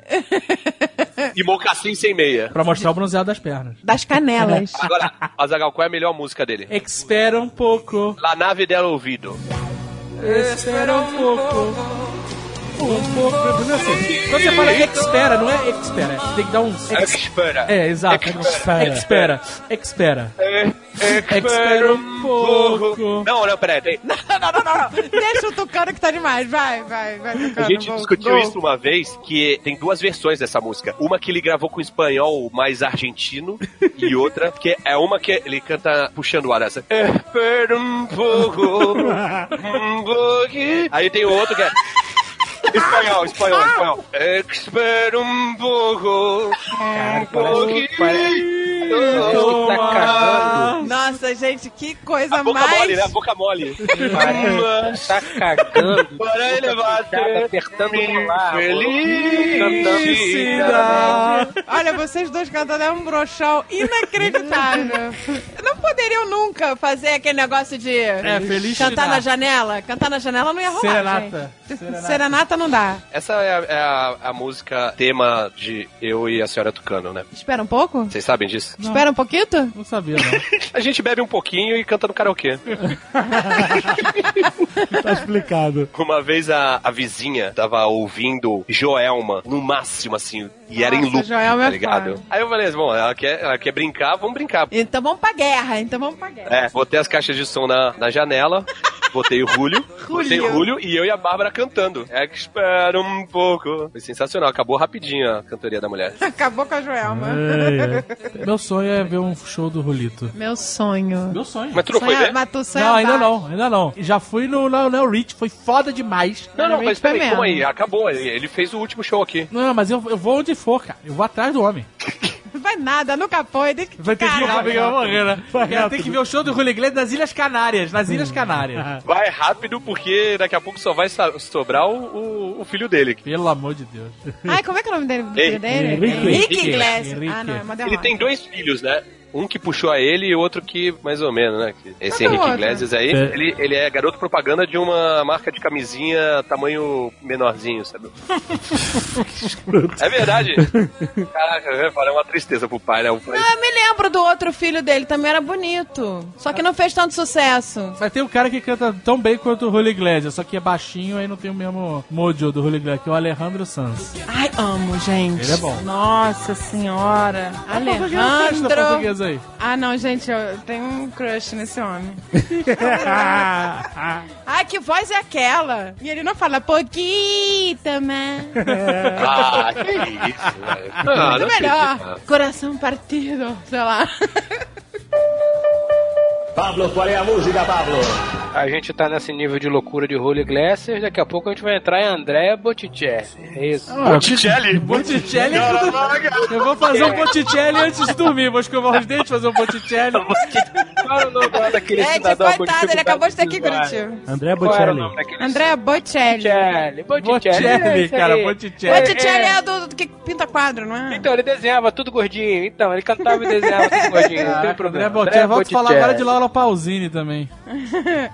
C: E mocassim sem meia.
F: Pra mostrar o bronzeado das pernas.
B: Das canelas.
C: Agora, Azagal, qual é a melhor música dele?
F: Espera um pouco,
C: La nave del ouvido.
F: espera um pouco. assim, Quando você fala expera, não é expera. Você tem que dar um. ex-
J: Expera.
F: É, exato.
J: Expera.
F: Expera. Expera.
J: Espera um pouco.
C: Não, não, peraí. tem-
B: Não, não, não, não. <laughs> Deixa o Tucano que tá demais. Vai, vai, vai, Tucano.
C: A gente
B: Vou-
C: discutiu
B: vou.
C: isso uma vez, que tem duas versões dessa música. Uma que ele gravou com espanhol mais argentino, e outra que é uma que ele canta puxando o ar. Essa. "É, Espera um pouco, um pouquinho. Aí tem o outro que é... Espanhol, espanhol, espanhol. Espera um pouco, um pouquinho.
J: Tá cagando.
B: Nossa, gente, que coisa
C: A boca
B: mais.
C: mole, né? A boca mole.
D: Parece tá cagando.
C: <laughs> Para ele
D: bater. Apertando o lá.
B: Olha, vocês dois cantando é um brochão <laughs> inacreditável. não poderiam nunca fazer aquele negócio de
F: É, feliz
B: cantar
F: te
B: na
F: dar.
B: janela. Cantar na janela não ia rolar.
F: Serenata.
B: gente.
F: Serenata.
B: Serenata não dá.
C: Essa é, a, é a- a música tema de Eu e a Senhora Tucano, né?
B: Espera um pouco?
C: Vocês sabem disso?
B: Espera um pouquinho?
F: Não sabia, não.
C: A gente bebe um pouquinho e canta no karaokê.
A: <laughs> Tá explicado.
C: Uma vez a, a vizinha tava ouvindo Joelma no máximo, assim, e era em
B: Nossa,
C: loop,
B: Joelma é
C: tá ligado?
B: foda.
C: Aí eu falei assim, bom, ela quer, ela quer brincar, vamos brincar.
B: Então vamos pra guerra. Então vamos pra guerra.
C: É, botei as caixas de som na, na janela, botei o
B: <laughs>
C: Rúlio, botei o Rúlio e eu e a Bárbara cantando. É que espera um pouco. Foi sensacional, acabou rapidinho a cantoria da mulher.
B: Acabou com a Joelma.
F: Meu sonho <laughs> é ver um show do Rolito.
B: Meu sonho. Meu
F: sonho.
C: Mas tu não foi né? ver?
B: Mas tu sonha
F: Não, ainda
B: baixo.
F: não, ainda não. Já fui no Lionel Rich, foi foda demais.
C: Não, não, mas peraí,
F: mesmo.
C: calma aí, acabou. Ele, ele fez o último show aqui.
F: Não, mas eu, eu vou onde for, cara. Eu vou atrás do homem.
B: Vai nada, nunca foi. Tem que
F: Vai ter que ir
B: Caraca.
F: rápido, vai morrer, né?
A: Vai
F: Cara,
A: rápido.
F: Tem que ver o show do Julio Iglesias nas Ilhas Canárias. Nas Ilhas Canárias.
C: Vai rápido, porque daqui a pouco só vai sa- sobrar o, o- o filho dele.
F: <laughs> Pelo amor de Deus.
B: Ai, como é que é o nome dele? Do
C: Ei,
B: filho dele?
C: Henrique.
B: Henrique
C: Henrique.
B: Iglesias. Ah,
F: Henrique.
B: não, é uma
C: Ele
B: derrota.
C: tem dois filhos, né? Um que puxou a ele e o outro que, mais ou menos, né? Que- Esse
B: Cadê o
C: Henrique
B: outro?
C: Iglesias
A: É.
C: aí, ele, ele é garoto propaganda de uma marca de camisinha tamanho menorzinho, sabe? é verdade. Caraca, eu ia falar, é uma tristeza pro pai, né? O pai-
B: Ah, eu me lembro do outro filho dele, também era bonito. Só que não fez tanto sucesso.
F: Mas tem um cara que canta tão bem quanto o Julio Iglesias, só que é baixinho aí não tem o mesmo mojo do Julio Iglesias, que é o Alejandro Sanz.
B: Ai, amo, gente.
F: Ele é bom.
B: Nossa senhora.
F: um Português, da
B: Alejandro.
F: portuguesa aí.
B: Ah, não, gente, eu tenho um crush nesse homem.
F: Ah.
B: Ai, que voz é aquela? E ele não fala pouquita, man.
C: Ah, que isso, velho. Ah,
B: Muito
C: não
B: melhor.
C: acredito.
B: Coração partido, sei lá.
G: Pablo, qual é a música, Pablo?
D: A gente tá nesse nível de loucura de Holy Glasses. Daqui a pouco a gente vai entrar em André Botticelli. É isso.
C: Botticelli?
F: <laughs> Botticelli. Eu vou fazer um Botticelli antes de dormir. Vou escovar os dentes, fazer um Botticelli.
D: Qual é o nome lá daquele
B: Gente,
D: cidadão com
B: tipo, coitado, ele
D: dificuldade
B: acabou de ter aqui,
D: visual?
B: Curitiba.
A: André
D: Qual era o
A: Bocelli.
D: nome daquele
B: André né? Bocelli.
D: Botticelli. Botticelli, é
F: Botticelli,
D: isso aí.
F: cara, Botticelli.
B: Botticelli é o do, do que pinta quadro, não <laughs> é?
D: Então, ele desenhava tudo gordinho. Então, ele cantava e desenhava
F: <laughs>
D: tudo gordinho. Não tem problema.
F: Ah, André Botticelli. Volto a falar agora de Laura Pausini também.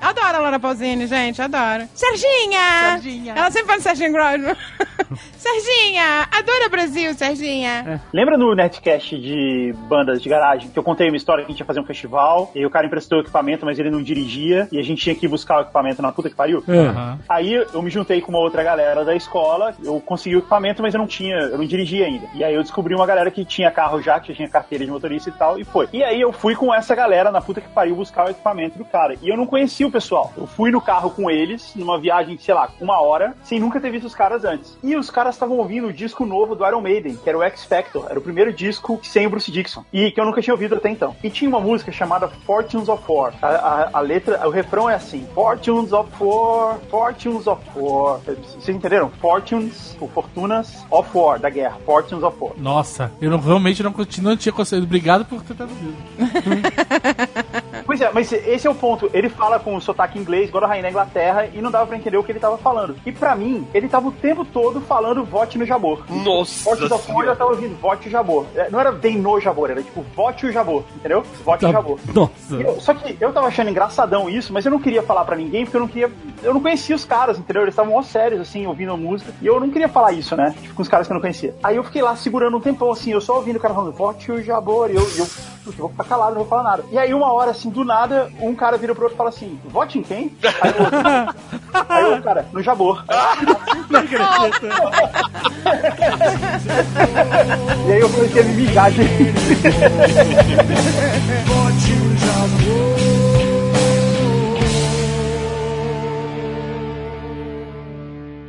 B: Adoro a Laura Pausini, gente, adoro. Serginha! Ela sempre fala Serginho Grosman. <laughs> Serginha! Adoro Brasil, Serginha!
E: Lembra no Nerdcast de bandas de garagem que eu contei uma história que a gente ia fazer um festival e o cara emprestou o equipamento, mas ele não dirigia e a gente tinha que ir buscar o equipamento na puta que pariu?
F: Aham.
E: Aí eu me juntei com uma outra galera da escola, eu consegui o equipamento, mas eu não tinha, eu não dirigia ainda. E aí eu descobri uma galera que tinha carro já, que já tinha carteira de motorista e tal, e foi. E aí eu fui com essa galera na puta que pariu buscar o equipamento do cara. E eu não conhecia o pessoal. Eu fui no carro com eles, numa viagem, de, sei lá, uma hora, sem nunca ter visto os caras antes. E os caras estavam ouvindo o disco novo do Iron Maiden, que era o X Factor, era o primeiro disco sem o Bruce Dixon, e que eu nunca tinha ouvido até então. E tinha uma música chamada Fortunes of War. A, a- a letra, o refrão é assim: Fortunes of War, Fortunes of War. Vocês entenderam? Fortunes, ou Fortunas of War, da guerra. Fortunes of War.
F: Nossa, eu não- realmente não, conti- não tinha conseguido. Obrigado por ter dado medo.
E: Pois é, mas esse é o ponto. Ele fala com o sotaque inglês, agora rainha da Inglaterra, e não dava pra entender o que ele tava falando. E pra mim, ele tava o tempo todo falando vote no Jabor.
C: Nossa
E: Vote da Fúria, eu
C: senhora.
E: tava ouvindo vote o Jabor. É, Não era bem no Jabor, era tipo vote o Jabor, entendeu? Vote o Jabor.
A: Nossa.
E: Eu- só que eu tava achando engraçadão isso, mas eu não queria falar pra ninguém, porque eu não queria. Eu não conhecia os caras, entendeu? Eles estavam mó sérios, assim, ouvindo a música. E eu não queria falar isso, né? Tipo, com os caras que eu não conhecia. Aí eu fiquei lá segurando um tempão, assim, eu só ouvindo o cara falando, vote o Jabor, e eu. e eu "Puxa, eu vou ficar calado, não vou falar nada. E aí, uma hora, assim, do nada, um cara vira pro outro <laughs> e fala assim: vote em quem? Aí eu, Aí eu, cara, no Jabor.
A: <laughs> Não acredito.
E: E aí eu comecei a me mijar de <laughs>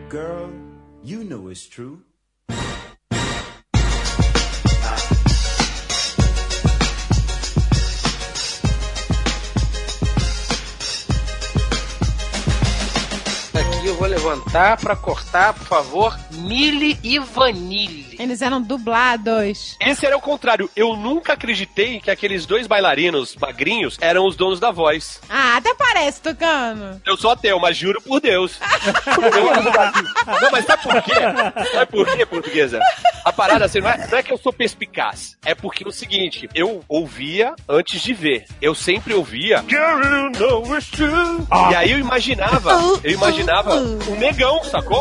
J: Girl, you know it's true.
D: Aqui eu vou levantar pra cortar, por favor, Mili e Vanille.
B: Eles eram dublados.
C: Esse era o contrário. Eu nunca acreditei que aqueles dois bailarinos magrinhos eram os donos da voz.
B: Ah, até parece, Tucano.
C: Eu sou ateu, mas juro por Deus. Eu- não, mas sabe por quê? Sabe por quê, portuguesa? A parada assim, não é, não é que eu sou perspicaz. É porque é o seguinte, eu ouvia antes de ver. Eu sempre ouvia. E aí eu imaginava, eu imaginava um negão, sacou?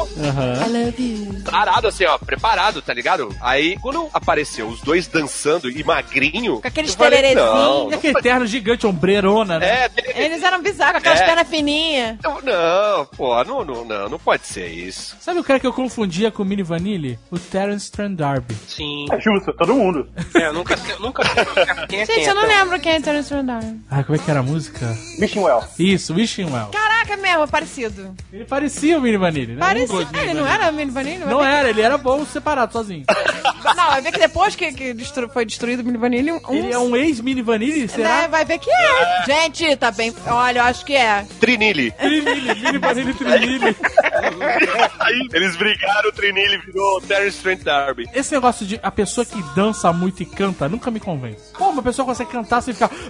J: love you.
C: Tarado assim, ó, preparado, tá ligado? Aí quando apareceu os dois dançando e magrinho.
B: Com aqueles
C: eu falei,
B: tererezinhos.
C: não,
F: E aquele terno gigante, ombreirona, né?
C: É,
B: Eles eram bizarros, com aquelas
C: É.
B: pernas fininhas.
C: não, Então, não, pô, não, não, não, não pode ser isso.
F: Sabe o cara que eu confundia com o Mini Vanille? O Terence Trent D'Arby.
D: Sim.
E: justo, todo mundo.
D: É, eu nunca sei, eu
C: <laughs>
D: nunca sei quem é quem.
B: Gente, eu não
D: então.
B: lembro quem é Terence Rondon.
F: Ah, como é que era a música?
E: Wishing Well.
F: Isso, Wishing Well.
B: Caraca, mesmo, é parecido.
F: Ele parecia o Mini Vanille, né? Eu
B: Parecia.
F: gosto do
B: Ah, ele
F: Mini
B: não
F: Vanille.
B: era Mini Vanille?
F: Não era, ele era bom separado, sozinho.
B: Não, vai ver que depois que, que destru- foi destruído o Mini Vanille, um...
F: Ele é um ex-Mini Vanille, será?
B: Né, vai ver que é. Gente, tá bem... Olha, eu acho que é.
C: Trinile.
F: Trinilli, Mini Vanille Trinilli.
C: Aí eles brigaram, o Trinile virou Terence Trent D'Arby.
F: Esse negócio de a pessoa que dança muito e canta nunca me convence. Como uma pessoa consegue cantar sem ficar... <gasps>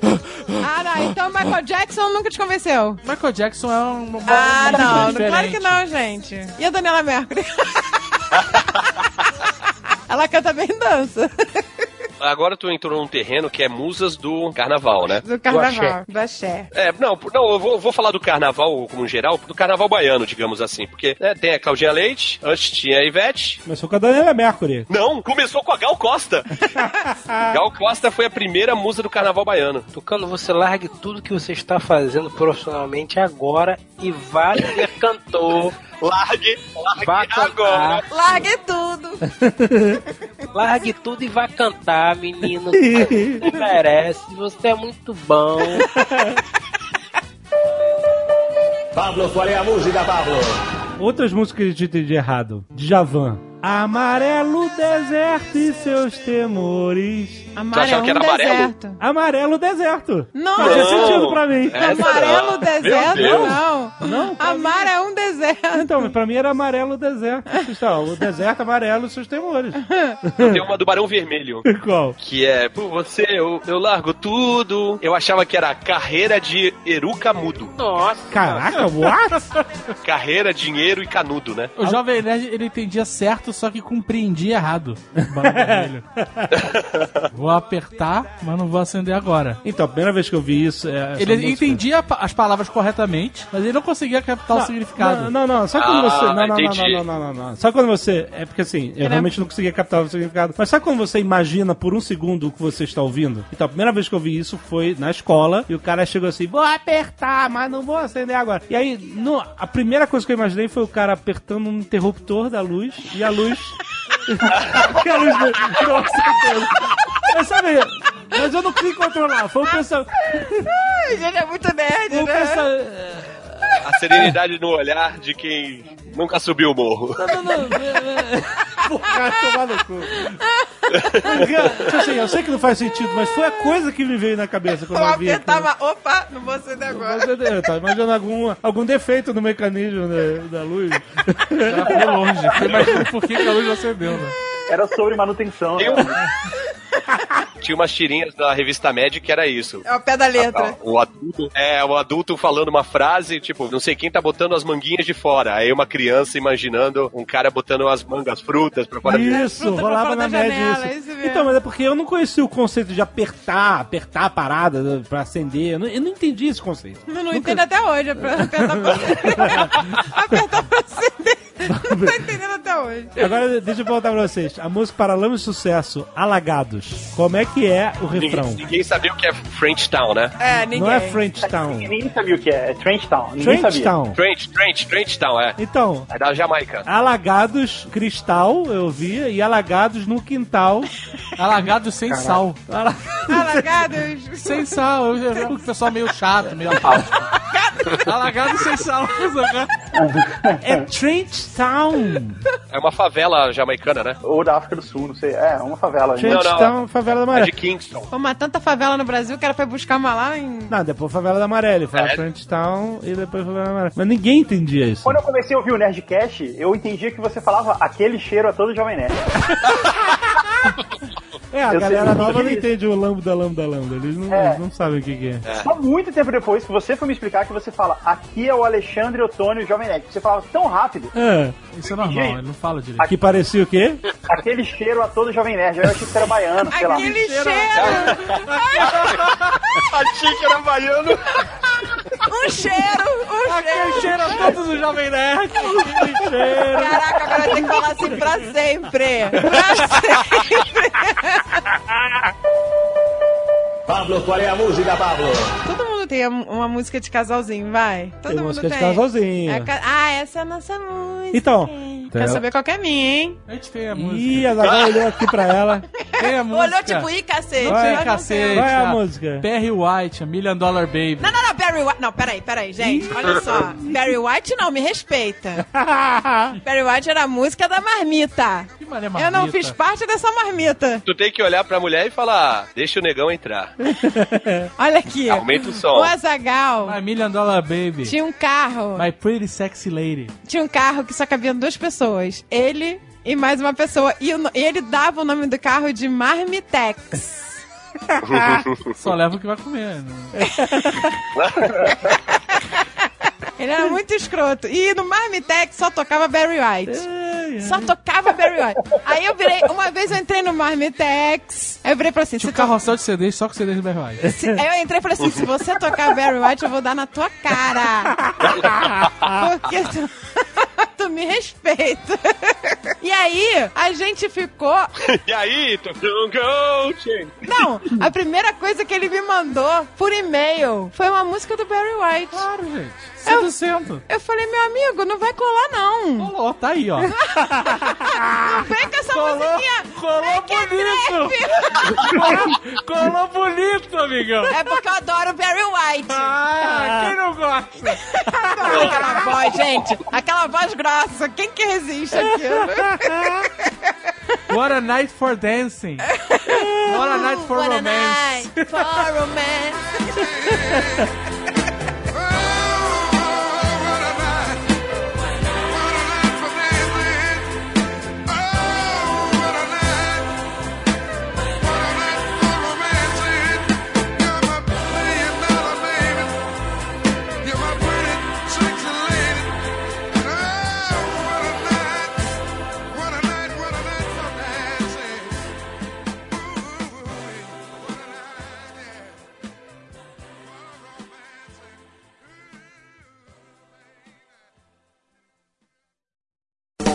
B: Ah, não, então Michael Jackson nunca te convenceu.
F: Michael Jackson é um... uma-
B: Ah,
F: uma-
B: não,
F: diferente.
B: claro que não, gente. E a Daniela Mercury? <laughs> Ela canta bem e dança.
C: Agora tu entrou num terreno que é musas do carnaval, né?
B: Do carnaval, do axé.
C: É, não, por- não, eu vou, vou falar do carnaval como geral, do carnaval baiano, digamos assim. Porque né, tem a Claudinha Leite, antes tinha a Ivete.
A: Começou com a Daniela Mercury.
C: Não, começou com a Gal
D: <laughs>
C: Costa. Gal Costa foi a primeira musa do carnaval baiano.
D: Tucano, você largue tudo que você está fazendo profissionalmente agora
B: <laughs>
D: e vá ser cantor.
C: Largue,
D: Vá
C: largue
D: cantar.
C: agora.
B: Largue tudo.
D: Largue tudo e vá cantar, menino. Você merece, você é muito bom.
G: Pablo, qual é a música, Pablo?
A: Outras músicas de título de errado. Djavan. Amarelo deserto e seus temores.
B: Amarelo
C: achava que era
B: um
C: amarelo?
B: deserto.
A: Amarelo deserto.
B: Não.
A: Fazia
C: Não.
A: sentido pra mim.
C: É. Essa
B: Amarelo
C: não.
B: um deserto,
C: Meu Deus.
B: não.
A: Não, pra
B: Amar é um deserto.
A: Então, mas pra mim era amarelo deserto. Então, o deserto amarelo e seus temores.
C: Tem uma do Barão Vermelho.
A: Qual?
C: Que é, por você eu, eu largo tudo. Eu achava que era carreira de Eruca Mudo.
D: Nossa.
A: Caraca, what?
C: Carreira, dinheiro e canudo, né?
F: O Jovem Nerd, ele entendia certo, só que compreendia <laughs> errado. O Barão Vermelho. vou apertar, mas não vou acender agora.
A: Então, a primeira vez que eu vi isso... É essa
F: Ele
A: música.
F: entendia pa- as palavras corretamente, mas ele não conseguia captar o <laughs> significado.
A: Não, não, não. Sabe quando
C: Ah,
A: você. Não, não, não,
C: entendi.
A: não, não, não, não, não. Sabe quando você. É porque assim, eu realmente não conseguia captar o significado. Mas sabe quando você imagina por um segundo o que você está ouvindo? Então, a primeira vez que eu vi isso foi na escola e o cara chegou assim: vou apertar, mas não vou acender agora. E aí, no, a primeira coisa que eu imaginei foi o cara apertando um interruptor da luz e a luz. <laughs> que a luz <laughs> não, não acendeu. Mas sabe. Mas eu não consegui controlar. Foi o pensamento.
B: Ai, Gente, é muito nerd,
A: O
B: né?
A: pensa...
C: A serenidade no olhar de quem nunca subiu o morro.
A: Cara, tomar no cu. Porque, assim, eu sei que não faz sentido, mas foi a coisa que me veio na cabeça quando
B: Vou
A: eu vi.
B: apertar, mas opa, não vou acender agora.
A: Eu tava imaginando algum, algum defeito no mecanismo da, da luz.
F: Ela foi longe. Imagina por que que a luz não acendeu, né?
E: Era sobre manutenção. né?
C: Tem um- Tinha umas tirinhas da revista Magic que era isso.
B: É o pé da letra.
C: O adulto, é, o adulto falando uma frase, tipo, não sei quem tá botando as manguinhas de fora. Aí uma criança imaginando um cara botando as mangas, frutas pra fora.
A: Isso,
B: Fruta
A: rolava na
B: pra fora da
A: média
B: janela, é
A: isso.
B: isso mesmo.
A: então, mas é porque eu não conhecia o conceito de apertar, apertar a parada né, pra acender. Eu não, eu não entendi esse conceito.
B: Não, não entendo até hoje. é pra Apertar pra acender. apertar pra acender. Não tá entendendo até hoje.
A: Agora, deixa eu perguntar pra vocês. A música Paralamas de Sucesso, Alagados, como é que é o refrão?
C: Ninguém, ninguém sabia o que é French Town, né?
B: É,
A: Não é French Town.
E: Ninguém sabia o que é, é Trench Town. Ninguém
A: Trench
E: sabia.
A: Town.
C: French, French, French Town, é.
A: Então,
C: É da Jamaica.
A: Alagados, cristal, eu via, e alagados no quintal.
F: <laughs> Alagado sem sal.
A: Ala-
B: Alagados.
F: Sem sal. Eu já vi o pessoal meio chato, meio <laughs> apático. Alagado sem sal.
C: <laughs>
A: É Trench Town.
C: É uma favela jamaicana, né?
E: Ou da África do Sul, não sei. É, uma favela.
A: Trench
C: Não, não.
A: Town, favela da
C: É
A: Maré.
C: de Kingston.
B: Pô, mas tanta favela no Brasil que ela foi buscar uma lá em...
A: Não, depois favela da Maré. Ele fala
C: É.
A: Trench Town e depois favela da Maré. Mas ninguém entendia isso.
E: Quando eu comecei a ouvir o Nerdcast, eu entendia que você falava aquele cheiro a todo Jovem Nerd.
A: É, a
E: Eu
A: galera
E: sei-
A: nova não entende o lambda, lambda, lambda. Eles não,
E: É.
A: eles não sabem o que, que é.
E: Só muito tempo depois que você foi me explicar que você fala aqui é o Alexandre Otônio Jovem Nerd. Você falava tão rápido,
A: Ah,
F: Isso é normal, ele não fala direito.
A: que parecia o quê?
E: aquele cheiro a todo Jovem Nerd. Aí eu achei que você era baiano, sei lá.
B: Aquele cheiro!
C: Achei que era baiano.
B: Um cheiro! Um cheiro!
F: todos os jovens nerd.
B: Caraca, agora tem que falar assim pra sempre! Pra sempre!
G: Pablo, qual é a música, Pablo?
B: Todo mundo tem uma música de casalzinho, vai? Todo
A: Tem
B: mundo
A: música de
B: tem.
A: casalzinho.
B: É ca- Ah, essa é a nossa música.
A: Então.
B: Quer saber qual que é a minha, hein?
F: A gente tem a música.
A: Ih, a Zagal olhou aqui pra ela.
F: Tem a música.
B: Olhou tipo, ih, cacete.
F: Não sei,
B: olha,
F: cacete.
A: Qual é a
F: Ah,
A: música?
F: Perry White, a Million Dollar Baby.
B: Não, não, não, Barry White. Não, peraí, peraí, gente. Olha só. Barry White não, me respeita.
A: <laughs>
B: Barry White era a música da marmita.
F: Que mané
B: Eu não
F: marmita.
B: fiz parte dessa marmita.
C: Tu tem que olhar pra mulher e falar, deixa o negão entrar.
B: Olha aqui.
C: Aumenta É o som.
B: O Azagal
F: My Million Dollar Baby.
B: tinha um carro.
F: My Pretty Sexy Lady.
B: Tinha um carro que só cabiam duas pessoas. Ele e mais uma pessoa. E, o no- e ele dava o nome do carro de Marmitex.
F: Só leva o que vai comer. né?
B: Ele era muito escroto. E no Marmitex só tocava Barry White. Só tocava Barry White. Aí eu virei, uma vez eu entrei no Marmitex, aí eu virei pra assim,
F: Tinha
B: se to-
F: um carrossel de CDs só com CDs do Barry White.
B: se- aí eu entrei e falei assim, se você tocar Barry White, eu vou dar na tua
F: <laughs>
B: cara. Porque tu, tu <laughs> me respeita. E aí, a gente ficou...
C: E aí, tu... Don't go, change.
B: Não, a primeira coisa que ele me mandou por e-mail foi uma música do Barry White.
F: Claro, É gente. 100%.
B: Eu falei, meu amigo, não vai colar não.
F: Rolou, tá aí, <laughs> ó.
B: Vem com essa
F: Rolou,
B: musiquinha.
F: rolou
B: que
F: bonito. Colou bonito, amigão.
B: É porque eu adoro Barry White.
F: Ah, quem não gosta?
B: Adoro
F: <laughs>
B: aquela voz, gente. Aquela voz grossa. Quem que resiste aqui?
F: What a night for dancing. <laughs> What a Tá, night for
B: What a
F: romance.
B: night for romance.